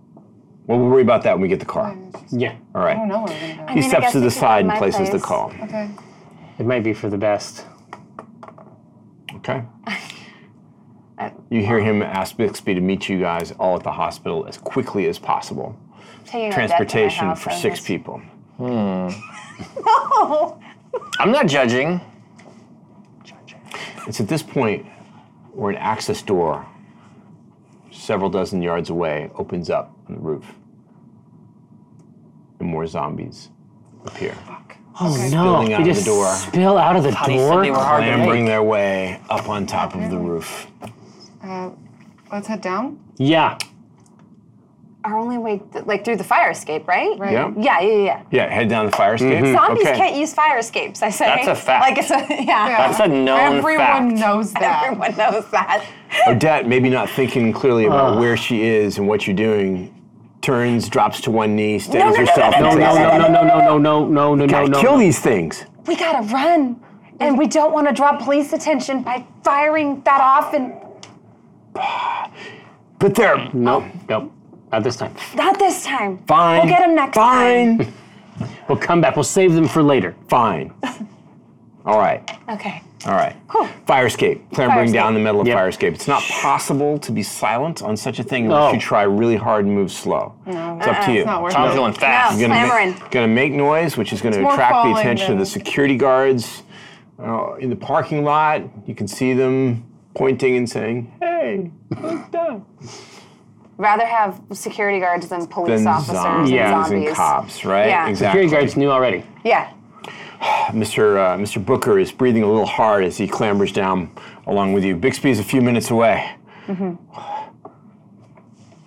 A: Well, we'll worry about that when we get the car.
C: Yeah,
A: All right.
B: I don't know where we're gonna
A: He
D: mean, I
A: steps
D: guess
A: to
D: we
A: the
D: could go
A: side
D: to
A: and
D: my
A: places the
D: place.
A: call.
B: go. Okay.
C: it might be for the best.
A: Okay. You hear him ask Bixby to meet you guys all at the hospital as quickly as possible.
D: Taking a dead to my
A: Transportation
D: house,
A: for
D: I was
A: six
D: just-
A: people.
E: I'm not judging.
A: It's at this point where an access door, several dozen yards away, opens up on the roof. And more zombies appear,
C: Oh
A: Spilling out
C: they
A: of
C: just
A: the door.
C: spill out of the
E: he said
C: door.
E: they were hard to
A: clambering
C: Clambering.
A: their way up on top of the roof.
B: Uh, let's head down.
C: Yeah,
D: Our only way, th- like through the fire escape, right?
B: Right.
A: Yeah.
D: Yeah, yeah, yeah.
A: Yeah, head down the fire escape.
D: Zombies
A: Mm-hmm, okay.
D: can't use fire escapes. I say.
E: That's a fact.
D: Like it's a yeah.
E: That's a known
B: Everyone
E: fact.
B: knows that.
D: Everyone knows that.
A: Odette, maybe not thinking clearly about where she is and what you're doing, turns, drops to one knee,
D: No,
A: steadies
D: no, no,
A: herself,
C: no,
A: and
C: no,
A: takes
C: no,
A: off.
C: no, no, no, no, no, no, no, no,
A: Gotta
C: no.
A: kill these things.
D: We gotta run, and we don't want to draw police attention by firing that off. And
A: But they're
C: Nope, nope, not this time.
D: not this time.
A: fine.
D: We'll get him next time.
A: fine,
C: We'll come back. We'll save them for later.
A: Fine. All right.
D: Okay.
A: All right.
D: Cool.
A: Fire escape. Clambering
D: escape.
A: down the middle of
C: Yep.
A: fire escape. It's not possible to be silent on such a thing unless
C: No.
A: you try really hard and move slow. it's
D: Uh-uh,
A: up to you.
B: It's not worth
E: Tom's
B: it.
E: going
D: No.
E: fast.
A: You're gonna
D: Clamoring.
A: make, gonna make noise, which is gonna
B: more
A: attract the
B: falling
A: attention of
B: than-
A: the security guards uh, in the parking lot. You can see them pointing and saying, "Hey, look down."
D: Rather have security guards than police
A: Then
D: officers
A: zombies
D: and
C: Yeah.
D: zombies.
A: and cops, right?
D: Yeah.
A: Exactly.
C: Security guards knew already.
D: Yeah.
A: Mr. Uh, Mr. Booker is breathing a little hard as he clambers down along with you. Bixby is a few minutes away.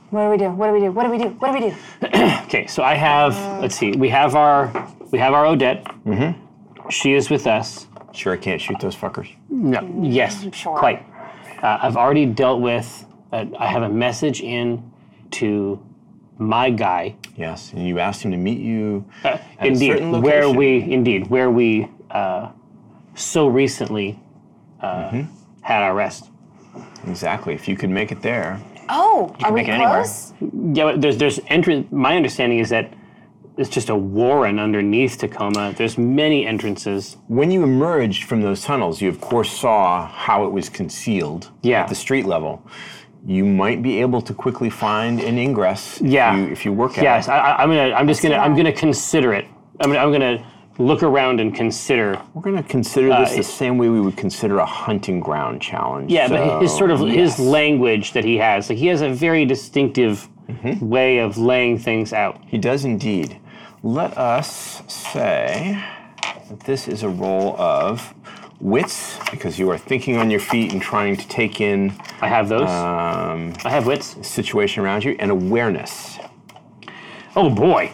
D: What do we do? What do we do? What do we do? What do we do?
C: Okay, so I have. let's see. We have our. We have our Odette. Mm-hmm. She is with us.
A: Sure, I can't shoot those fuckers.
C: No. Yes.
D: sure.
C: Quite. Uh, I've already dealt with. Uh, I have a message in to my guy
A: Yes, and you asked him to meet you.
C: Uh,
A: a
C: indeed,
A: certain
C: where
A: location.
C: we indeed where we uh, so recently
A: Mm-hmm.
C: uh, had our rest.
A: Exactly. If you could make it there,
D: Oh, are we
E: make it anywhere.
D: close?
C: Yeah, but there's there's entrance. My understanding is that it's just a warren underneath Tacoma. There's many entrances.
A: When you emerged from those tunnels, you of course saw how it was concealed
C: Yeah.
A: at the street level. You might be able to quickly find an ingress
C: Yeah.
A: if, you, if you work at
C: Yes,
A: it.
C: I, I, I'm gonna. I'm just gonna. I'm gonna consider it. I'm gonna, I'm gonna look around and consider.
A: We're going to consider this the same way we would consider a hunting ground challenge.
C: Uh, Yeah, but his
A: so,
C: sort of
A: yes.
C: his language that he has, like he has a very distinctive
A: Mm-hmm.
C: way of laying things out.
A: He does indeed. Let us say that this is a roll of wits because you are thinking on your feet and trying to take in
C: I have those.
A: um,
C: I have wits.
A: the situation around you and awareness.
C: Oh boy.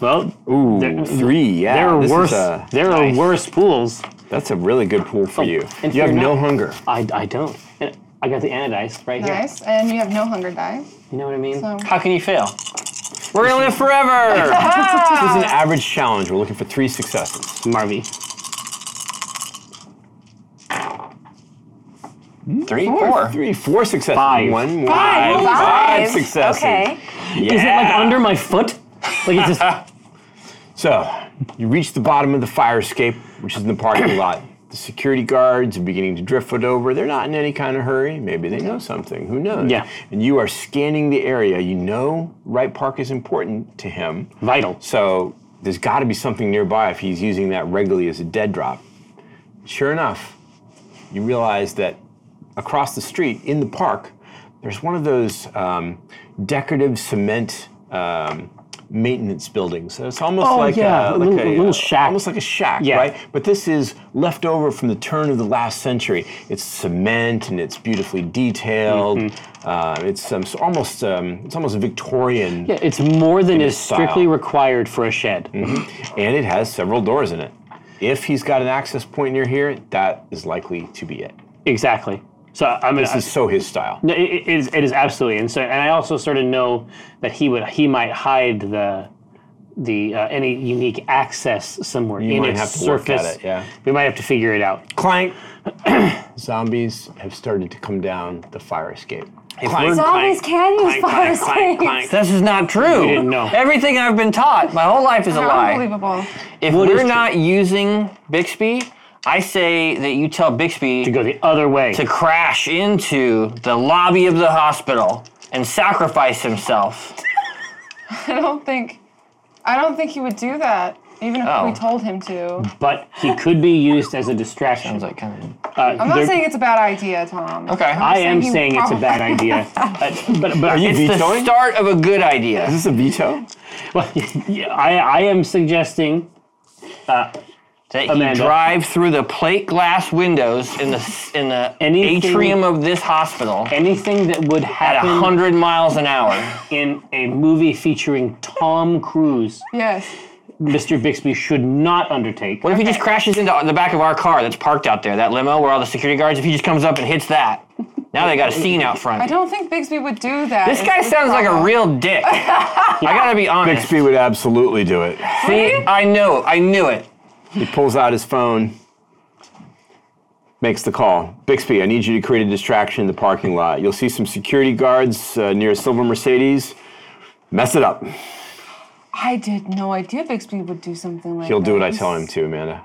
C: Well,
A: Ooh,
C: There-
A: three. Yeah,
C: there are
A: this is
C: worse.
A: a-
C: there
A: nice.
C: are worse pools.
A: That's a really good pool for you.
C: and
A: You have
C: fear
A: no
C: not.
A: hunger.
C: I, I don't. And I got the anodized right
B: Nice. And you have no hunger die.
C: here. You know what I mean?
B: So
E: How can you fail? We're gonna live forever.
A: This is an average challenge. We're looking for three successes.
C: Marvy.
A: Three,
E: four.
A: three, four successes.
C: Five.
A: One more.
D: Five.
A: Five successes.
D: Okay.
A: Yeah.
C: Is it like under my foot? Like it's just.
A: So, you reach the bottom of the fire escape, which is in the parking lot. The security guards are beginning to driftwood over. They're not in any kind of hurry. Maybe they know something. Who knows?
C: Yeah.
A: And you are scanning the area. You know Wright Park is important to him.
C: Vital.
A: So, there's got to be something nearby if he's using that regularly as a dead drop. Sure enough, you realize that across the street in the park, there's one of those um, decorative cement um, maintenance buildings. So it's almost
C: Oh,
A: like,
C: yeah,
A: a,
C: a
A: like
C: little- a little
A: uh,
C: shack.
A: almost like a shack,
C: Yeah.
A: right? But this is left over from the turn of the last century. It's cement and it's beautifully detailed.
C: Mm-hmm.
A: Uh, it's, um, s- almost um, it's almost Victorian,
C: Yeah, it's more than is
A: style. Mm-hmm.
C: strictly required for a shed.
A: and it has several doors in it. If he's got an access point near here, that is likely to be it.
C: Exactly. So I- I'm gonna.
A: This is so his style.
C: No, it, it is. It is absolutely. And so, and I also sort of know that he would. He might hide the. The uh, any unique access somewhere
A: You
C: in
A: might
C: its
A: have to work
C: surface.
A: at it, yeah.
C: We might have to figure it out.
A: Clank. Zombies have started to come down the fire escape.
E: we're-
D: Zombies can use fire escapes.
E: this is not true.
C: You didn't know.
E: Everything I've been taught my whole life is a
B: how
E: lie.
B: unbelievable.
E: If
C: What is
E: we're
C: true?
E: not using Bixby, I say that you tell Bixby
C: To go the other way.
E: to crash into the lobby of the hospital and sacrifice himself.
B: I don't think I don't think he would do that, even if
E: Oh.
B: we told him to.
C: but he could be used as a distraction.
E: Sounds like kind of.
C: Uh,
B: I'm not
C: there-
B: saying it's a bad idea, Tom.
E: Okay.
C: I am
B: saying you
C: saying it's a bad idea. Uh, but but
A: you
E: it's the
A: vetoing?
E: start of a good idea.
A: Is this a veto?
C: well, yeah, I, I am suggesting
E: That
C: Amanda.
E: you drive through the plate glass windows in the in the
C: Anything-
E: atrium of this hospital
C: anything that would
E: at
C: happen
E: hundred miles an hour.
C: in a movie featuring Tom Cruise,
B: Yes.
C: Mr. Bixby should not undertake.
E: What if he just crashes into the back of our car that's parked out there, that limo where all the security guards? If he just comes up and hits that, now they got a scene out
B: I
E: front.
B: don't think Bigsby would do that.
E: This guy
B: It's
E: sounds like a
B: problem.
E: real dick. I gotta be honest.
A: Bixby would absolutely do it.
E: See, I knew, I knew it.
A: He pulls out his phone, makes the call. Bixby, I need you to create a distraction in the parking lot. You'll see some security guards uh, near a silver Mercedes. Mess it up.
B: I did no idea Bixby would do something like
A: He'll do
B: that.
A: what I tell him to, Amanda.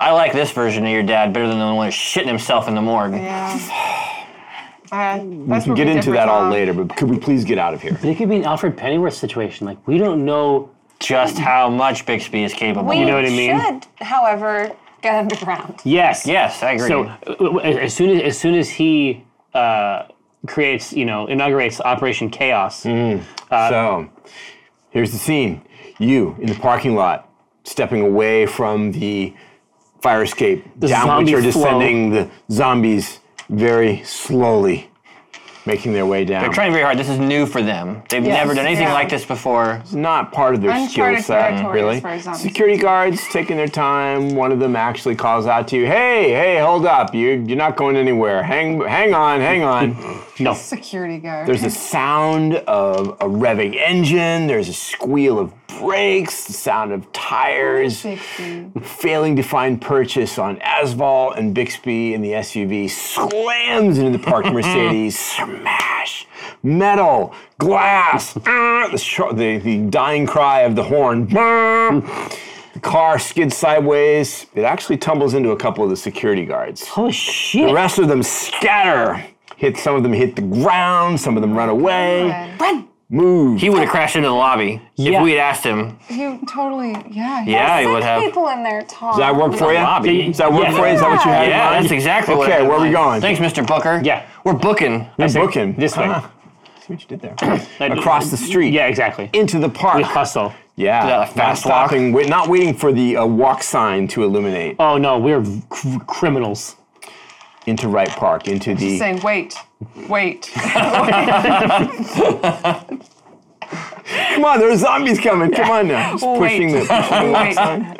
E: I like this version of your dad better than the one that's shitting himself in the morgue.
B: Yeah. Uh, we
A: We can get into that all later, but could we please get out of here?
C: It could be an Alfred Pennyworth situation. Like we don't know.
E: Just how much Bixby is capable.
D: We
C: You know what I mean?
D: should, however, get underground.
C: Yes.
E: yes, I agree.
C: So uh, w- w- as soon as as soon as he uh, creates, you know, inaugurates Operation Chaos,
A: So, here's the scene. You in the parking lot, stepping away from the fire escape, down which
C: zombie
A: are
C: flow.
A: descending the zombies very slowly, making their way down.
E: they're trying very hard. This is new for them. They've never done anything
B: yeah.
E: like this before.
A: Not part of their skill
B: Uncharted
A: set,
B: territory
A: really.
B: as far as zombies
A: Security guards taking their time. One of them actually calls out to you, "Hey, hey, hold up! You, you're not going anywhere. Hang, hang on, hang on."
C: no.
B: Security guard.
A: There's a sound of a revving engine. There's a squeal of brakes. The sound of tires.
B: Bixby.
A: failing to find purchase on Asval and Bixby in the SUV slams into the parked Mercedes. Smash! Metal, glass, ah, the, sh- the, the dying cry of the horn. Brr. The car skids sideways. It actually tumbles into a couple of the security guards.
C: Oh shit!
A: The rest of them scatter. Hit some of them hit the ground, some of them run away.
B: Run!
A: Move.
E: He would have crashed into the lobby
C: Yeah.
E: if we had asked him.
B: He totally, yeah. he-
E: Yeah, he
D: Six
E: would have.
D: people in there, Tom.
A: Does that work for you?
E: Lobby.
A: Does that work
C: Yeah.
A: for you? Is that what you had? in
E: Yeah,
A: mind?
E: that's exactly what.
A: Okay,
E: I-
A: where are we going?
E: Thanks, Mr. Booker.
C: Yeah.
E: we're booking.
A: You're booking
C: This way.
A: Huh. Ah. See what you did there. Across the street.
C: Yeah, exactly.
A: Into the park.
C: We hustle.
A: Yeah.
E: Yeah, fast
A: not
E: walk.
A: stopping. Wait, not waiting for the uh, walk sign to illuminate.
C: Oh no, we're cr- criminals.
A: Into Wright Park. Into the.
B: Saying, wait, wait.
A: Come on, there are zombies coming. Come on now. Just
B: Wait.
A: pushing the. pushing the walk
B: Wait.
A: sign.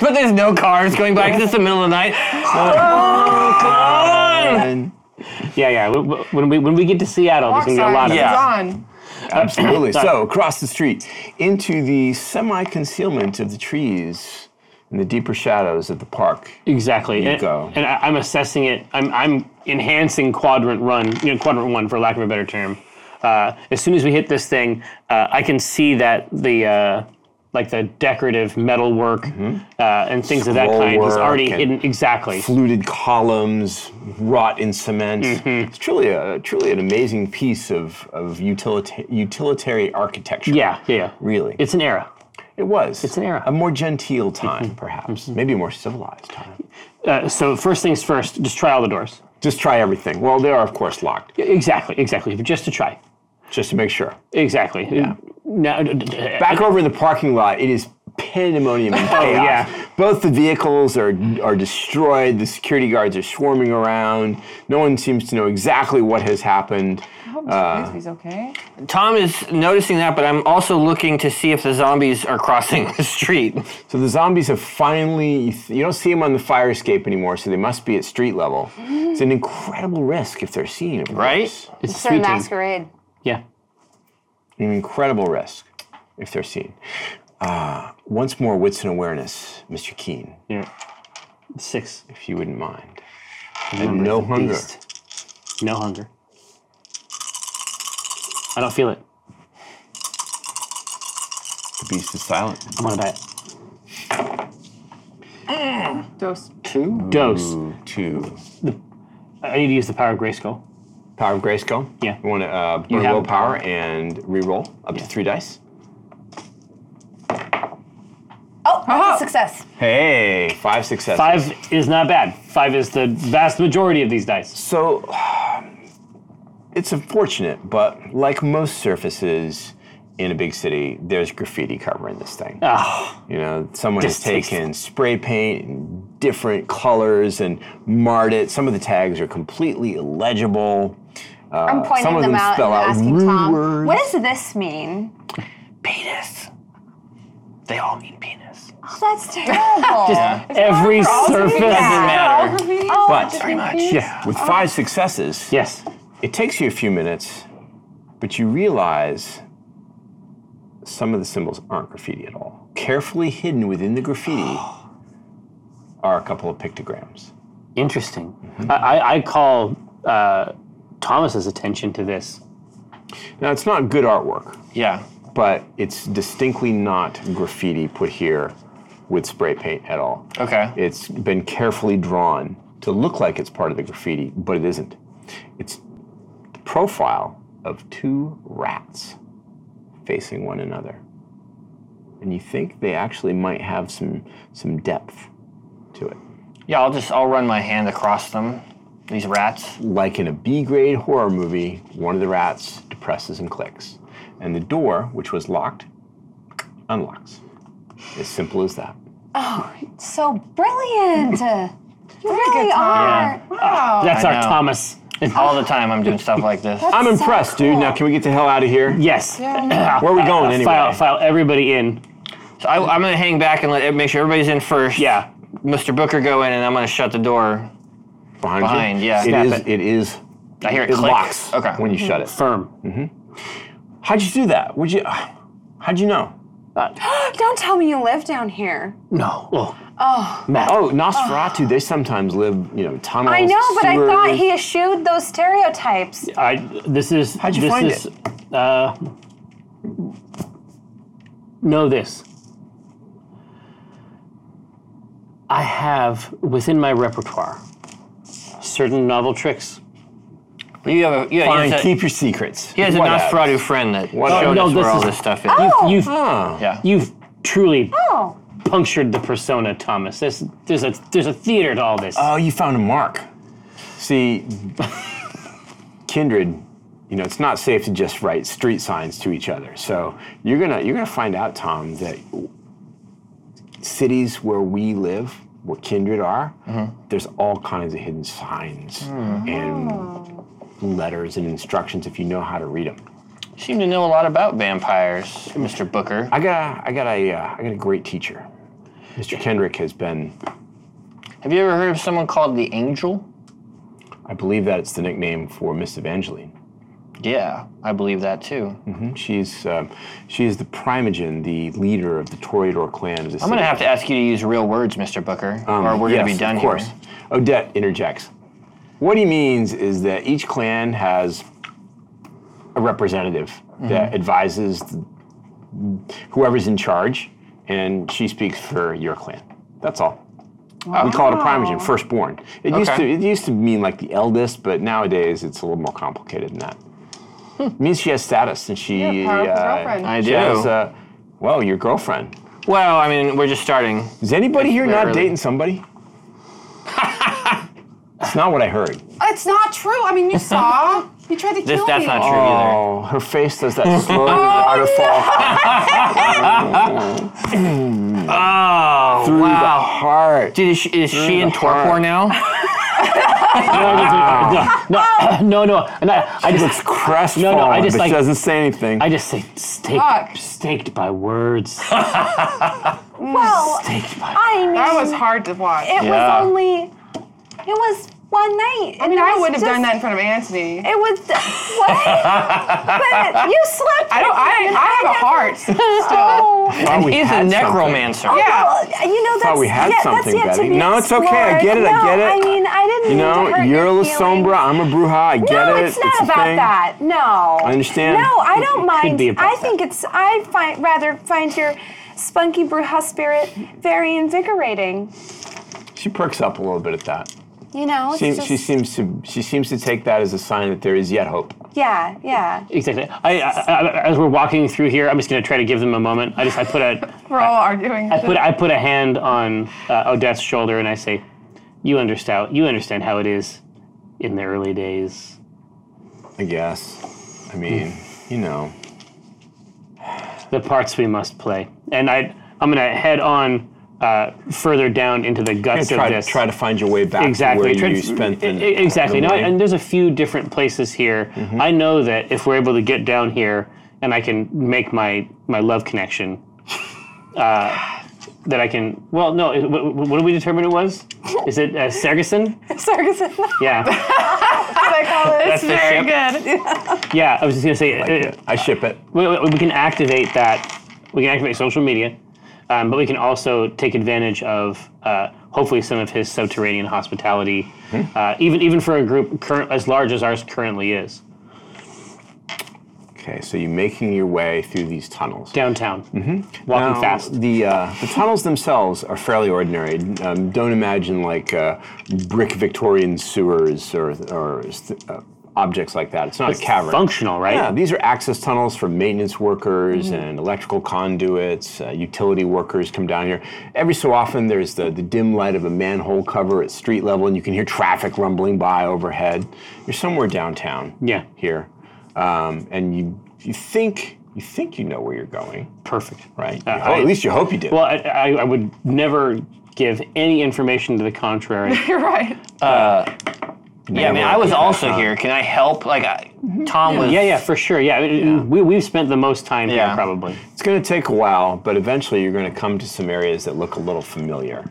E: But there's no cars going by because it's the middle of the night. Uh,
A: And-
C: Yeah, yeah. we- we- When we when we get to Seattle, there's
B: Walk
C: gonna be a lot
B: sign,
C: of
E: Yeah.
C: us.
B: he's on.
A: Absolutely. so across the street, into the semi-concealment of the trees and the deeper shadows of the park.
C: Exactly.
A: You
C: and,
A: go.
C: and I, I'm assessing it. I'm I'm enhancing quadrant run. You know, quadrant one for lack of a better term. Uh, as soon as we hit this thing, uh, I can see that the uh, like the decorative metal work uh, and things of that
A: Mm-hmm. Scroll
C: kind is
A: work
C: already
A: and-
C: hidden. Exactly.
A: Fluted columns, wrought in cement.
C: Mm-hmm.
A: It's truly a truly an amazing piece of of utilita- utilitarian architecture.
C: Yeah, yeah, yeah.
A: Really.
C: It's an era.
A: it was.
C: it's an era. Mm-hmm.
A: A more genteel time, perhaps. Maybe a more civilized time.
C: Uh, so first things first, just try all the doors.
A: Just try everything. Well, they are of course locked,
C: Exactly, exactly. Just to try.
A: just to make sure.
C: Exactly. Yeah. No, d- d-
A: Back over in the parking lot, it is pandemonium and chaos.
C: Oh, yeah.
A: Both the vehicles are are destroyed. The security guards are swarming around. No one seems to know exactly what has happened.
B: I hope Mr. Bisbee's okay.
E: Tom is noticing that, but I'm also looking to see if the zombies are crossing the street.
A: So the zombies have finally. You don't see them on the fire escape anymore, so they must be at street level. It's an incredible risk if they're seen, of
E: Right?
A: course.
C: it's
D: It's their
C: sweet tea.
D: masquerade.
C: Yeah.
A: An incredible risk if they're seen. Uh, once more, wits and awareness, Mr. Keene,
C: Yeah. Six.
A: if you wouldn't mind.
C: Remember,
A: no
C: the
A: hunger.
C: beast. No hunger. I don't feel it.
A: The beast is silent.
C: I want to buy it.
E: Mm,
B: Dose.
A: Two.
C: Dose.
A: Two.
C: I need to use the power of Grayskull.
A: Power of Grayskull.
C: Yeah.
A: You want to uh, burn
C: You have
A: willpower
C: power.
A: and re-roll up to three dice.
D: Oh, that's a success.
A: Hey, five successes.
C: Five is not bad. Five is the vast majority of these dice.
A: So it's unfortunate, but like most surfaces in a big city, there's graffiti covering this thing.
C: Ah,
A: You know, someone has
C: Distasteful.
A: taken spray paint in different colors and marred it. Some of the tags are completely illegible. Uh, some
D: I'm pointing
A: of
D: them,
A: them
D: out and
A: spell out
D: asking
A: rude
D: Tom,
A: words.
D: what does this mean?
E: Penis. They all mean penis.
D: Oh, that's terrible.
C: every surface.
D: Yeah.
E: Matter.
B: Oh,
A: But
E: Very much.
C: Yeah.
A: with five successes,
C: Yes.
A: It takes you a few minutes, but you realize some of the symbols aren't graffiti at all. Carefully hidden within the graffiti are a couple of pictograms.
C: Interesting. I, I, I call uh, Thomas's attention to this.
A: Now, it's not good artwork,
E: Yeah.
A: but it's distinctly not graffiti put here with spray paint at all.
E: Okay.
A: It's been carefully drawn to look like it's part of the graffiti, but it isn't. It's the profile of two rats facing one another. And you think they actually might have some some depth to it.
E: Yeah, I'll just I'll run my hand across them. These rats.
A: Like in a B grade horror movie, one of the rats depresses and clicks. And the door, which was locked, unlocks. As simple as that.
D: so brilliant. you really
E: Yeah.
D: are.
C: That's
E: Oh, I
C: our
E: know.
C: Thomas.
E: All the time I'm doing stuff like this.
A: I'm
D: That's so
A: impressed, dude.
D: cool.
A: Now, can we get the hell out of here?
C: Yes.
A: Where are we going anyway?
C: File, file everybody in.
E: So I, I'm gonna hang back and let make sure everybody's in first.
C: Yeah.
E: Mr. Booker go in and I'm gonna shut the door.
A: behind,
E: Behind,
A: you.
E: yeah.
A: It
E: Snap
A: is.
E: it.
A: It is.
E: I hear it
A: It
E: click.
A: locks.
E: Okay.
A: When you shut it.
C: Firm.
A: How'd you do that? Would you? How'd you know?
D: Don't tell me you live down here.
C: Uh, No. Oh.
A: Oh, Nosferatu. They sometimes live, you know, tunnels.
D: I know, but I thought
A: sewers.
D: he eschewed those stereotypes.
C: I. This is.
A: How'd you
C: this
A: find
C: is, Uh, know this. I have within my repertoire certain novel tricks
E: But you have a you,
A: Fine,
E: you have a,
A: keep your secrets.
E: he has a
A: Whatevs.
E: Nosferatu friend that
A: What
E: showed
C: no,
E: us
C: this
E: where all
C: is-
E: this stuff is.
D: Oh,
C: You've
A: Ah,
E: yeah.
C: you've truly
D: oh.
C: punctured the persona, Thomas. There's there's a there's a theater to all this.
A: Oh, you found a mark. See, kindred, you know, it's not safe to just write street signs to each other. So you're gonna you're gonna find out, Tom, that cities where we live, where kindred are, there's all kinds of hidden signs and letters and instructions if you know how to read them.
E: Seem to know a lot about vampires, Mr. Booker.
A: I got a, I got a uh, I got a great teacher. Mr. Kendrick has been
E: Have you ever heard of someone called the Angel?
A: I believe that it's the nickname for Miss Evangeline.
E: Yeah, I believe that too.
A: She's um, she is the primogen, the leader of the Toreador clan. Of the
E: I'm gonna have to ask you to use real words, Mr. Booker, or we're gonna be
A: Um,
E: done
A: Of course,
E: here.
A: Odette interjects. What he means is that each clan has a representative
E: Mm-hmm.
A: that advises whoever's in charge, and she speaks for your clan. That's all. We call it a primogen, firstborn. It used to
E: Okay.
A: it used to mean like the eldest, but nowadays it's a little more complicated than that.
E: Hmm.
A: It means she has status and she
B: Yeah, powerful
A: uh,
B: girlfriend.
E: I
A: she
E: do.
A: has, uh, well, your girlfriend.
E: Well, I mean, we're just starting.
A: Is anybody here not
E: Barely.
A: dating somebody? It's not what I heard.
B: It's not true. I mean, you saw. He tried to
E: This
B: kill
E: that's
B: me.
E: not true either.
A: Oh, her face does that slow waterfall
E: Oh,
A: through the
E: wow.
A: heart.
E: Dude, is she, is she in
A: the heart.
E: torpor now?
C: no, no, no, no, I
A: She
C: just
A: looks crestfallen,
C: No, no, I just
A: but
C: like-
A: she doesn't say anything.
C: I just say staked,
B: Fuck.
C: staked by words.
D: Well,
C: staked by.
D: I mean,
B: That was hard to watch.
D: it
E: Yeah.
D: was only, it was one night.
B: I mean, I wouldn't have done that in front of Anthony.
D: It was what? but you slept.
B: I don't. I, I have a heart.
D: Oh.
A: Thought
E: And
A: we
E: he's a
A: had something.
E: necromancer.
B: Yeah.
D: You know, that's,
A: Thought we had
D: yeah, that's
A: something,
D: yet to
A: Betty.
D: be
A: No, it's okay. I get it, I get
D: explored.
A: it.
D: No, I mean, I didn't.
A: You
D: mean to
A: know,
D: hurt
A: you're a
D: your
A: La
D: feelings.
A: Sombra, I'm a Bruja, I get
D: no,
A: it.
D: it's not
A: a
D: about
A: thing.
D: that. No.
A: I understand.
D: No, I
A: It-
D: don't
A: it
D: mind.
A: could be about
D: I
A: that.
D: think it's. I find rather find your spunky bruja spirit very invigorating.
A: She perks up a little bit at that.
D: You know, it's
A: She,
D: just,
A: she seems to she seems to take that as a sign that there is yet hope.
D: yeah, yeah.
C: Exactly. I, I, I, as we're walking through here, I'm just gonna try to give them a moment. I just I put a
B: We're all arguing.
C: I put I put a hand on uh, Odette's shoulder and I say, "You understand. You understand how it is in the early days."
A: I guess. I mean,
C: Hmm.
A: you know.
C: the parts we must play. And I, I'm going to head on uh, further down into the guts
A: Try
C: of
A: to
C: this.
A: try to find your way back
C: exactly.
A: to
C: Try
A: where
C: to-
A: you spent
C: e-
A: the,
C: e- exactly.
A: the Mm-hmm.
C: No,
A: morning.
C: and there's a few different places here. I know that if we're able to get down here and I can make my my love connection, uh, that I can. Well, no. it- What, what what did we determine it was? Is it uh, Sergeson?
D: Sargason.
C: Yeah,
B: I call it. It's
E: the
B: very
E: ship.
B: good.
C: yeah. I was just gonna say.
A: Like
C: uh,
A: it. I ship it.
C: we, we we can activate that. We can activate social media, um, but we can also take advantage of uh, hopefully some of his subterranean hospitality, uh, even even for a group current as large as ours currently is
A: Okay, so you're making your way through these tunnels.
C: downtown, walking
A: Now,
C: fast.
A: The uh, the tunnels themselves are fairly ordinary. Um, don't imagine like uh, brick Victorian sewers or or uh, objects like that. It's not a cavern.
C: Functional, right?
A: Yeah, these are access tunnels for maintenance workers and electrical conduits. Uh, utility workers come down here. Every so often, there's the, the dim light of a manhole cover at street level, and you can hear traffic rumbling by overhead. You're somewhere downtown.
C: Yeah.
A: Here, um, and you you think you think you know where you're going,
C: Perfect.
A: right?
C: Uh,
A: You ho-
C: I-
A: at least you hope you did.
C: Well, I, I, I would never give any information to the contrary.
B: You're right.
E: Yeah, I mean, I was also here. Can I help? Like, I, Tom was.
C: yeah, yeah, for sure. Yeah, I mean, we we've spent the most time
E: Yeah.
C: here probably.
A: It's going to take a while, but eventually you're going to come to some areas that look a little familiar.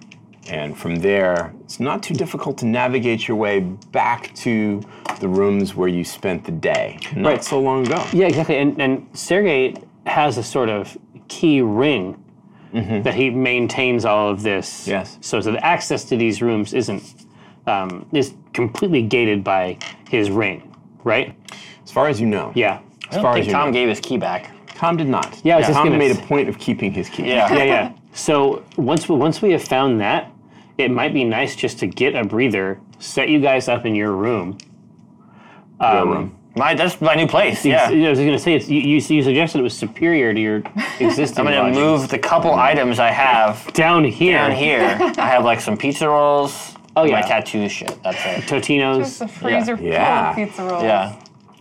A: And from there, it's not too difficult to navigate your way back to the rooms where you spent the day not
C: Right.
A: so long ago.
C: Yeah, exactly. And and Sergey has a sort of key ring
E: Mm-hmm.
C: that he maintains all of this.
A: Yes.
C: So, so the access to these rooms isn't um, is completely gated by his ring, right?
A: As far as you know.
C: Yeah.
E: I
A: As
E: don't
A: far as
E: think
A: you
E: Tom
A: know.
E: gave his key back.
A: Tom did not.
C: Yeah, I was just
A: Tom
C: gonna
A: made a
C: s-
A: point of keeping his keys.
E: Yeah.
C: Yeah, yeah. So once we, once we have found that, it might be nice just to get a breather, set you guys up in your room,
A: Um,
E: My that's my new place.
C: Yeah.
E: Yeah.
C: I was gonna say it's you, you. you suggested it was superior to your existing.
E: I'm gonna
C: lodging.
E: move the couple items I have
C: down here.
E: down here. I have like some pizza rolls.
C: Oh,
E: and
C: yeah.
E: My tattoo shit. That's it.
B: It's a
C: Totino's.
B: freezer full
A: Yeah.
B: of pizza rolls.
E: Yeah.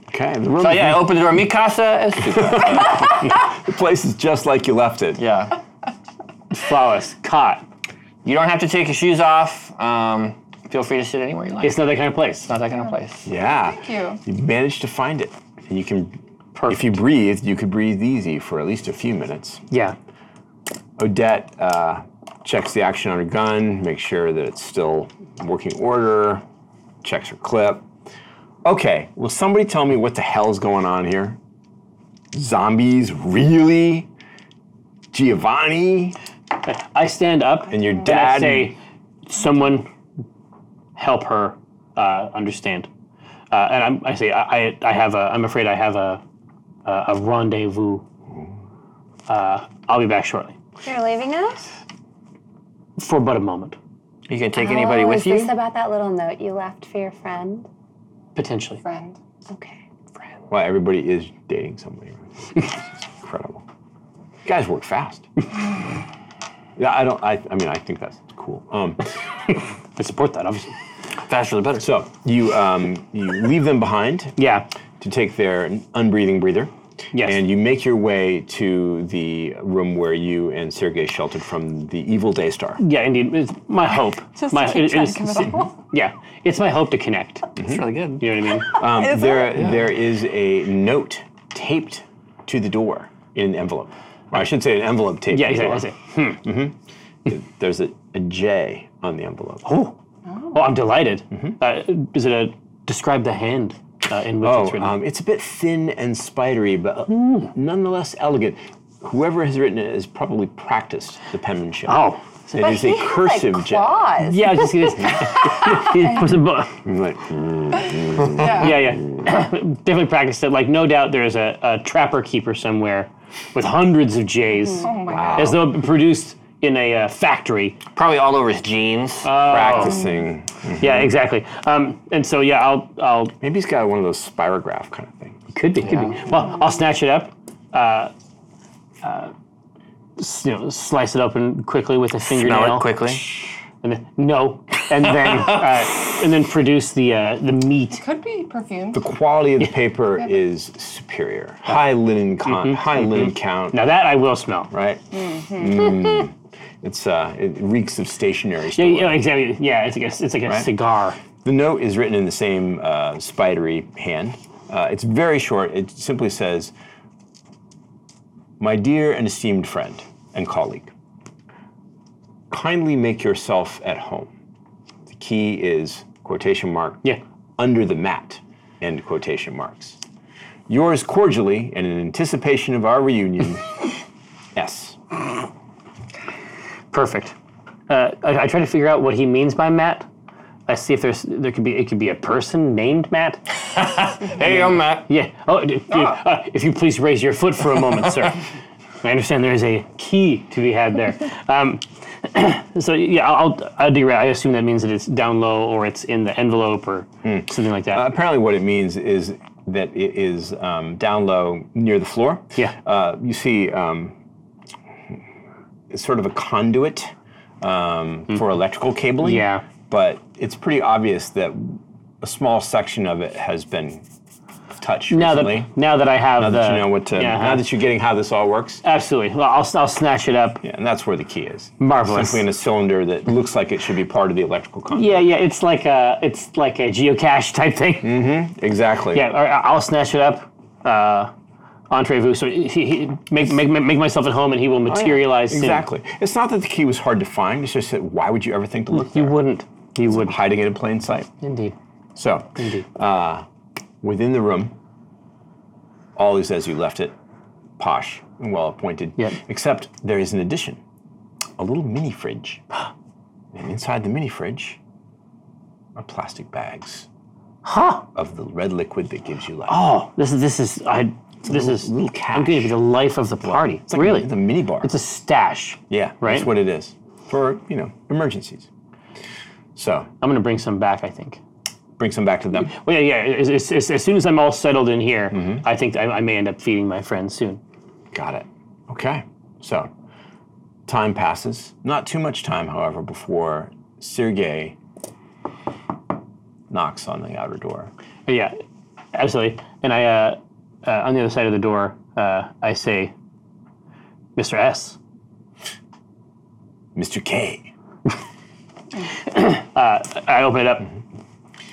A: okay, the room.
E: So
A: is-
E: yeah, I opened the door. Mi casa es tu casa.
A: the place is just like you left it.
E: Yeah.
C: flawless cot.
E: You don't have to take your shoes off. Um, feel free to sit anywhere you like.
C: It's not that kind of place.
E: It's not that kind of place.
A: Yeah.
B: Thank
A: you. managed to find it. And you can, if you breathe, you could breathe easy for at least a few minutes.
C: Yeah.
A: Odette uh, checks the action on her gun, makes sure that it's still in working order, checks her clip. Okay, will somebody tell me what the hell's going on here? Zombies, really? Giovanni
C: I stand up
A: and your
C: and I
A: dad?
C: say, "Someone help her uh, understand." Uh, and I'm, I say, I, I, "I have a. I'm afraid I have a a, a rendezvous. Uh, I'll be back shortly
D: You're leaving us?
C: for but a moment,
E: You can take anybody
D: oh,
E: with
D: is
E: you.
D: this about that little note you left for your friend?
C: potentially."
B: Friend.
D: Okay.
A: Well, everybody is dating somebody. right? Incredible. You guys work fast. yeah, I don't. I, I mean, I think that's cool. Um,
C: I support that, obviously.
E: Faster the better.
A: so you um, you leave them behind
C: Yeah.
A: to take their unbreathing breather.
C: Yes.
A: And you make your way to the room where you and Sergei sheltered from the evil Daystar.
C: Yeah, indeed. It's my hope.
B: Just
C: my,
B: keep
C: it- it is-
B: track of it all.
C: yeah, it's my hope to connect.
E: It's really good.
C: You know what I mean?
A: Um, there, there is a note taped to the door in an envelope. Or I should say an envelope taped.
C: yeah,
A: to the
C: exactly.
A: door.
C: I say,
A: There's a, a J on the envelope.
C: Oh, oh, I'm delighted.
A: Mm-hmm.
C: Uh, is it a describe the hand uh, in which it's
A: Oh,
C: written?
A: um, it's a bit thin and spidery, but nonetheless elegant. Whoever has written it has probably practiced the penmanship.
C: oh,
A: it
D: But
A: is a
D: he had,
A: cursive
D: like,
A: J.
D: claws.
C: yeah, I was just gonna. Put some bu-
A: I'm like, mm.
C: yeah, yeah. Definitely practiced it. Like, no doubt there is a, a trapper keeper somewhere with hundreds of J's,
B: Oh my
A: Wow.
C: as though produced in a uh, factory.
E: Probably all over his jeans.
C: Oh.
A: practicing.
C: Yeah, exactly. Um, and so, yeah, I'll, I'll
A: Maybe he's got one of those spirograph kind of things.
C: Could be, could be. Well, I'll snatch it up, uh, uh, s- you know, slice it open quickly with a fingernail.
E: Smell it quickly.
C: And then, no, and then uh, and then produce the uh, the meat.
B: Could be perfumed.
A: The quality of the paper is superior. High linen
C: Mm-hmm.
A: con- high linen count,
C: Now that I will smell.
A: right?
D: Mm-hmm.
A: Mm. It's uh, it reeks of stationery.
C: Yeah,
A: store.
C: yeah, exactly. Yeah, it's like a, it's like a cigar.
A: The note is written in the same uh, spidery hand. Uh, it's very short. It simply says, My dear and esteemed friend and colleague, kindly make yourself at home. The key is quotation mark
C: Yeah.
A: under the mat, end quotation marks. Yours cordially and in anticipation of our reunion, S.
C: Perfect. Uh, I, I try to figure out what he means by Matt. I see if there's there could be it could be a person named Matt.
E: Hey, I'm Matt.
C: Yeah. Oh, d- d-
A: Ah.
C: uh, if you please raise your foot for a moment, sir. I understand there is a key to be had there. Um, so yeah, I'll, I'll, I'll derail. I assume that means that it's down low or it's in the envelope or
A: Hmm.
C: something like that.
A: Apparently, what it means is that it is um, down low near the floor.
C: Yeah.
A: Uh, you see, um, it's sort of a conduit um, for electrical cabling.
C: Hmm. Yeah.
A: But it's pretty obvious that a small section of it has been touched
C: now
A: recently.
C: that now that I have
A: now
C: the,
A: that you know what to,
C: yeah, Uh,
A: now that you're getting how this all works,
C: absolutely. Well, I'll, s- I'll snatch it up.
A: yeah, and that's where the key is.
C: Marvelous.
A: Simply in a cylinder that looks like it should be part of the electrical conduit.
C: Yeah, yeah. It's like a it's like a geocache type thing.
A: Mm. Exactly.
C: Yeah, all right, I'll snatch it up. Uh, entree vous. So he, he, make, make make myself at home, and he will
A: Oh, yeah.
C: materialize. soon.
A: Exactly. It's not that the key was hard to find. It's just that why would you ever think to look
C: You
A: there?
C: wouldn't. You would.
A: hiding it in plain sight.
C: Indeed.
A: So, uh,
C: Indeed.
A: within the room, all is as you left it, posh and well appointed.
C: Yep.
A: Except there is an addition, a little mini fridge, and inside the mini fridge are plastic bags
C: huh.
A: of the red liquid that gives you life.
C: Oh, this is this is I. This is
A: little cash.
C: I'm going to be the life of the party.
A: It's like
C: really,
A: the mini bar.
C: it's a stash.
A: yeah,
C: right?
A: That's what it is for you know emergencies. So
C: I'm going to bring some back. I think.
A: bring some back to them.
C: Well, yeah, yeah. As, as- as- as soon as I'm all settled in here,
A: Mm-hmm.
C: I think I, I may end up feeding my friends soon.
A: Got it. Okay. So time passes. Not too much time, however, before Sergey knocks on the outer door.
C: But yeah, absolutely. And I, uh, uh, on the other side of the door, uh, I say, "Mr. S,
A: Mr. K.
C: I open it up.
A: Mm-hmm.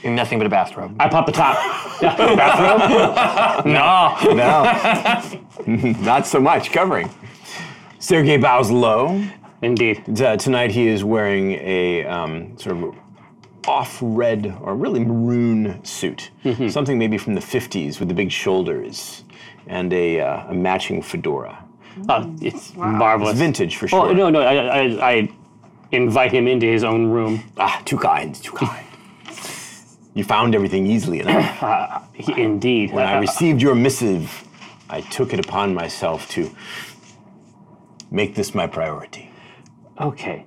E: In nothing but a bathrobe.
C: I pop the top.
E: no.
A: No. Not so much covering. Sergey bows low.
C: Indeed.
A: Uh, tonight he is wearing a um, sort of off red or really maroon suit,
C: Mm-hmm.
A: something maybe from the 50s with the big shoulders and a, uh, a matching fedora.
C: Oh, it's marvelous.
A: It's vintage for sure.
C: Oh no, no. I, I, I invite him into his own room.
A: Ah, too kind, too kind. you found everything easily enough.
C: He- indeed.
A: When I
C: Uh,
A: received your missive, I took it upon myself to make this my priority.
C: Uh, okay.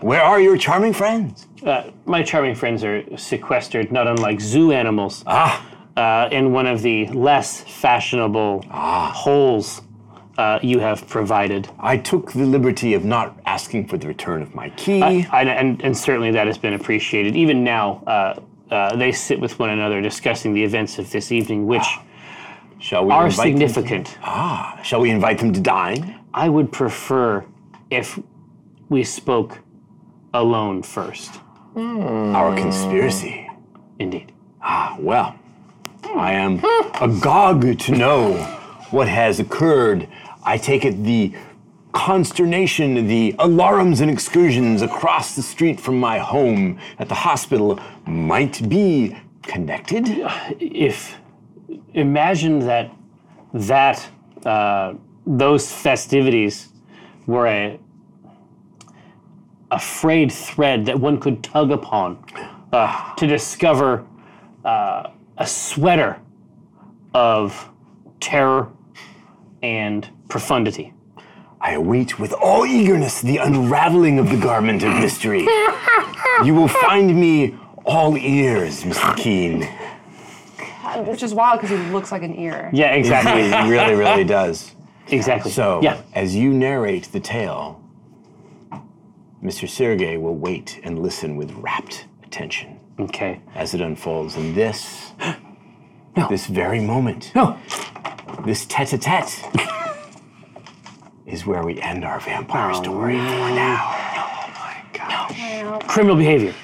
A: Where are your charming friends?
C: Uh, my charming friends are sequestered, not unlike zoo animals,
A: Ah,
C: uh, in one of the less fashionable
A: Ah.
C: holes uh, you have provided.
A: I took the liberty of not asking for the return of my key.
C: I, I- and, and certainly that has been appreciated. Even now, uh, uh, they sit with one another discussing the events of this evening, which
A: Shall we
C: are
A: Ah, invite
C: significant.
A: Them? Shall we invite them to dine?
C: I would prefer if we spoke alone first.
A: Our conspiracy.
C: Indeed.
A: Ah, well, I am agog to know what has occurred. I take it the consternation, the alarums and excursions across the street from my home at the hospital might be connected.
C: If imagine that that uh, those festivities were a a frayed thread that one could tug upon uh, to discover uh, a sweater of terror and profundity.
A: I await with all eagerness the unraveling of the garment of mystery. you will find me all ears, Mr. Keene.
B: Which is wild because he looks like an ear.
C: Yeah, exactly,
A: It really, really does.
C: exactly.
A: So,
C: yeah,
A: as you narrate the tale, Mr. Sergey will wait and listen with rapt attention
C: okay.
A: as it unfolds. And this, this very moment, this tete-a-tete is where we end our vampire story for now.
C: Criminal behavior.